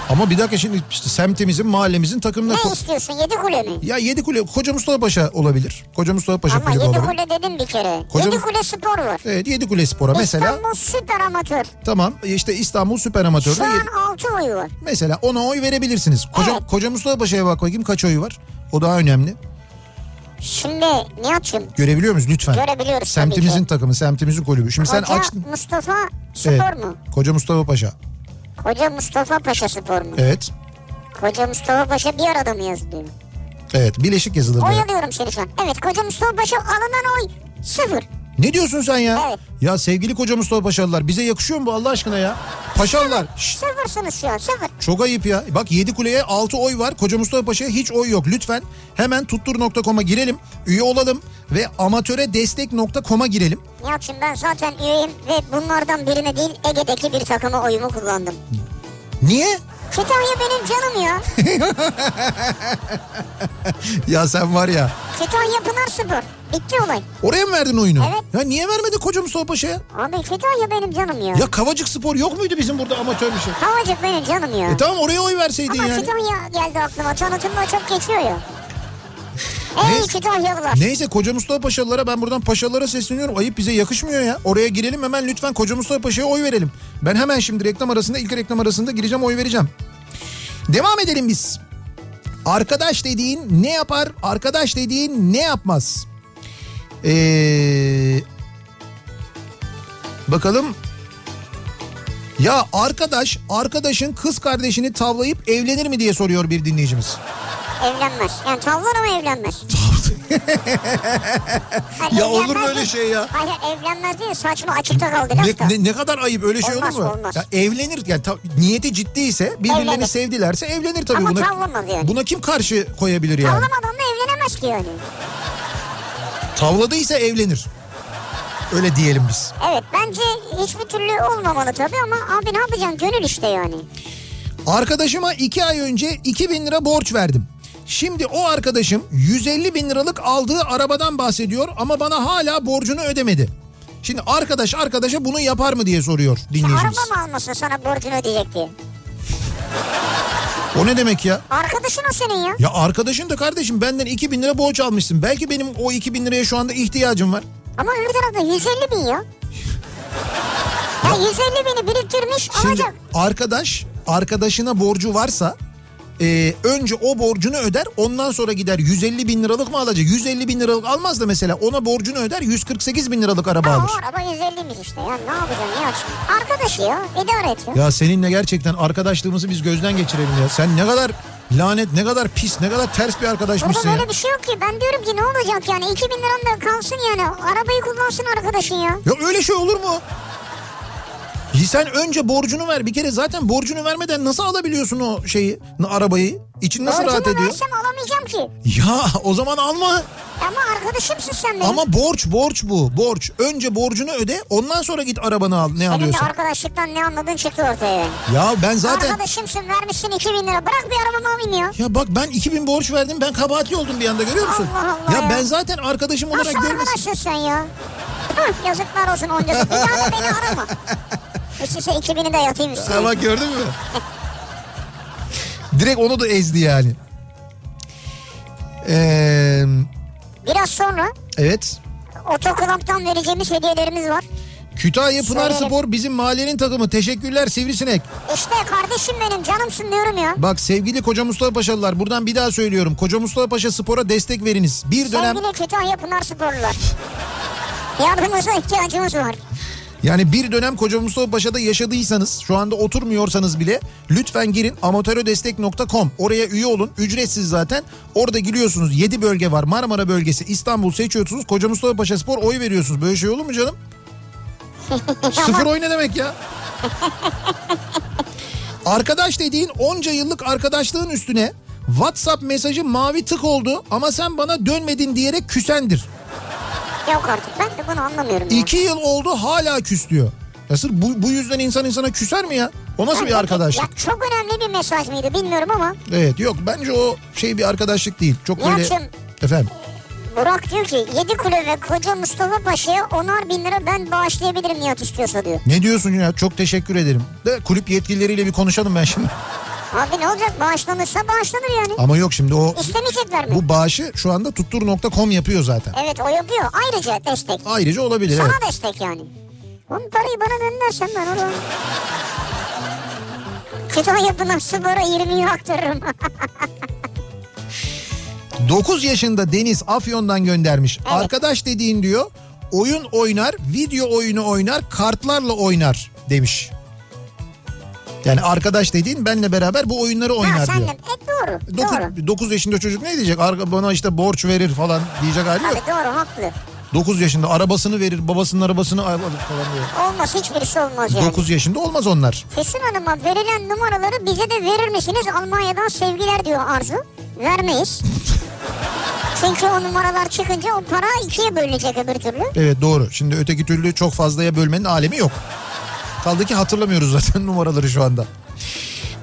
[SPEAKER 2] Ama bir dakika şimdi işte semtimizin, mahallemizin takımına...
[SPEAKER 1] Ne istiyorsun Yedi Kule mi?
[SPEAKER 2] Ya Yedi Kule, Koca Mustafa Paşa olabilir. Koca Mustafa Paşa
[SPEAKER 1] Ama
[SPEAKER 2] kulübü
[SPEAKER 1] Yedi
[SPEAKER 2] olabilir.
[SPEAKER 1] Kule dedin bir kere.
[SPEAKER 2] Kocaman-
[SPEAKER 1] Yedi Kule Spor var.
[SPEAKER 2] Evet Yedikule Spor'a mesela
[SPEAKER 1] İstanbul Süper Amatör.
[SPEAKER 2] tamam e, işte İstanbul Süper Amatör'de
[SPEAKER 1] Şu an
[SPEAKER 2] yedi-
[SPEAKER 1] 6 oyu var.
[SPEAKER 2] mesela ona oy verebilirsiniz. Koca,
[SPEAKER 1] Evet.
[SPEAKER 2] Koca Mustafa Paşa'ya bak bakayım kaç oyu var? O daha önemli.
[SPEAKER 1] Şimdi Nihat'cığım
[SPEAKER 2] Görebiliyor muyuz lütfen?
[SPEAKER 1] Görebiliyoruz
[SPEAKER 2] Semtimizin
[SPEAKER 1] tabii
[SPEAKER 2] takımı, semtimizin kulübü. Şimdi
[SPEAKER 1] Koca
[SPEAKER 2] sen açtın.
[SPEAKER 1] Mustafa Spor
[SPEAKER 2] Evet.
[SPEAKER 1] mu?
[SPEAKER 2] Koca Mustafa Paşa.
[SPEAKER 1] Koca Mustafa Paşa Spor mu?
[SPEAKER 2] Evet.
[SPEAKER 1] Koca Mustafa Paşa bir arada mı yazılıyor?
[SPEAKER 2] Evet bileşik yazılır. böyle.
[SPEAKER 1] Oyalıyorum seni şu an. Evet Koca Mustafa Paşa alınan oy sıfır.
[SPEAKER 2] Ne diyorsun sen ya?
[SPEAKER 1] Evet.
[SPEAKER 2] Ya sevgili Koca Mustafa Paşalılar bize yakışıyor mu bu Allah aşkına ya? Paşalılar şşt,
[SPEAKER 1] Sıfırsınız şu an sıfır.
[SPEAKER 2] Çok ayıp ya. Bak 7 kuleye 6 oy var. Koca Mustafa Paşa'ya hiç oy yok. Lütfen hemen tuttur.com'a girelim. Üye olalım ve amatöre destek.com'a girelim.
[SPEAKER 1] Nihat'cığım ben zaten üyeyim ve bunlardan birine değil Ege'deki bir takıma oyumu kullandım.
[SPEAKER 2] Niye?
[SPEAKER 1] Kütahya benim canım ya.
[SPEAKER 2] Ya sen var ya.
[SPEAKER 1] Kütahya Pınar Spor. Bitti olay.
[SPEAKER 2] Oraya mı verdin oyunu?
[SPEAKER 1] Evet.
[SPEAKER 2] Ya niye vermedi Koca Mustafa Paşa'ya?
[SPEAKER 1] Abi Kütahya benim canım ya.
[SPEAKER 2] Ya Kavacık Spor yok muydu bizim burada amatör bir şey?
[SPEAKER 1] Havacık benim canım ya.
[SPEAKER 2] E tamam oraya oy verseydin
[SPEAKER 1] Ama
[SPEAKER 2] yani.
[SPEAKER 1] Kütahya geldi aklıma. Tanıtımda çok geçiyor ya. Ey
[SPEAKER 2] Ne?
[SPEAKER 1] Kütahyalılar.
[SPEAKER 2] Neyse Koca Mustafa Paşalılara ben buradan paşalara sesleniyorum. Ayıp bize yakışmıyor ya. Oraya girelim hemen lütfen Koca Mustafa Paşa'ya oy verelim. Ben hemen şimdi reklam arasında ilk reklam arasında gireceğim oy vereceğim. Devam edelim biz. Arkadaş dediğin ne yapar? Arkadaş dediğin ne yapmaz? Ee, bakalım. Ya arkadaş, arkadaşın kız kardeşini tavlayıp evlenir mi diye soruyor bir dinleyicimiz.
[SPEAKER 1] Evlenmez. Yani tavlar ama evlenmez. Hayır,
[SPEAKER 2] Ya olur
[SPEAKER 1] evlenmez
[SPEAKER 2] mu öyle
[SPEAKER 1] değil.
[SPEAKER 2] şey ya?
[SPEAKER 1] Hayır evlenmez değil saçma açıkta kaldı lafta.
[SPEAKER 2] Ne, ne, ne kadar ayıp öyle şey
[SPEAKER 1] E, Olmaz,
[SPEAKER 2] olur mu?
[SPEAKER 1] olmaz.
[SPEAKER 2] Ya evlenir yani ta- niyeti ciddiyse birbirlerini
[SPEAKER 1] Evlenir.
[SPEAKER 2] sevdilerse evlenir tabii
[SPEAKER 1] Ama
[SPEAKER 2] buna.
[SPEAKER 1] tavlamaz yani.
[SPEAKER 2] Buna kim karşı koyabilir yani?
[SPEAKER 1] Tavlamadan da evlenemez ki yani.
[SPEAKER 2] Tavladıysa evlenir. Öyle diyelim biz.
[SPEAKER 1] Evet bence hiçbir türlü olmamalı tabii ama abi ne yapacaksın gönül işte yani.
[SPEAKER 2] Arkadaşıma iki ay önce 2000 lira borç verdim. Şimdi o arkadaşım 150 bin liralık aldığı arabadan bahsediyor ama bana hala borcunu ödemedi. Şimdi arkadaş arkadaşa bunu yapar mı diye soruyor dinleyicimiz.
[SPEAKER 1] Araba mı almasın sana borcunu ödeyecek diye.
[SPEAKER 2] O ne demek ya?
[SPEAKER 1] Arkadaşın o senin ya.
[SPEAKER 2] Ya arkadaşım da kardeşim benden 2000 lira borç almışsın. Belki benim o 2000 liraya şu anda ihtiyacım var.
[SPEAKER 1] Ama öbür tarafta 150 bin ya. Ya 150 bini biriktirmiş
[SPEAKER 2] Şimdi
[SPEAKER 1] alacak.
[SPEAKER 2] arkadaş arkadaşına borcu varsa e, önce o borcunu öder ondan sonra gider 150 bin liralık mı alacak? 150 bin liralık almaz da mesela ona borcunu öder 148 bin liralık araba
[SPEAKER 1] Ama
[SPEAKER 2] alır.
[SPEAKER 1] o araba 150 bin işte ya ne yapacaksın ya. Arkadaşı ya idare et ya.
[SPEAKER 2] Ya seninle gerçekten arkadaşlığımızı biz gözden geçirelim ya. Sen ne kadar lanet ne kadar pis ne kadar ters bir
[SPEAKER 1] Burada
[SPEAKER 2] arkadaşmışsın ya.
[SPEAKER 1] böyle bir şey yok ki ben diyorum ki ne olacak yani 2000 liran da kalsın yani arabayı kullansın arkadaşın ya.
[SPEAKER 2] Ya öyle şey olur mu? Ya Sen önce borcunu ver. Bir kere zaten borcunu vermeden nasıl alabiliyorsun o şeyi, arabayı? İçin nasıl rahat
[SPEAKER 1] Borcumu
[SPEAKER 2] ediyor?
[SPEAKER 1] versem alamayacağım ki.
[SPEAKER 2] Ya o zaman alma.
[SPEAKER 1] Ama arkadaşımsın sen benim.
[SPEAKER 2] Ama borç borç bu borç. Önce borcunu öde ondan sonra git arabanı al ne
[SPEAKER 1] Senin de
[SPEAKER 2] alıyorsan.
[SPEAKER 1] arkadaşlıktan ne anladın çıktı ortaya yani.
[SPEAKER 2] Ya ben zaten
[SPEAKER 1] Arkadaşımsın vermişsin 2000 lira bırak bir arabamı alayım ya.
[SPEAKER 2] ya bak ben 2000 borç verdim ben kabahatli oldum bir anda görüyor musun?
[SPEAKER 1] Allah Allah
[SPEAKER 2] ya
[SPEAKER 1] ya.
[SPEAKER 2] ben zaten arkadaşım olarak
[SPEAKER 1] Nasıl
[SPEAKER 2] görmesin.
[SPEAKER 1] arkadaşsın sen ya? Hıh, Yazıklar olsun onca. Bir daha da beni arama. Üstüse 2000'i de yatayım üstüne.
[SPEAKER 2] Ya bak gördün mü? Direkt onu da ezdi yani. Ee,
[SPEAKER 1] Biraz sonra
[SPEAKER 2] evet.
[SPEAKER 1] otoklamptan vereceğimiz hediyelerimiz var.
[SPEAKER 2] Kütahya Pınar
[SPEAKER 1] Söyleyelim.
[SPEAKER 2] Spor bizim mahallenin takımı. Teşekkürler Sivrisinek.
[SPEAKER 1] İşte kardeşim benim canımsın diyorum ya.
[SPEAKER 2] Bak sevgili Koca Mustafa Paşalılar buradan bir daha söylüyorum. Koca Mustafa Paşa Spor'a destek veriniz. Bir dönem
[SPEAKER 1] Sevgili Kütahya Pınar Sporlular. Yardımınıza ihtiyacımız var.
[SPEAKER 2] Yani bir dönem Koca Mustafa Paşa'da yaşadıysanız şu anda oturmuyorsanız bile lütfen girin amatörödestek.com oraya üye olun ücretsiz zaten orada giriyorsunuz 7 bölge var Marmara bölgesi İstanbul seçiyorsunuz Koca Mustafa Paşa Spor oy veriyorsunuz böyle şey olur mu canım? Sıfır oy ne demek ya? Arkadaş dediğin onca yıllık arkadaşlığın üstüne WhatsApp mesajı mavi tık oldu ama sen bana dönmedin diyerek küsendir.
[SPEAKER 1] Yok artık ben de bunu anlamıyorum ya.
[SPEAKER 2] İki yıl oldu hala küs diyor. Ya sırf bu, bu yüzden insan insana küser mi ya? O nasıl bir arkadaşlık?
[SPEAKER 1] Ya çok önemli bir mesaj mıydı bilmiyorum ama
[SPEAKER 2] Evet yok bence o şey bir arkadaşlık değil. Çok böyle...
[SPEAKER 1] Yalçın.
[SPEAKER 2] Efendim
[SPEAKER 1] Burak diyor ki 7 kule ve koca Mustafa Paşa'ya onar bin lira ben bağışlayabilirim Nihat istiyorsa diyor.
[SPEAKER 2] ne diyorsun ya? Çok teşekkür ederim. De kulüp yetkilileriyle bir konuşalım ben şimdi.
[SPEAKER 1] Abi ne olacak bağışlanırsa bağışlanır yani.
[SPEAKER 2] Ama yok şimdi o...
[SPEAKER 1] İstemeyecekler mi?
[SPEAKER 2] Bu bağışı şu anda tuttur.com yapıyor zaten.
[SPEAKER 1] Evet o yapıyor. Ayrıca destek.
[SPEAKER 2] Ayrıca olabilir
[SPEAKER 1] Sana
[SPEAKER 2] evet.
[SPEAKER 1] destek yani. Onun parayı bana göndersen ben onu... Kütahya Pınar Spor'a 20 euro aktarırım.
[SPEAKER 2] 9 yaşında Deniz Afyon'dan göndermiş.
[SPEAKER 1] Evet.
[SPEAKER 2] Arkadaş dediğin diyor oyun oynar, video oyunu oynar, kartlarla oynar demiş. Yani arkadaş dediğin benle beraber bu oyunları oynar
[SPEAKER 1] ha
[SPEAKER 2] diyor.
[SPEAKER 1] sen de. E, doğru. Doğru.
[SPEAKER 2] 9, yaşında çocuk ne diyecek? Arka, bana işte borç verir falan diyecek hali
[SPEAKER 1] Abi
[SPEAKER 2] yok.
[SPEAKER 1] doğru haklı.
[SPEAKER 2] 9 yaşında arabasını verir, babasının arabasını alır falan diyor.
[SPEAKER 1] Olmaz hiçbirisi olmaz yani.
[SPEAKER 2] 9 yaşında olmaz onlar.
[SPEAKER 1] Füsun Hanım'a verilen numaraları bize de verir misiniz? Almanya'dan sevgiler diyor Arzu. Vermeyiz. Çünkü o numaralar çıkınca o para ikiye bölünecek öbür türlü.
[SPEAKER 2] Evet doğru. Şimdi öteki türlü çok fazlaya bölmenin alemi yok. Kaldı ki hatırlamıyoruz zaten numaraları şu anda.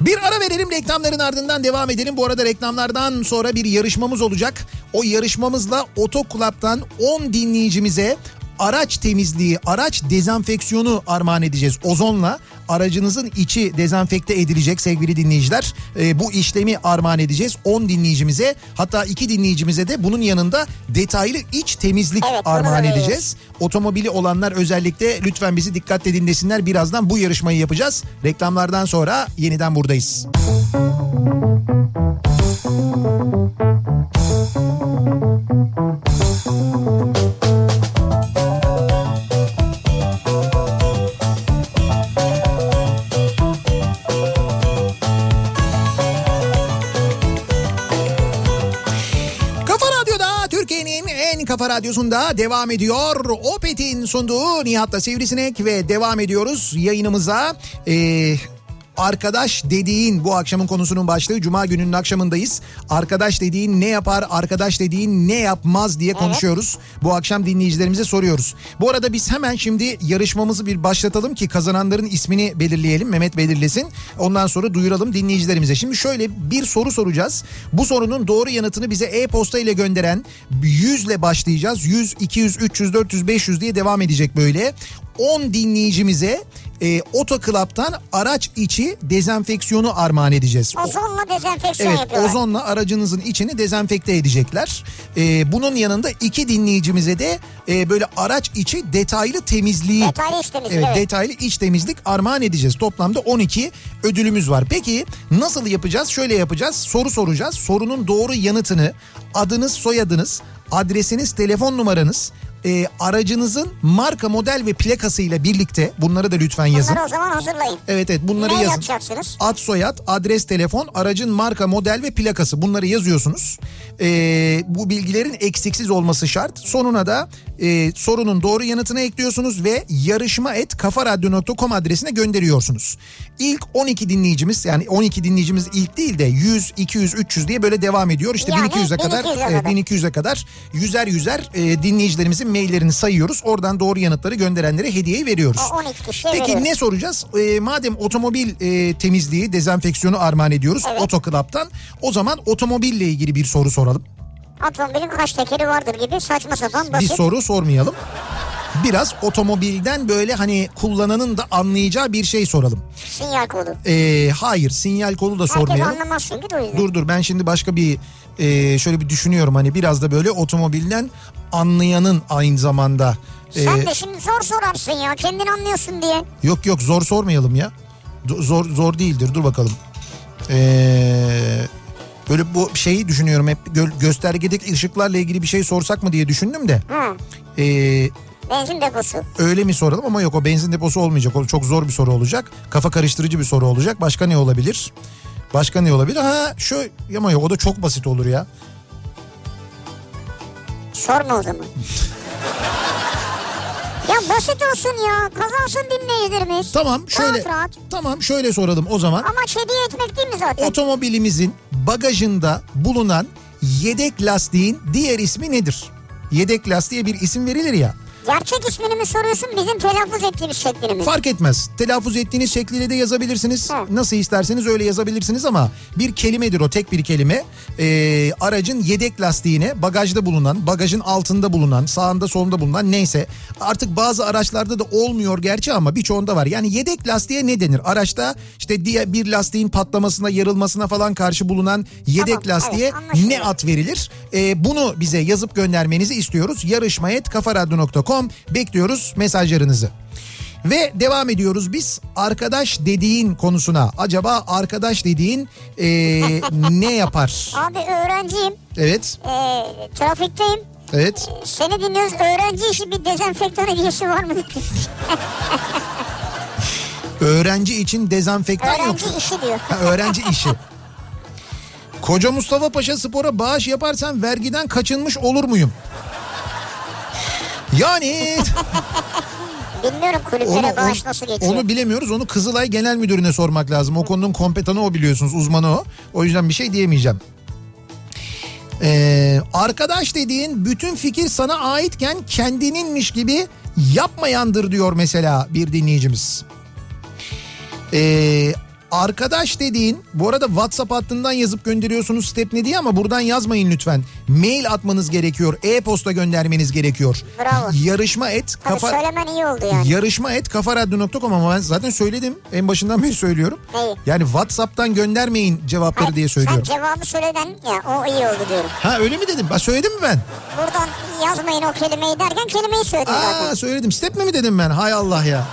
[SPEAKER 2] Bir ara verelim reklamların ardından devam edelim. Bu arada reklamlardan sonra bir yarışmamız olacak. O yarışmamızla Otoklap'tan 10 dinleyicimize araç temizliği, araç dezenfeksiyonu armağan edeceğiz. Ozonla aracınızın içi dezenfekte edilecek sevgili dinleyiciler. Ee, bu işlemi armağan edeceğiz 10 dinleyicimize. Hatta 2 dinleyicimize de bunun yanında detaylı iç temizlik
[SPEAKER 1] Evet, bunu da
[SPEAKER 2] armağan
[SPEAKER 1] veriyoruz.
[SPEAKER 2] edeceğiz edeceğiz. Otomobili olanlar özellikle lütfen bizi dikkatle dinlesinler. Birazdan bu yarışmayı yapacağız. Reklamlardan sonra yeniden buradayız. Kafa Radyo'da Türkiye'nin en kafa radyosunda devam ediyor. Opet'in sunduğu Nihat'la Sivrisinek ve devam ediyoruz yayınımıza. Ee, Arkadaş dediğin bu akşamın konusunun başlığı. Cuma gününün akşamındayız. Arkadaş dediğin ne yapar, arkadaş dediğin ne yapmaz diye konuşuyoruz. Bu akşam dinleyicilerimize soruyoruz. Bu arada biz hemen şimdi yarışmamızı bir başlatalım ki kazananların ismini belirleyelim. Mehmet belirlesin. Ondan sonra duyuralım dinleyicilerimize. Şimdi şöyle bir soru soracağız. Bu sorunun doğru yanıtını bize e-posta ile gönderen 100 ile başlayacağız. 100, 200, 300, 400, 500 diye devam edecek böyle. 10 dinleyicimize e, Oto Club'tan araç içi dezenfeksiyonu armağan edeceğiz. O-
[SPEAKER 1] Ozonla dezenfeksiyon
[SPEAKER 2] Evet
[SPEAKER 1] yapıyorlar.
[SPEAKER 2] ozonla aracınızın içini dezenfekte edecekler. Ee, bunun yanında iki dinleyicimize de e, böyle araç içi detaylı temizliği.
[SPEAKER 1] Detaylı iç temizlik,
[SPEAKER 2] Evet,
[SPEAKER 1] evet.
[SPEAKER 2] detaylı iç temizlik armağan edeceğiz. Toplamda 12 ödülümüz var. Peki nasıl yapacağız? Şöyle yapacağız. Soru soracağız. Sorunun doğru yanıtını adınız, soyadınız, adresiniz, telefon numaranız, e, aracınızın marka, model ve plakasıyla birlikte bunları da lütfen yazın.
[SPEAKER 1] Bunları o zaman hazırlayın.
[SPEAKER 2] Evet evet bunları
[SPEAKER 1] Mail
[SPEAKER 2] yazın.
[SPEAKER 1] atacaksınız.
[SPEAKER 2] Ad soyad, adres, telefon, aracın marka, model ve plakası bunları yazıyorsunuz. Ee, bu bilgilerin eksiksiz olması şart. Sonuna da e, sorunun doğru yanıtını ekliyorsunuz ve yarışma et kafaradyo.com adresine gönderiyorsunuz. İlk 12 dinleyicimiz yani 12 dinleyicimiz ilk değil de 100, 200, 300 diye böyle devam ediyor. İşte
[SPEAKER 1] Yani
[SPEAKER 2] 1200'e kadar, e,
[SPEAKER 1] 1200'e
[SPEAKER 2] evet,
[SPEAKER 1] kadar.
[SPEAKER 2] 1200'e kadar yüzer yüzer e, dinleyicilerimizin maillerini sayıyoruz. Oradan doğru yanıtları gönderenlere hediyeyi veriyoruz.
[SPEAKER 1] O 12 kişiye
[SPEAKER 2] Peki
[SPEAKER 1] veriyoruz.
[SPEAKER 2] ne soracağız? Ee, madem otomobil e, temizliği, dezenfeksiyonu armağan ediyoruz
[SPEAKER 1] Evet.
[SPEAKER 2] Otoklap'tan. O zaman otomobille ilgili bir soru soralım.
[SPEAKER 1] Otomobilin kaç tekeri vardır gibi saçma sapan basit.
[SPEAKER 2] Bir soru sormayalım. Biraz otomobilden böyle hani kullananın da anlayacağı bir şey soralım.
[SPEAKER 1] Sinyal kodu.
[SPEAKER 2] Ee, hayır sinyal kolu da
[SPEAKER 1] Herkes
[SPEAKER 2] sormayalım.
[SPEAKER 1] anlamaz çünkü de o yüzden.
[SPEAKER 2] Dur dur ben şimdi başka bir e, şöyle bir düşünüyorum hani biraz da böyle otomobilden anlayanın aynı zamanda. e,
[SPEAKER 1] Sen de şimdi zor sorarsın ya kendin anlıyorsun diye.
[SPEAKER 2] Yok yok zor sormayalım ya. Du- Zor zor değildir dur bakalım. Ee, böyle bu şeyi düşünüyorum hep gö- göstergedeki ışıklarla ilgili bir şey sorsak mı diye düşündüm de.
[SPEAKER 1] Ha.
[SPEAKER 2] Ee,
[SPEAKER 1] Benzin deposu.
[SPEAKER 2] öyle mi soralım ama yok o benzin deposu olmayacak. O çok zor bir soru olacak. Kafa karıştırıcı bir soru olacak. Başka ne olabilir? Başka ne olabilir? Ha şu ama yok o da çok basit olur ya.
[SPEAKER 1] Sorma o zaman. ya basit olsun ya. Kazansın dinleyicilerimiz.
[SPEAKER 2] Tamam şöyle
[SPEAKER 1] Rahat rahat.
[SPEAKER 2] tamam şöyle soralım o zaman.
[SPEAKER 1] Amaç hediye etmek değil mi zaten?
[SPEAKER 2] Otomobilimizin bagajında bulunan yedek lastiğin diğer ismi nedir? Yedek lastiğe bir isim verilir ya.
[SPEAKER 1] Gerçek ismini mi soruyorsun bizim telaffuz ettiğimiz şeklini mi?
[SPEAKER 2] Fark etmez. Telaffuz ettiğiniz şekliyle de yazabilirsiniz.
[SPEAKER 1] Hı.
[SPEAKER 2] Nasıl isterseniz öyle yazabilirsiniz ama bir kelimedir o tek bir kelime. Ee, aracın yedek lastiğine bagajda bulunan, bagajın altında bulunan, sağında solunda bulunan neyse. Artık bazı araçlarda da olmuyor gerçi ama birçoğunda var. Yani yedek lastiğe ne denir? Araçta işte diye bir lastiğin patlamasına, yarılmasına falan karşı bulunan yedek
[SPEAKER 1] Tamam,
[SPEAKER 2] lastiğe
[SPEAKER 1] evet, anlaşıldı.
[SPEAKER 2] ne ad verilir? Ee, bunu bize yazıp göndermenizi istiyoruz. Yarışmayetkafaradyo.com bekliyoruz mesajlarınızı. Ve devam ediyoruz biz arkadaş dediğin konusuna. Acaba arkadaş dediğin e, ne yapar?
[SPEAKER 1] Abi öğrenciyim.
[SPEAKER 2] Evet,
[SPEAKER 1] Ee, trafikteyim.
[SPEAKER 2] evet.
[SPEAKER 1] Seni dinliyoruz. Öğrenci işi bir dezenfektan hediyesi var mı?
[SPEAKER 2] Öğrenci için dezenfektan yok.
[SPEAKER 1] Öğrenci işi diyor.
[SPEAKER 2] Ha, öğrenci işi. Koca Mustafa Paşa spora bağış yaparsan vergiden kaçınmış olur muyum? Yani
[SPEAKER 1] Bilmiyorum kulüplere
[SPEAKER 2] onu-
[SPEAKER 1] bağış nasıl geçiyor.
[SPEAKER 2] onu bilemiyoruz. Onu Kızılay Genel Müdürü'ne sormak lazım. O konunun kompetanı o biliyorsunuz. Uzmanı o. O yüzden bir şey diyemeyeceğim. Ee, arkadaş dediğin bütün fikir sana aitken kendininmiş gibi yapmayandır diyor mesela bir dinleyicimiz. Ee, arkadaş dediğin bu arada WhatsApp hattından yazıp gönderiyorsunuz Stepne diye ama buradan yazmayın lütfen. Mail atmanız gerekiyor. E-posta göndermeniz gerekiyor.
[SPEAKER 1] Bravo.
[SPEAKER 2] Yarışma et
[SPEAKER 1] Tabii
[SPEAKER 2] kafa
[SPEAKER 1] söylemen iyi oldu yani.
[SPEAKER 2] Yarışma et kafaradyo.com ama ben zaten söyledim. En başından beri söylüyorum.
[SPEAKER 1] Neyi?
[SPEAKER 2] Yani Whatsapp'tan göndermeyin cevapları diye söylüyorum.
[SPEAKER 1] Sen cevabı söyleden ya o iyi oldu diyorum.
[SPEAKER 2] Ha öyle mi dedim? Ben söyledim mi ben?
[SPEAKER 1] Buradan yazmayın o kelimeyi derken kelimeyi söyledin
[SPEAKER 2] Aa
[SPEAKER 1] zaten.
[SPEAKER 2] söyledim. Stepme mi dedim ben? Hay Allah ya.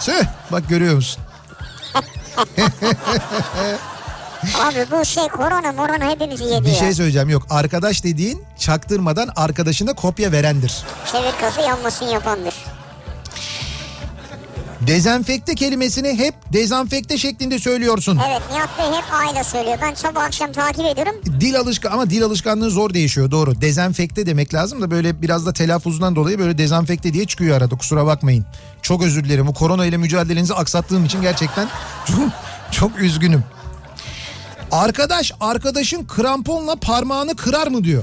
[SPEAKER 2] Tüh bak görüyor musun?
[SPEAKER 1] Abi bu şey korona morona hepimizi yedi
[SPEAKER 2] Bir
[SPEAKER 1] ya.
[SPEAKER 2] şey söyleyeceğim yok. Arkadaş dediğin çaktırmadan arkadaşına kopya verendir.
[SPEAKER 1] Çevir kazı yanmasın yapandır.
[SPEAKER 2] Dezenfekte kelimesini hep dezenfekte şeklinde söylüyorsun.
[SPEAKER 1] Evet Nihat Bey hep aile söylüyor. Ben sabah akşam takip ediyorum.
[SPEAKER 2] Dil alışka ama dil alışkanlığı zor değişiyor doğru. Dezenfekte demek lazım da böyle biraz da telaffuzundan dolayı böyle dezenfekte diye çıkıyor arada kusura bakmayın. Çok özür dilerim bu korona ile mücadelenizi aksattığım için gerçekten Çok üzgünüm. Arkadaş arkadaşın kramponla parmağını kırar mı diyor.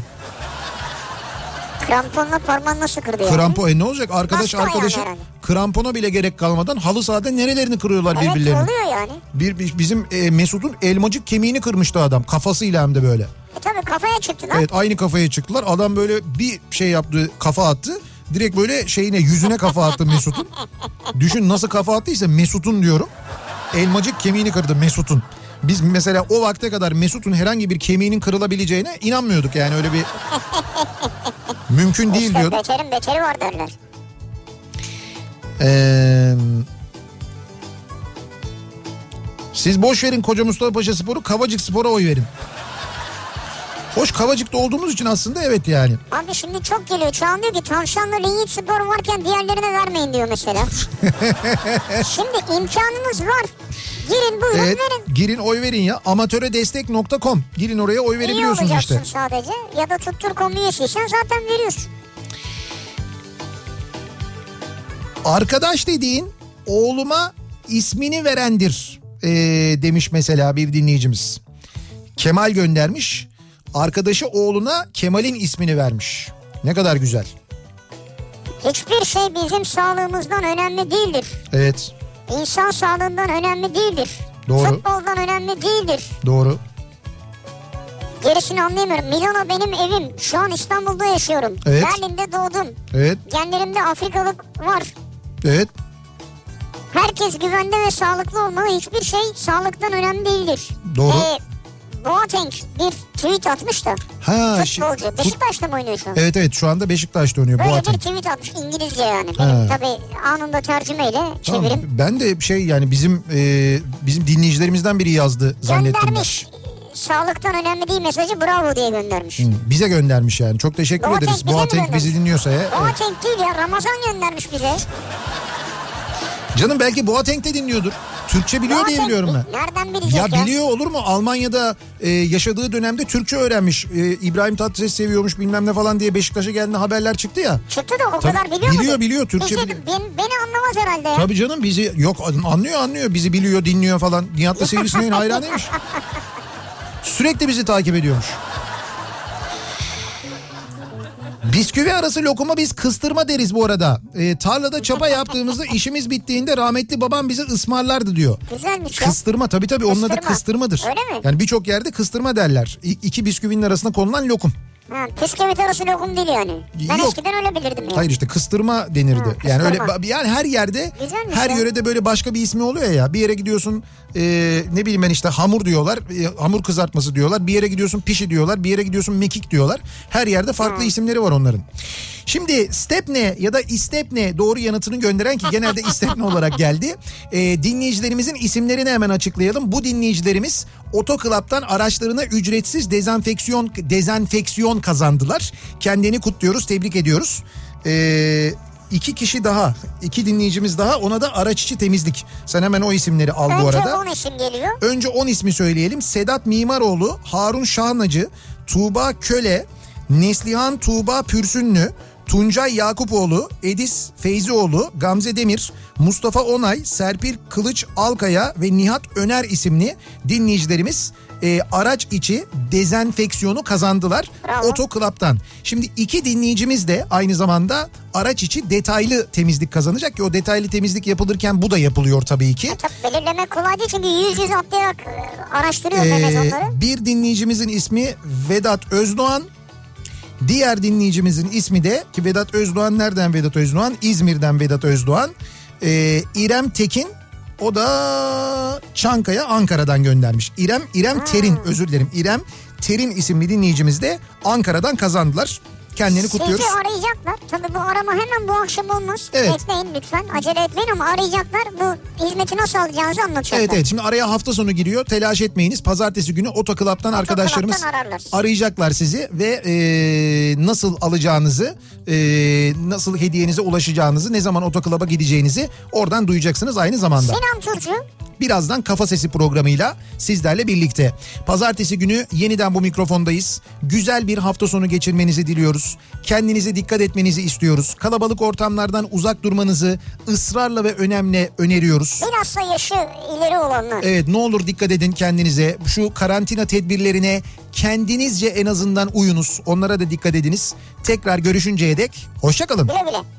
[SPEAKER 1] Kramponla parmağını nasıl kırdı ya?
[SPEAKER 2] Krampon e ne olacak arkadaş
[SPEAKER 1] Bastı ayağını
[SPEAKER 2] arkadaşın
[SPEAKER 1] herhalde.
[SPEAKER 2] krampona bile gerek kalmadan halı sahada nerelerini kırıyorlar
[SPEAKER 1] Evet
[SPEAKER 2] birbirlerini.
[SPEAKER 1] oluyor yani.
[SPEAKER 2] Bir, bir- bizim e, Mesut'un elmacık kemiğini kırmıştı adam kafasıyla hem de böyle.
[SPEAKER 1] E tabii kafaya çıktı lan.
[SPEAKER 2] Evet aynı kafaya çıktılar. Adam böyle bir şey yaptı kafa attı. Direkt böyle şeyine yüzüne kafa attı Mesut'un. Düşün nasıl kafa attıysa Mesut'un diyorum. Elmacık kemiğini kırdı Mesut'un. Biz mesela o vakte kadar Mesut'un herhangi bir kemiğinin kırılabileceğine inanmıyorduk yani öyle bir mümkün değil
[SPEAKER 1] İşte
[SPEAKER 2] diyorduk.
[SPEAKER 1] beterin beteri var derler.
[SPEAKER 2] Ee, siz boş verin Koca Mustafa Paşa Sporu, Kavacık Spor'a oy verin. Hoş Kavacık'ta olduğumuz için aslında evet yani.
[SPEAKER 1] Abi şimdi çok geliyor. Çağan diyor ki tavşanlı Linyit Spor varken diğerlerine vermeyin diyor mesela. şimdi imkanımız var. Girin buyurun
[SPEAKER 2] Evet
[SPEAKER 1] verin.
[SPEAKER 2] girin oy verin ya amatöredestek.com girin oraya oy
[SPEAKER 1] İyi
[SPEAKER 2] verebiliyorsunuz
[SPEAKER 1] olacaksın
[SPEAKER 2] işte.
[SPEAKER 1] sadece. Ya da tuttur komu üyesiysen zaten veriyorsun.
[SPEAKER 2] Arkadaş dediğin oğluma ismini verendir ee, demiş mesela bir dinleyicimiz. Kemal göndermiş arkadaşı oğluna Kemal'in ismini vermiş. Ne kadar güzel.
[SPEAKER 1] Hiçbir şey bizim sağlığımızdan önemli değildir.
[SPEAKER 2] Evet
[SPEAKER 1] İnsan sağlığından önemli değildir.
[SPEAKER 2] Doğru.
[SPEAKER 1] Futboldan önemli değildir.
[SPEAKER 2] doğru.
[SPEAKER 1] Gerisini anlayamıyorum. Milano benim evim. Şu an İstanbul'da yaşıyorum.
[SPEAKER 2] Evet.
[SPEAKER 1] Berlin'de doğdum.
[SPEAKER 2] Evet
[SPEAKER 1] Genlerimde Afrikalık var.
[SPEAKER 2] evet
[SPEAKER 1] Herkes güvende ve sağlıklı olmalı. Hiçbir şey sağlıktan önemli değildir. Ee,
[SPEAKER 2] Doğru.
[SPEAKER 1] Boateng bir tweet atmış da.
[SPEAKER 2] Ha, şi-
[SPEAKER 1] futbolcu.
[SPEAKER 2] fut-
[SPEAKER 1] Beşiktaş'ta mı oynuyor şu an?
[SPEAKER 2] evet evet şu anda Beşiktaş dönüyor
[SPEAKER 1] Böyle
[SPEAKER 2] Boateng.
[SPEAKER 1] bir tweet atmış İngilizce yani.
[SPEAKER 2] Ha.
[SPEAKER 1] Benim tabii anında tercümeyle
[SPEAKER 2] Tamam,
[SPEAKER 1] çevirim.
[SPEAKER 2] ben de şey yani bizim e, bizim dinleyicilerimizden biri yazdı zannettim. ben.
[SPEAKER 1] Göndermiş. Sağlıktan önemli değil mesajı bravo diye göndermiş.
[SPEAKER 2] Bize göndermiş yani. Çok teşekkür
[SPEAKER 1] Boateng
[SPEAKER 2] ederiz.
[SPEAKER 1] bize mi
[SPEAKER 2] Boateng
[SPEAKER 1] göndermiş?
[SPEAKER 2] bizi dinliyorsa ya. Evet.
[SPEAKER 1] Boateng değil ya Ramazan göndermiş bize.
[SPEAKER 2] Canım belki Boateng de dinliyordur. Türkçe biliyor diye
[SPEAKER 1] Boateng
[SPEAKER 2] biliyorum ben.
[SPEAKER 1] Nereden bilecek
[SPEAKER 2] Ya
[SPEAKER 1] ya?
[SPEAKER 2] biliyor olur mu? Almanya'da e, yaşadığı dönemde Türkçe öğrenmiş. E, İbrahim Tatlıses seviyormuş bilmem ne falan diye Beşiktaş'a geldiğinde haberler çıktı ya.
[SPEAKER 1] Çıktı da o
[SPEAKER 2] Tabii,
[SPEAKER 1] kadar biliyor mu?
[SPEAKER 2] biliyor, biliyor, Türkçe
[SPEAKER 1] Bizi-
[SPEAKER 2] biliyor.
[SPEAKER 1] Ben, beni anlamaz herhalde ya.
[SPEAKER 2] Tabii canım bizi yok anlıyor anlıyor bizi biliyor dinliyor falan. Nihat'la Sivrisineğin hayranıymış. Sürekli bizi takip ediyormuş. Bisküvi arası lokuma biz kıstırma deriz bu arada. Ee, tarlada çapa yaptığımızda işimiz bittiğinde rahmetli babam bizi ısmarlardı diyor.
[SPEAKER 1] Güzelmiş ya.
[SPEAKER 2] Kıstırma tabii tabii onun adı
[SPEAKER 1] Kıstırma.
[SPEAKER 2] kıstırmadır.
[SPEAKER 1] Öyle mi?
[SPEAKER 2] Yani birçok yerde kıstırma derler. İ- iki bisküvinin arasına konulan lokum.
[SPEAKER 1] Ha, piskevit arası lokum değil yani. Ben
[SPEAKER 2] Yok.
[SPEAKER 1] eskiden öyle bilirdim ya.
[SPEAKER 2] Hayır işte kıstırma denirdi.
[SPEAKER 1] Ha,
[SPEAKER 2] Yani öyle
[SPEAKER 1] kıstırma.
[SPEAKER 2] ba- yani her yerde
[SPEAKER 1] Güzelmiş
[SPEAKER 2] her
[SPEAKER 1] ya.
[SPEAKER 2] yörede böyle başka bir ismi oluyor ya. Bir yere gidiyorsun e, ne bileyim ben işte hamur diyorlar. e, hamur kızartması diyorlar. Bir yere gidiyorsun pişi diyorlar. Bir yere gidiyorsun mekik diyorlar. Her yerde farklı isimleri var onların. Şimdi stepne ya da istepne doğru yanıtını gönderen ki genelde istepne olarak geldi. E, dinleyicilerimizin isimlerini hemen açıklayalım. Bu dinleyicilerimiz Otoklap'tan araçlarına ücretsiz dezenfeksiyon dezenfeksiyon kazandılar. Kendini kutluyoruz, tebrik ediyoruz. Ee, iki kişi daha, iki dinleyicimiz daha ona da araç içi temizlik. Sen hemen o isimleri al bu
[SPEAKER 1] Önce
[SPEAKER 2] arada.
[SPEAKER 1] on isim geliyor.
[SPEAKER 2] Önce 10 ismi söyleyelim. Sedat Mimaroğlu, Harun Şahnacı, Tuğba Köle, Neslihan Tuğba Pürsünlü, Tuncay Yakupoğlu, Edis Feyzioğlu, Gamze Demir, Mustafa Onay, Serpil Kılıç Alkaya ve Nihat Öner isimli dinleyicilerimiz e, araç içi dezenfeksiyonu kazandılar.
[SPEAKER 1] Bravo.
[SPEAKER 2] Oto Club'dan. Şimdi iki dinleyicimiz de aynı zamanda araç içi detaylı temizlik kazanacak ki o detaylı temizlik yapılırken bu da yapılıyor tabii ki.
[SPEAKER 1] E, Tabii belirlemek kolay değil çünkü yüz yüz atlayarak e, araştırıyor Mehmet
[SPEAKER 2] Ee,
[SPEAKER 1] onları.
[SPEAKER 2] bir dinleyicimizin ismi Vedat Özdoğan. Diğer dinleyicimizin ismi de ki Vedat Özdoğan nereden Vedat Özdoğan? İzmir'den Vedat Özdoğan. Ee, İrem Tekin o da Çankaya Ankara'dan göndermiş. İrem
[SPEAKER 1] Hmm.
[SPEAKER 2] İrem Terin özür dilerim. İrem Terin isimli dinleyicimiz de Ankara'dan kazandılar. Kendilerini kutluyoruz.
[SPEAKER 1] Sizi arayacaklar. Tabii bu arama hemen bu akşam olmaz.
[SPEAKER 2] Evet.
[SPEAKER 1] Bekleyin lütfen. Acele etmeyin ama arayacaklar. Bu hizmeti nasıl alacağınızı anlatacaklar.
[SPEAKER 2] Evet evet şimdi araya hafta sonu giriyor telaş etmeyiniz pazartesi günü Otoklap'tan arkadaşlarımız
[SPEAKER 1] ararlar.
[SPEAKER 2] arayacaklar sizi ve e, nasıl alacağınızı e, nasıl hediyenize ulaşacağınızı ne zaman Otoklap'a gideceğinizi oradan duyacaksınız aynı zamanda.
[SPEAKER 1] Sinan Turcu
[SPEAKER 2] birazdan Kafa Sesi programıyla sizlerle birlikte. Pazartesi günü yeniden bu mikrofondayız. Güzel bir hafta sonu geçirmenizi diliyoruz. Kendinize dikkat etmenizi istiyoruz. Kalabalık ortamlardan uzak durmanızı ısrarla ve önemle öneriyoruz.
[SPEAKER 1] Bilhassa yaşı ileri olanlar.
[SPEAKER 2] Evet ne olur dikkat edin kendinize. Şu karantina tedbirlerine kendinizce en azından uyunuz. Onlara da dikkat ediniz. Tekrar görüşünceye dek hoşçakalın.
[SPEAKER 1] Güle güle.